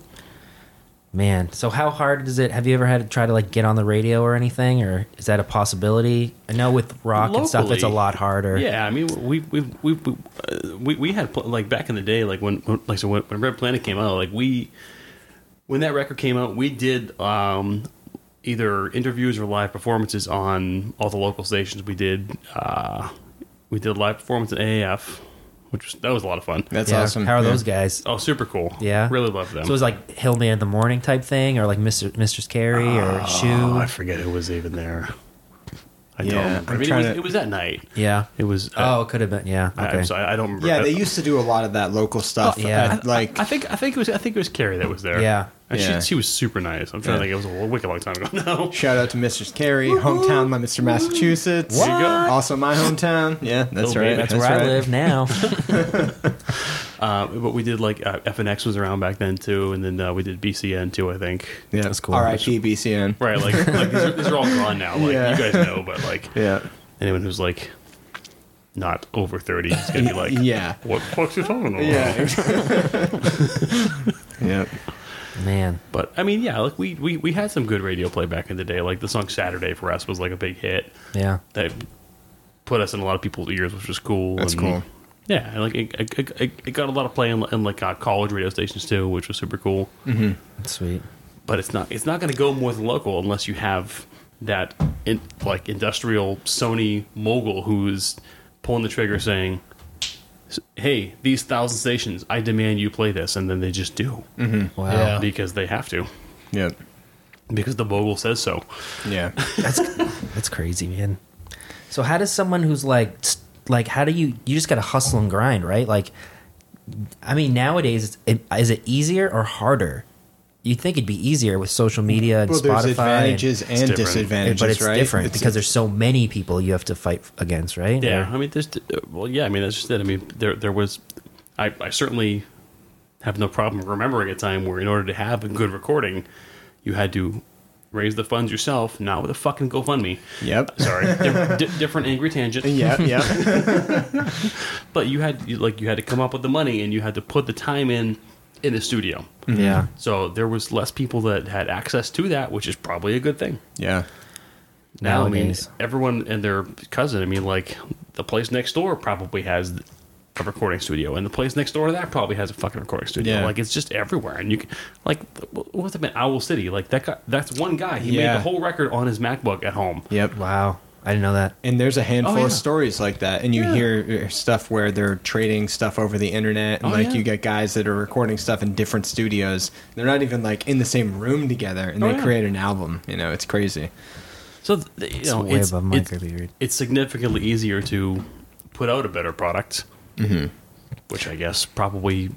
A: Man, so how hard is it? Have you ever had to try to like get on the radio or anything, or is that a possibility? I know with rock and stuff, it's a
E: Locally,
A: lot harder.
E: Yeah, I mean, we we we we, uh, we, we had pl- like back in the day, like when when- like so when, when Red Planet came out, like we when that record came out, we did um, either interviews or live performances on all the local stations. We did uh, we did a live performance at AAF. which was, that was a lot of fun.
C: That's
A: yeah.
C: awesome.
A: How are
C: Yeah.
A: those guys?
E: Oh, super cool.
A: Yeah.
E: really love them.
A: So it was like Hillman in the Morning type thing, or like Mr. Mistress Carey, or
E: Oh, I
A: Shoe.
E: forget who was even there. I
C: Yeah,
E: don't remember. I
C: I'm
E: mean, it
C: trying
E: was,
C: to-
E: it was that night.
A: Yeah.
E: It was. uh,
A: Oh, it could have been. Yeah.
E: I,
A: Okay.
E: am sorry, I don't remember.
C: Yeah, they
E: I-
C: used to do a lot of that local stuff.
A: Oh, yeah.
C: at, like
E: I think I think it was I think it was Carrie that was there.
A: Yeah.
E: and
C: Yeah.
E: She, she was super nice. I'm trying
C: Yeah.
E: to think. It was a wicked long time ago. [laughs] No,
C: shout out to Mrs. Carey, hometown, my Mr. Massachusetts.
E: There you go.
C: Also my hometown. Yeah, that's
E: Little
C: right.
E: baby.
A: That's, where I
C: right.
A: live now.
E: Uh, but we did like uh, FNX was around back then too, and then uh, we did BCN too. I think.
C: Yeah,
A: That's cool.
C: R.I.P. BCN.
E: Right, like, like these, are, these are all gone now. Like
C: Yeah.
E: you guys know, but like
C: Yeah.
E: anyone who's like not over thirty is [laughs] gonna be like,
A: [laughs]
C: Yeah.
E: what the fuck's you talking about?
C: Yeah. [laughs] yeah.
A: Man.
E: But I mean, yeah, like we, we we had some good radio play back in the day. Like the song Saturday for us was like a big hit
A: Yeah.
E: that put us in a lot of people's ears, which was cool.
C: That's
E: and,
C: cool.
E: Yeah, and, like it, it, it, it got a lot of play in, in like uh, college radio stations too, which was super cool.
C: Mm.
A: Sweet.
E: But it's not it's not going to go more than local unless you have that in, like industrial Sony mogul who's pulling the trigger saying. Hey, these thousand stations, I demand you play this, and then they just do
C: Mm-hmm.
A: Wow.
D: Yeah.
E: because they have to,
C: Yeah.
E: because the mogul says so.
C: Yeah.
A: That's crazy, man. So how does someone who's like st- like how do you you just got to hustle and grind, right? Like I mean, nowadays it's, it, is it easier or harder? You'd think it'd be easier with social media and
C: Well, there's
A: Spotify,
C: advantages
E: It's
C: and
E: different.
A: and,
C: disadvantages,
A: but it's
C: right?
A: different
C: It's-
A: because there's so many people you have to fight against, right?
E: Yeah,
A: Or-
E: I mean, there's uh, well, yeah, I mean that's just it. I mean, there there was, I, I certainly have no problem remembering a time where in order to have a good recording, you had to raise the funds yourself, not with a fucking GoFundMe.
A: [laughs]
C: Yep. [laughs]
E: Sorry, Di- di- different angry tangent.
C: Yeah. Yeah.
E: But you had you, like you had to come up with the money and you had to put the time in in the studio.
A: yeah.
E: So there was less people that had access to that, which is probably a good thing.
C: yeah.
E: Now,
A: Nowadays.
E: I mean, everyone and their cousin. I mean, like the place next door probably has a recording studio, and the place next door to that probably has a fucking recording studio.
C: Yeah.
E: Like it's just everywhere, and you can, like what was it been Owl City? Like that guy, that's one guy. He made
C: Yeah.
E: the whole record on his MacBook at home.
C: Yep.
A: Wow. I didn't know that.
C: And there's a handful
E: Oh, yeah.
C: of stories like that, and you hear uh, stuff where they're trading stuff over the internet, and
E: Oh,
C: like
E: yeah.
C: you get guys that are recording stuff in different studios. They're not even like in the same room together, and
E: Oh,
C: they
E: yeah.
C: create an album. You know, it's crazy.
E: So th- you know,
A: way
E: it's,
A: above my
E: it's,
A: gravy rate.
E: it's significantly easier to put out a better product, which I guess probably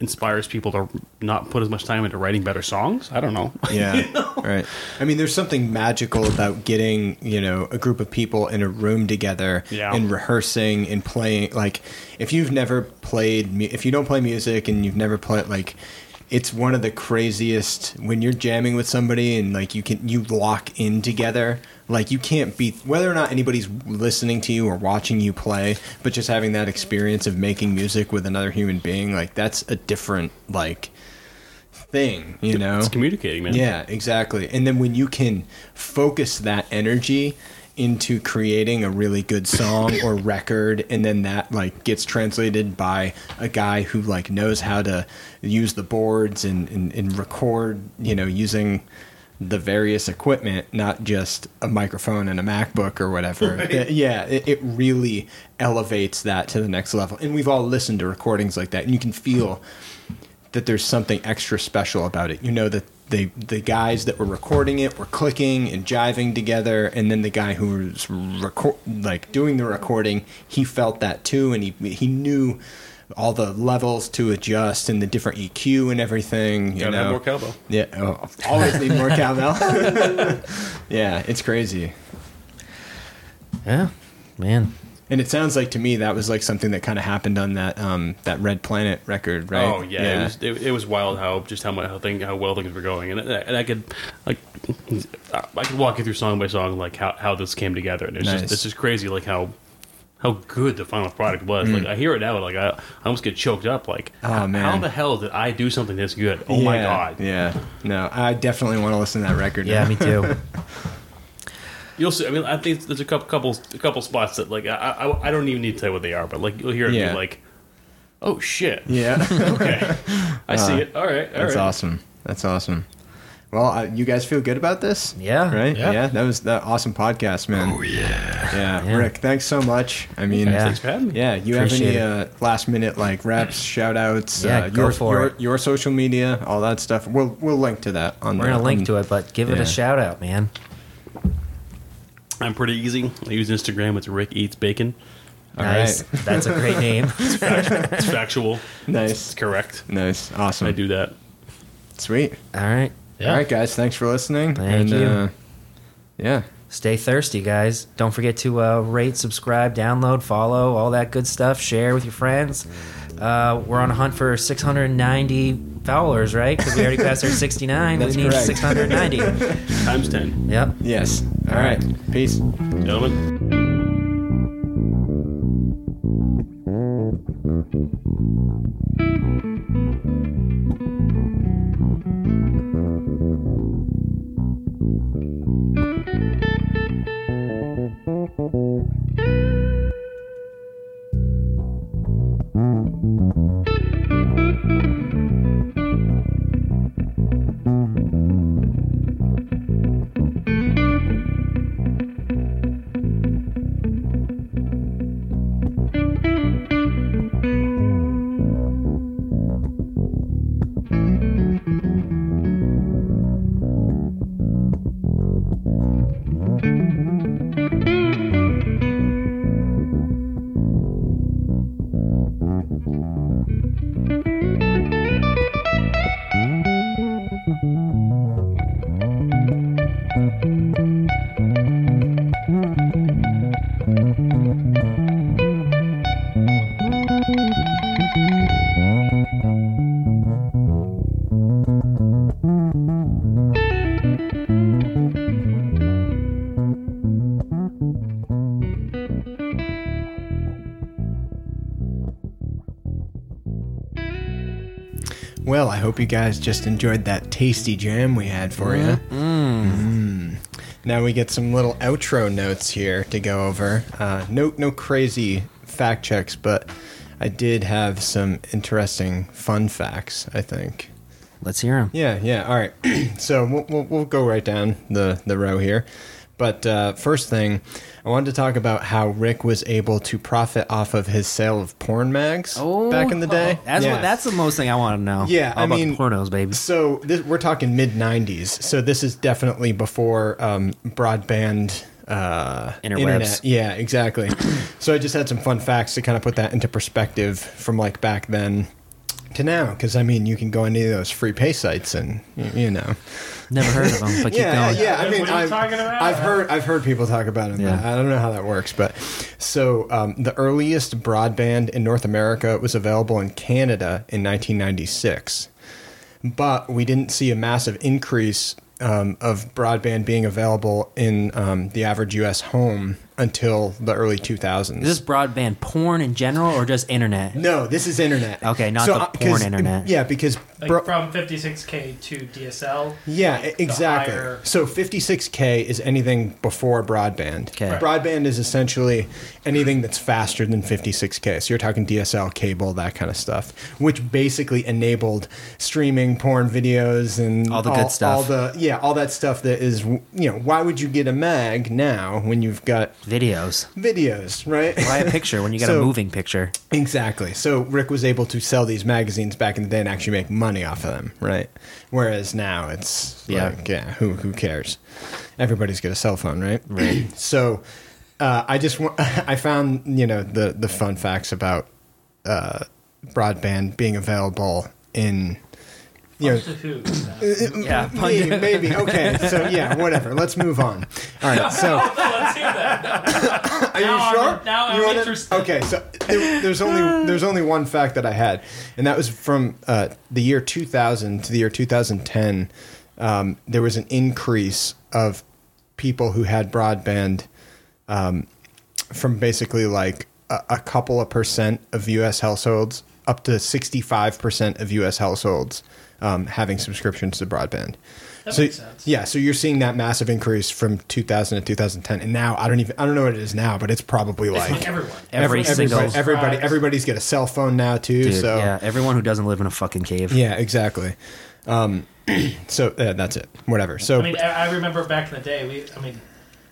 E: inspires people to not put as much time into writing better songs. I don't know. [laughs]
C: Yeah, right. I mean, there's something magical about getting you know a group of people in a room together
E: Yeah.
C: and rehearsing and playing. Like, if you've never played, mu- if you don't play music and you've never played, like, it's one of the craziest when you're jamming with somebody and like you can you lock in together. Like, you can't beat whether or not anybody's listening to you or watching you play, but just having that experience of making music with another human being, like, that's a different like thing, you know.
E: [laughs] It's communicating, man.
C: Yeah, exactly. And then when you can focus that energy into creating a really good song or record and then that like gets translated by a guy who like knows how to use the boards and, and, and record, you know, using the various equipment, not just a microphone and a MacBook or whatever. Uh, Yeah, it, it really elevates that to the next level. And we've all listened to recordings like that and you can feel that there's something extra special about it. You know that they the guys that were recording it were clicking and jiving together, and then the guy who was record like doing the recording, he felt that too, and he he knew all the levels to adjust and the different EQ and everything. You
E: Gotta have
C: know,
E: more cowbell.
C: yeah, oh, always need more cowbell. [laughs] yeah, it's crazy.
A: Yeah. Man.
C: And it sounds like to me that was like something that kind of happened on that um, that Red Planet record, right?
E: Oh yeah, It, was, it, it was wild how just how much how thing how well things were going, and I- and I could like I could walk you through song by song like how, how this came together, and it's
C: Nice.
E: just it's just crazy like how how good the final product was. Like I hear it now, like I, I almost get choked up.
C: Mm.
E: Like
C: Oh,
E: how- how
C: man.
E: the hell did I do something this good? Oh my
C: Yeah,
E: god!
C: Yeah. No, I definitely want to listen to that record.
A: Yeah,
C: now.
A: me [laughs] too.
E: You'll see. I mean, I think there's a couple couple a couple spots that like I, I I don't even need to tell you what they are, but like you'll hear it and
C: Yeah.
E: be like, oh shit,
C: [laughs] yeah. Uh,
E: okay, I see it. All right, all right.
C: That's awesome. That's awesome. Well, uh, you guys feel good about this?
A: Yeah.
C: Right?
D: Yeah.
C: That was that awesome podcast, man. Oh, yeah. yeah.
A: Yeah.
C: Rick, thanks so much. I mean,
A: Yeah.
E: Thanks for having me.
C: yeah, you
A: Appreciate
C: have any uh, last minute like wraps, shout outs,
A: Yeah,
C: uh,
A: go
C: your,
A: for
C: your,
A: it.
C: your social media, all that stuff. We'll we'll link to that on Um,
A: We're gonna link to it, but give it
C: yeah.
A: a shout out, man.
E: I'm pretty easy. I use Instagram. It's Rick Eats Bacon.
C: All
A: nice. That's a great name.
E: It's factual.
C: Nice.
E: It's correct.
C: Nice. Awesome.
E: I do that.
C: Sweet.
A: [laughs] All right.
D: Yeah.
C: All right, guys. Thanks for listening. uh,
A: Thank you.
C: yeah.
A: Stay thirsty, guys. Don't forget to uh, rate, subscribe, download, follow, all that good stuff. Share with your friends. Uh, we're on a hunt for 690 followers, right? Because we already passed our 69.
C: That's
A: we need
C: correct.
A: [laughs] 690.
E: Times 10.
A: yep.
C: Yes. all right. Peace.
E: Gentlemen.
C: Well, I hope you guys just enjoyed that tasty jam we had for you. Mm. Now we get some little outro notes here to go over. Uh, no, no crazy fact checks, but I did have some interesting fun facts. I think.
A: Let's hear him.
C: Yeah, yeah. All right. [clears throat] so we'll, we'll, we'll go right down the, the row here. But uh, first thing, I wanted to talk about how Rick was able to profit off of his sale of porn mags back in the day.
A: Oh, That's,
C: yeah.
A: what, that's the most thing I want to know.
C: Yeah,
A: All
C: I
A: about
C: mean-
A: the pornos, baby.
C: so this, we're talking mid '90s. So this is definitely before um, broadband uh,
A: Interwebs.
C: internet. Yeah, exactly. so I just had some fun facts to kind of put that into perspective from like back then to now. Because I mean, you can go on any of those free pay sites, and y- you know.
A: Never heard of them,
C: [laughs]
A: but
C: yeah,
A: keep going.
C: yeah. I mean,
B: What are you
C: I've,
B: talking about?
C: I've heard I've heard people talk about it.
A: Yeah.
C: but I don't know how that works, but so um, the earliest broadband in North America was available in Canada in 1996, but we didn't see a massive increase um, of broadband being available in um, the average U.S. home until the early 2000s.
A: Is this broadband porn in general or just internet?
C: no, this is internet.
A: Okay, not the
C: uh,
A: porn
C: 'cause-
A: internet.
C: Yeah, because
B: Like
C: bro-
B: from 56k to
D: [laughs]
B: DSL.
C: Yeah, e- exactly.
B: higher-
C: So 56K is anything before broadband.
A: Okay. Right.
C: Broadband is essentially anything that's faster than 56K. So you're talking DSL cable, that kind of stuff, which basically enabled streaming porn videos and
A: All the good stuff.
C: All the yeah, all that stuff that is you know, why would you get a mag now when you've got
A: Videos.
C: videos, right?
A: Buy a picture when you got
C: So-
A: a moving picture.
C: Exactly. So Rick was able to sell these magazines back in the day and actually make money off of them, right? Whereas now it's
A: Yeah.
C: like, yeah, who who cares? Everybody's got a cell phone, right? Right. so uh, I just wa- [laughs] I found you know the the fun facts about uh, broadband being available in you know
B: Who?
C: [laughs]
A: Yeah,
C: maybe, maybe okay so yeah whatever let's move on all right so
B: Let's hear that.
C: Are you
B: Now I'm-
C: sure?
B: now
C: You
B: I'm
C: wanna-
B: interested.
C: Okay, so there, there's only there's only one fact that I had, and that was from uh, the year 2000 to the year 2010. Um, there was an increase of people who had broadband um, from basically like a, a couple of percent of U.S. households up to 65 percent of U.S. households um, having subscriptions to broadband.
B: That
C: so
B: makes sense.
C: yeah, so you're seeing that massive increase from 2000 to 2010, and now I don't even I don't know what it is now, but it's probably
B: Like
C: like
B: everyone.
A: Every, single
C: everybody, everybody
B: Subscribes.
C: everybody's got a cell phone now too.
A: dude,
C: so
A: yeah, everyone who doesn't live in a fucking cave.
C: yeah, exactly. Um, [clears throat] So uh, that's it. Whatever. So
B: I mean, I I remember back in the day, we, I mean,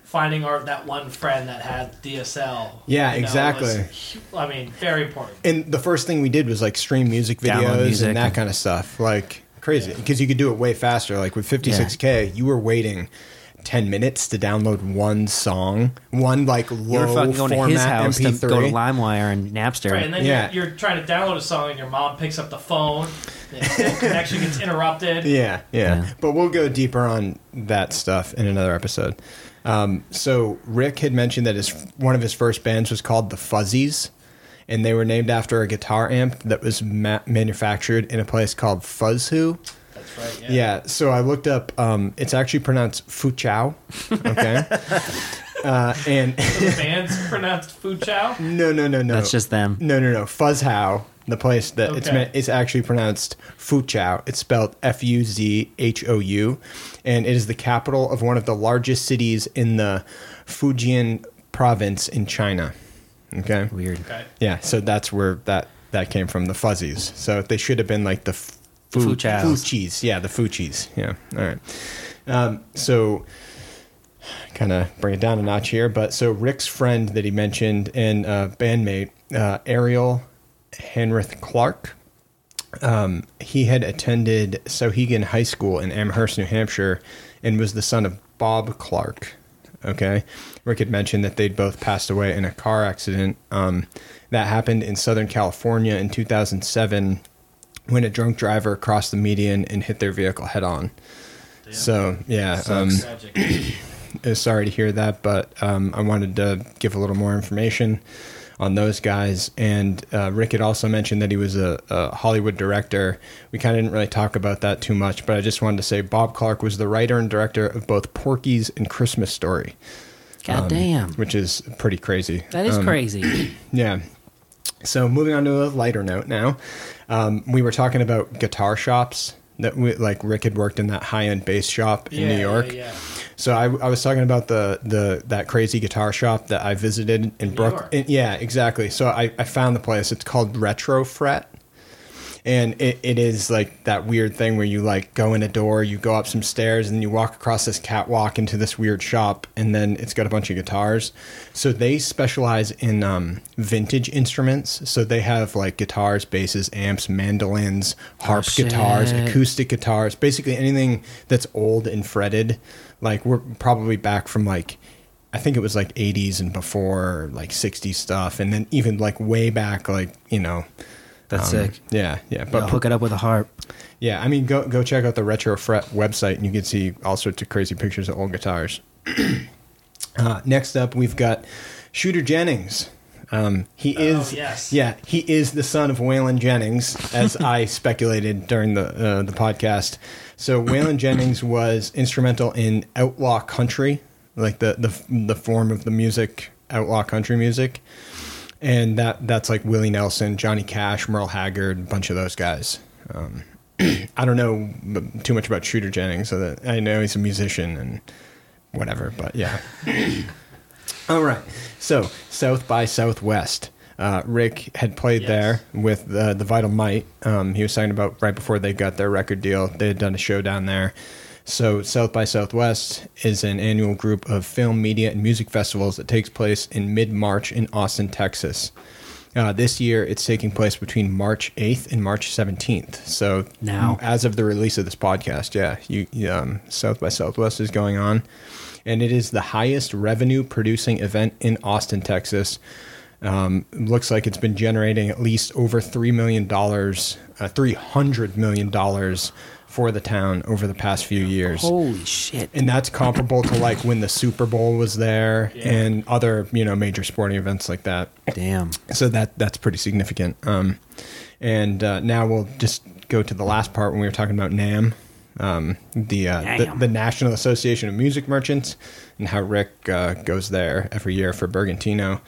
B: finding our that one friend that had DSL.
C: Yeah,
B: you know,
C: exactly.
B: was hu- I mean, very important.
C: and the first thing we did was like stream music
A: Download
C: videos
A: music.
C: and that kind of stuff like crazy because you could do it way faster like with 56k you were waiting 10 minutes to download one song one like
A: You
C: low
A: were fucking going to
C: format
A: his house
C: mp3
A: to go to LimeWire and Napster.
B: Right, and then
C: Yeah.
B: you're, you're trying to download a song, and your mom picks up the phone. and The connection gets interrupted.
C: [laughs] yeah, yeah
A: Yeah.
C: but we'll go deeper on that stuff in another episode um, so rick had mentioned that his one of his first bands was called the fuzzies and they were named after a guitar amp that was ma- manufactured in a place called fuzzhu
B: That's right. Yeah.
C: Yeah, so I looked up. Um, it's actually pronounced Fuchao.
A: [laughs]
C: Okay. uh, and [laughs]
B: The band's pronounced Fu Chow.
C: no, no, no, no.
A: That's just them.
C: No, no, no. Fuzzhao, the place that it's
B: Okay.
C: meant, it's actually pronounced Fuchao. It's spelled F U Z H O U, and it is the capital of one of the largest cities in the Fujian province in China. Okay.
A: Weird.
B: Okay.
C: Yeah, so that's where that that came from, the fuzzies. So they should have been like the f- fu-
A: Fuchals.
C: Fuchis. Yeah, the Fuchis. Yeah. All right. Um, so kind of bring it down a notch here, but so Rick's friend that he mentioned and uh, bandmate uh, Ariel Henrith Clark. Um, he had attended Sohegan High School in Amherst, New Hampshire, and was the son of Bob Clark. Okay. Rick had mentioned that they'd both passed away in a car accident. Um, that happened in Southern California in 2007 when a drunk driver crossed the median and hit their vehicle head on. So, yeah. Um,
B: Tragic.
C: uh, sorry to hear that, but um, I wanted to give a little more information on those guys. And uh, Rick had also mentioned that he was a, a Hollywood director. We kind of didn't really talk about that too much, but I just wanted to say Bob Clark was the writer and director of both Porky's and Christmas Story,
A: God damn.
C: which is pretty crazy.
A: That is
C: Um,
A: crazy.
C: yeah. So moving on to a lighter note now, um, we were talking about guitar shops that we, like Rick had worked in that high end bass shop in
B: Yeah,
C: New York.
B: Yeah, yeah.
C: So I, I was talking about the, the that crazy guitar shop that I visited in Brooklyn.
B: York.
C: Yeah, exactly. So I, I found the place. It's called Retro Fret. And it, it is like that weird thing where you like go in a door, you go up some stairs, and you walk across this catwalk into this weird shop, and then it's got a bunch of guitars. So they specialize in um, vintage instruments. So they have like guitars, basses, amps, mandolins, harp
A: shit.
C: guitars, acoustic guitars, basically anything that's old and fretted. Like we're probably back from like I think it was like 80s and before like 60s stuff and then even like way back like, you know,
A: That's
C: um,
A: sick.
C: Yeah, yeah.
A: But
C: But
A: hook it up with a harp.
C: yeah, I mean go go check out the Retro Fret website and you can see all sorts of crazy pictures of old guitars. [clears throat] uh, next up we've got Shooter Jennings. Um, he is
B: yes.
C: yeah, he is the son of Waylon Jennings, as I speculated during the uh, the podcast. So Waylon Jennings was instrumental in outlaw country, like the the the form of the music outlaw country music, and that that's like Willie Nelson, Johnny Cash, Merle Haggard, a bunch of those guys. Um, I don't know m- too much about Shooter Jennings, so that I know he's a musician and whatever, but yeah. All right. So South by Southwest. Uh, Rick had played
B: Yes.
C: there with uh, the Vital Might. Um, he was talking about right before they got their record deal. They had done a show down there. So South by Southwest is an annual group of film, media, and music festivals that takes place in mid-March in Austin, Texas. Uh, this year, it's taking place between March 8th and March 17th. So
A: Now.
C: as of the release of this podcast, yeah, you you, um, South by Southwest is going on, and it is the highest revenue producing event in Austin, Texas. Um, looks like it's been generating at least over three million dollars, uh, three hundred million dollars for the town over the past few years
A: Holy shit.
C: and that's comparable to like when the Super Bowl was there
B: Yeah.
C: and other you know major sporting events like that.
A: Damn.
C: So that that's pretty significant. Um, and uh, now we'll just go to the last part when we were talking about NAM, um, the, uh, the
A: Nam.
C: the National Association of Music Merchants, and how Rick uh, goes there every year for Bergantino.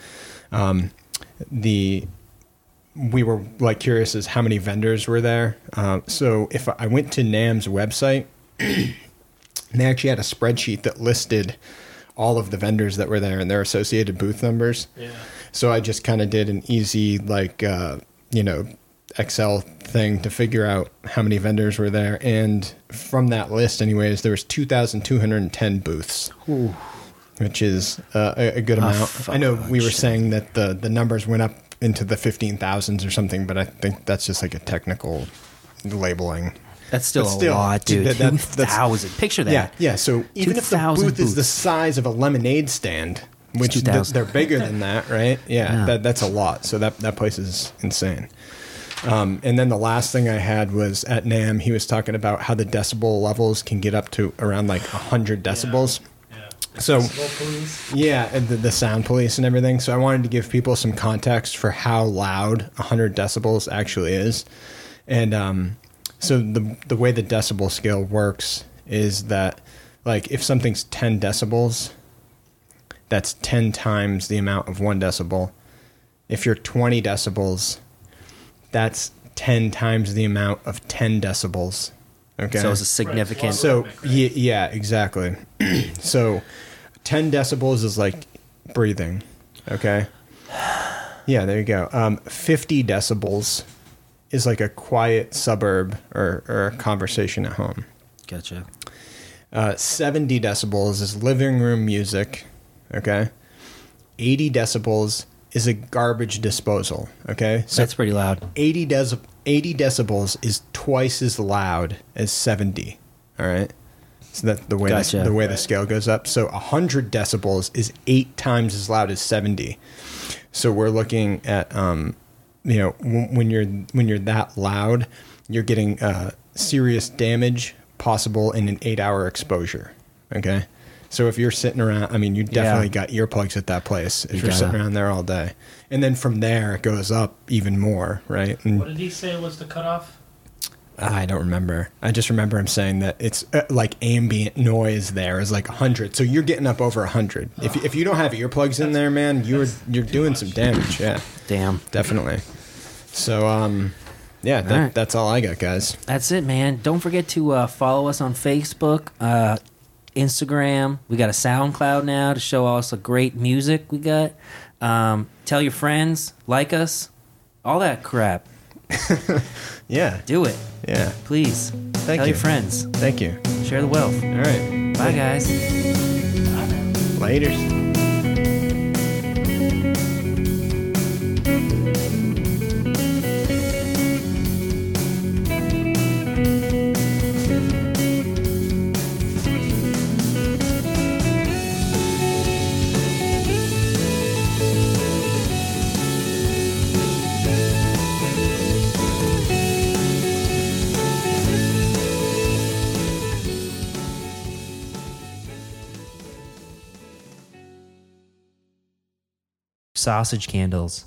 C: Um, the we were like curious as how many vendors were there. Uh, so if I went to NAM's website, [clears throat] they actually had a spreadsheet that listed all of the vendors that were there and their associated booth numbers.
B: Yeah.
C: So I just kind of did an easy like uh, you know Excel thing to figure out how many vendors were there, and from that list, anyways, there was two thousand two hundred and ten booths, which is uh, a, a good amount. I know we were saying that the the numbers went up into the fifteen thousands or something, but I think that's just like a technical labeling.
A: That's still,
C: But still,
A: a lot, dude.
C: that- that-
A: Two
C: that's-
A: [laughs] thousand. Picture that.
C: Yeah, yeah. So even if the
A: 2,000
C: booth is the
A: booths.
C: size of a lemonade stand, which th-
A: 2,000.
C: they're bigger than that, right? Yeah,
A: Yeah.
C: That, that's a lot. So that that place is insane. Um, and then the last thing I had was at Nam. He was talking about how the decibel levels can get up to around like hundred decibels.
B: Yeah.
C: So
B: Well, please.
C: yeah, and the, the sound police and everything. So I wanted to give people some context for how loud 100 decibels actually is. And um, so the the way the decibel scale works is that like if something's 10 decibels, that's 10 times the amount of 1 decibel. If you're 20 decibels, that's 10 times the amount of 10 decibels. Okay.
A: So it's a significant.
B: Right, it's
C: So
B: Rhythmic, right?
C: yeah, yeah, exactly. [clears throat] so, ten decibels is like breathing. Okay. Yeah, there you go. Um, Fifty decibels is like a quiet suburb or, or a conversation at home.
A: Gotcha.
C: Uh, Seventy decibels is living room music. Okay. Eighty decibels is a garbage disposal. Okay. So
A: That's pretty loud.
C: 80, deci- 80 decibels is twice as loud as 70. All right. So that's the way
A: Gotcha.
C: the, the way the scale goes up. So 100 decibels is eight times as loud as 70. So we're looking at um, you know w- when you're when you're that loud, you're getting uh, serious damage possible in an eight hour exposure. Okay. So if you're sitting around, I mean, you definitely got earplugs at that place. If you are
A: gotta-
C: sitting around there all day, and then from there it goes up even more, right? And
B: What did he say was the cutoff?
C: I don't remember. I just remember him saying that it's uh, like ambient noise there is like 100. So you're getting up over 100. If, if you don't have earplugs in there, man, you're you're doing some damage. Yeah,
A: Damn.
C: definitely. So um yeah, that,
A: Alright.
C: that's all I got, guys.
A: That's it, man. Don't forget to uh, follow us on Facebook, uh, Instagram. We got a SoundCloud now to show all the great music we got. Um, tell your friends, like us, all that crap.
C: Yeah.
A: Do it,
C: Yeah.
A: please. tell
C: you.
A: your friends.
C: Thank you.
A: Share the wealth.
C: All right.
A: Bye, guys.
C: Later.
A: Sausage candles.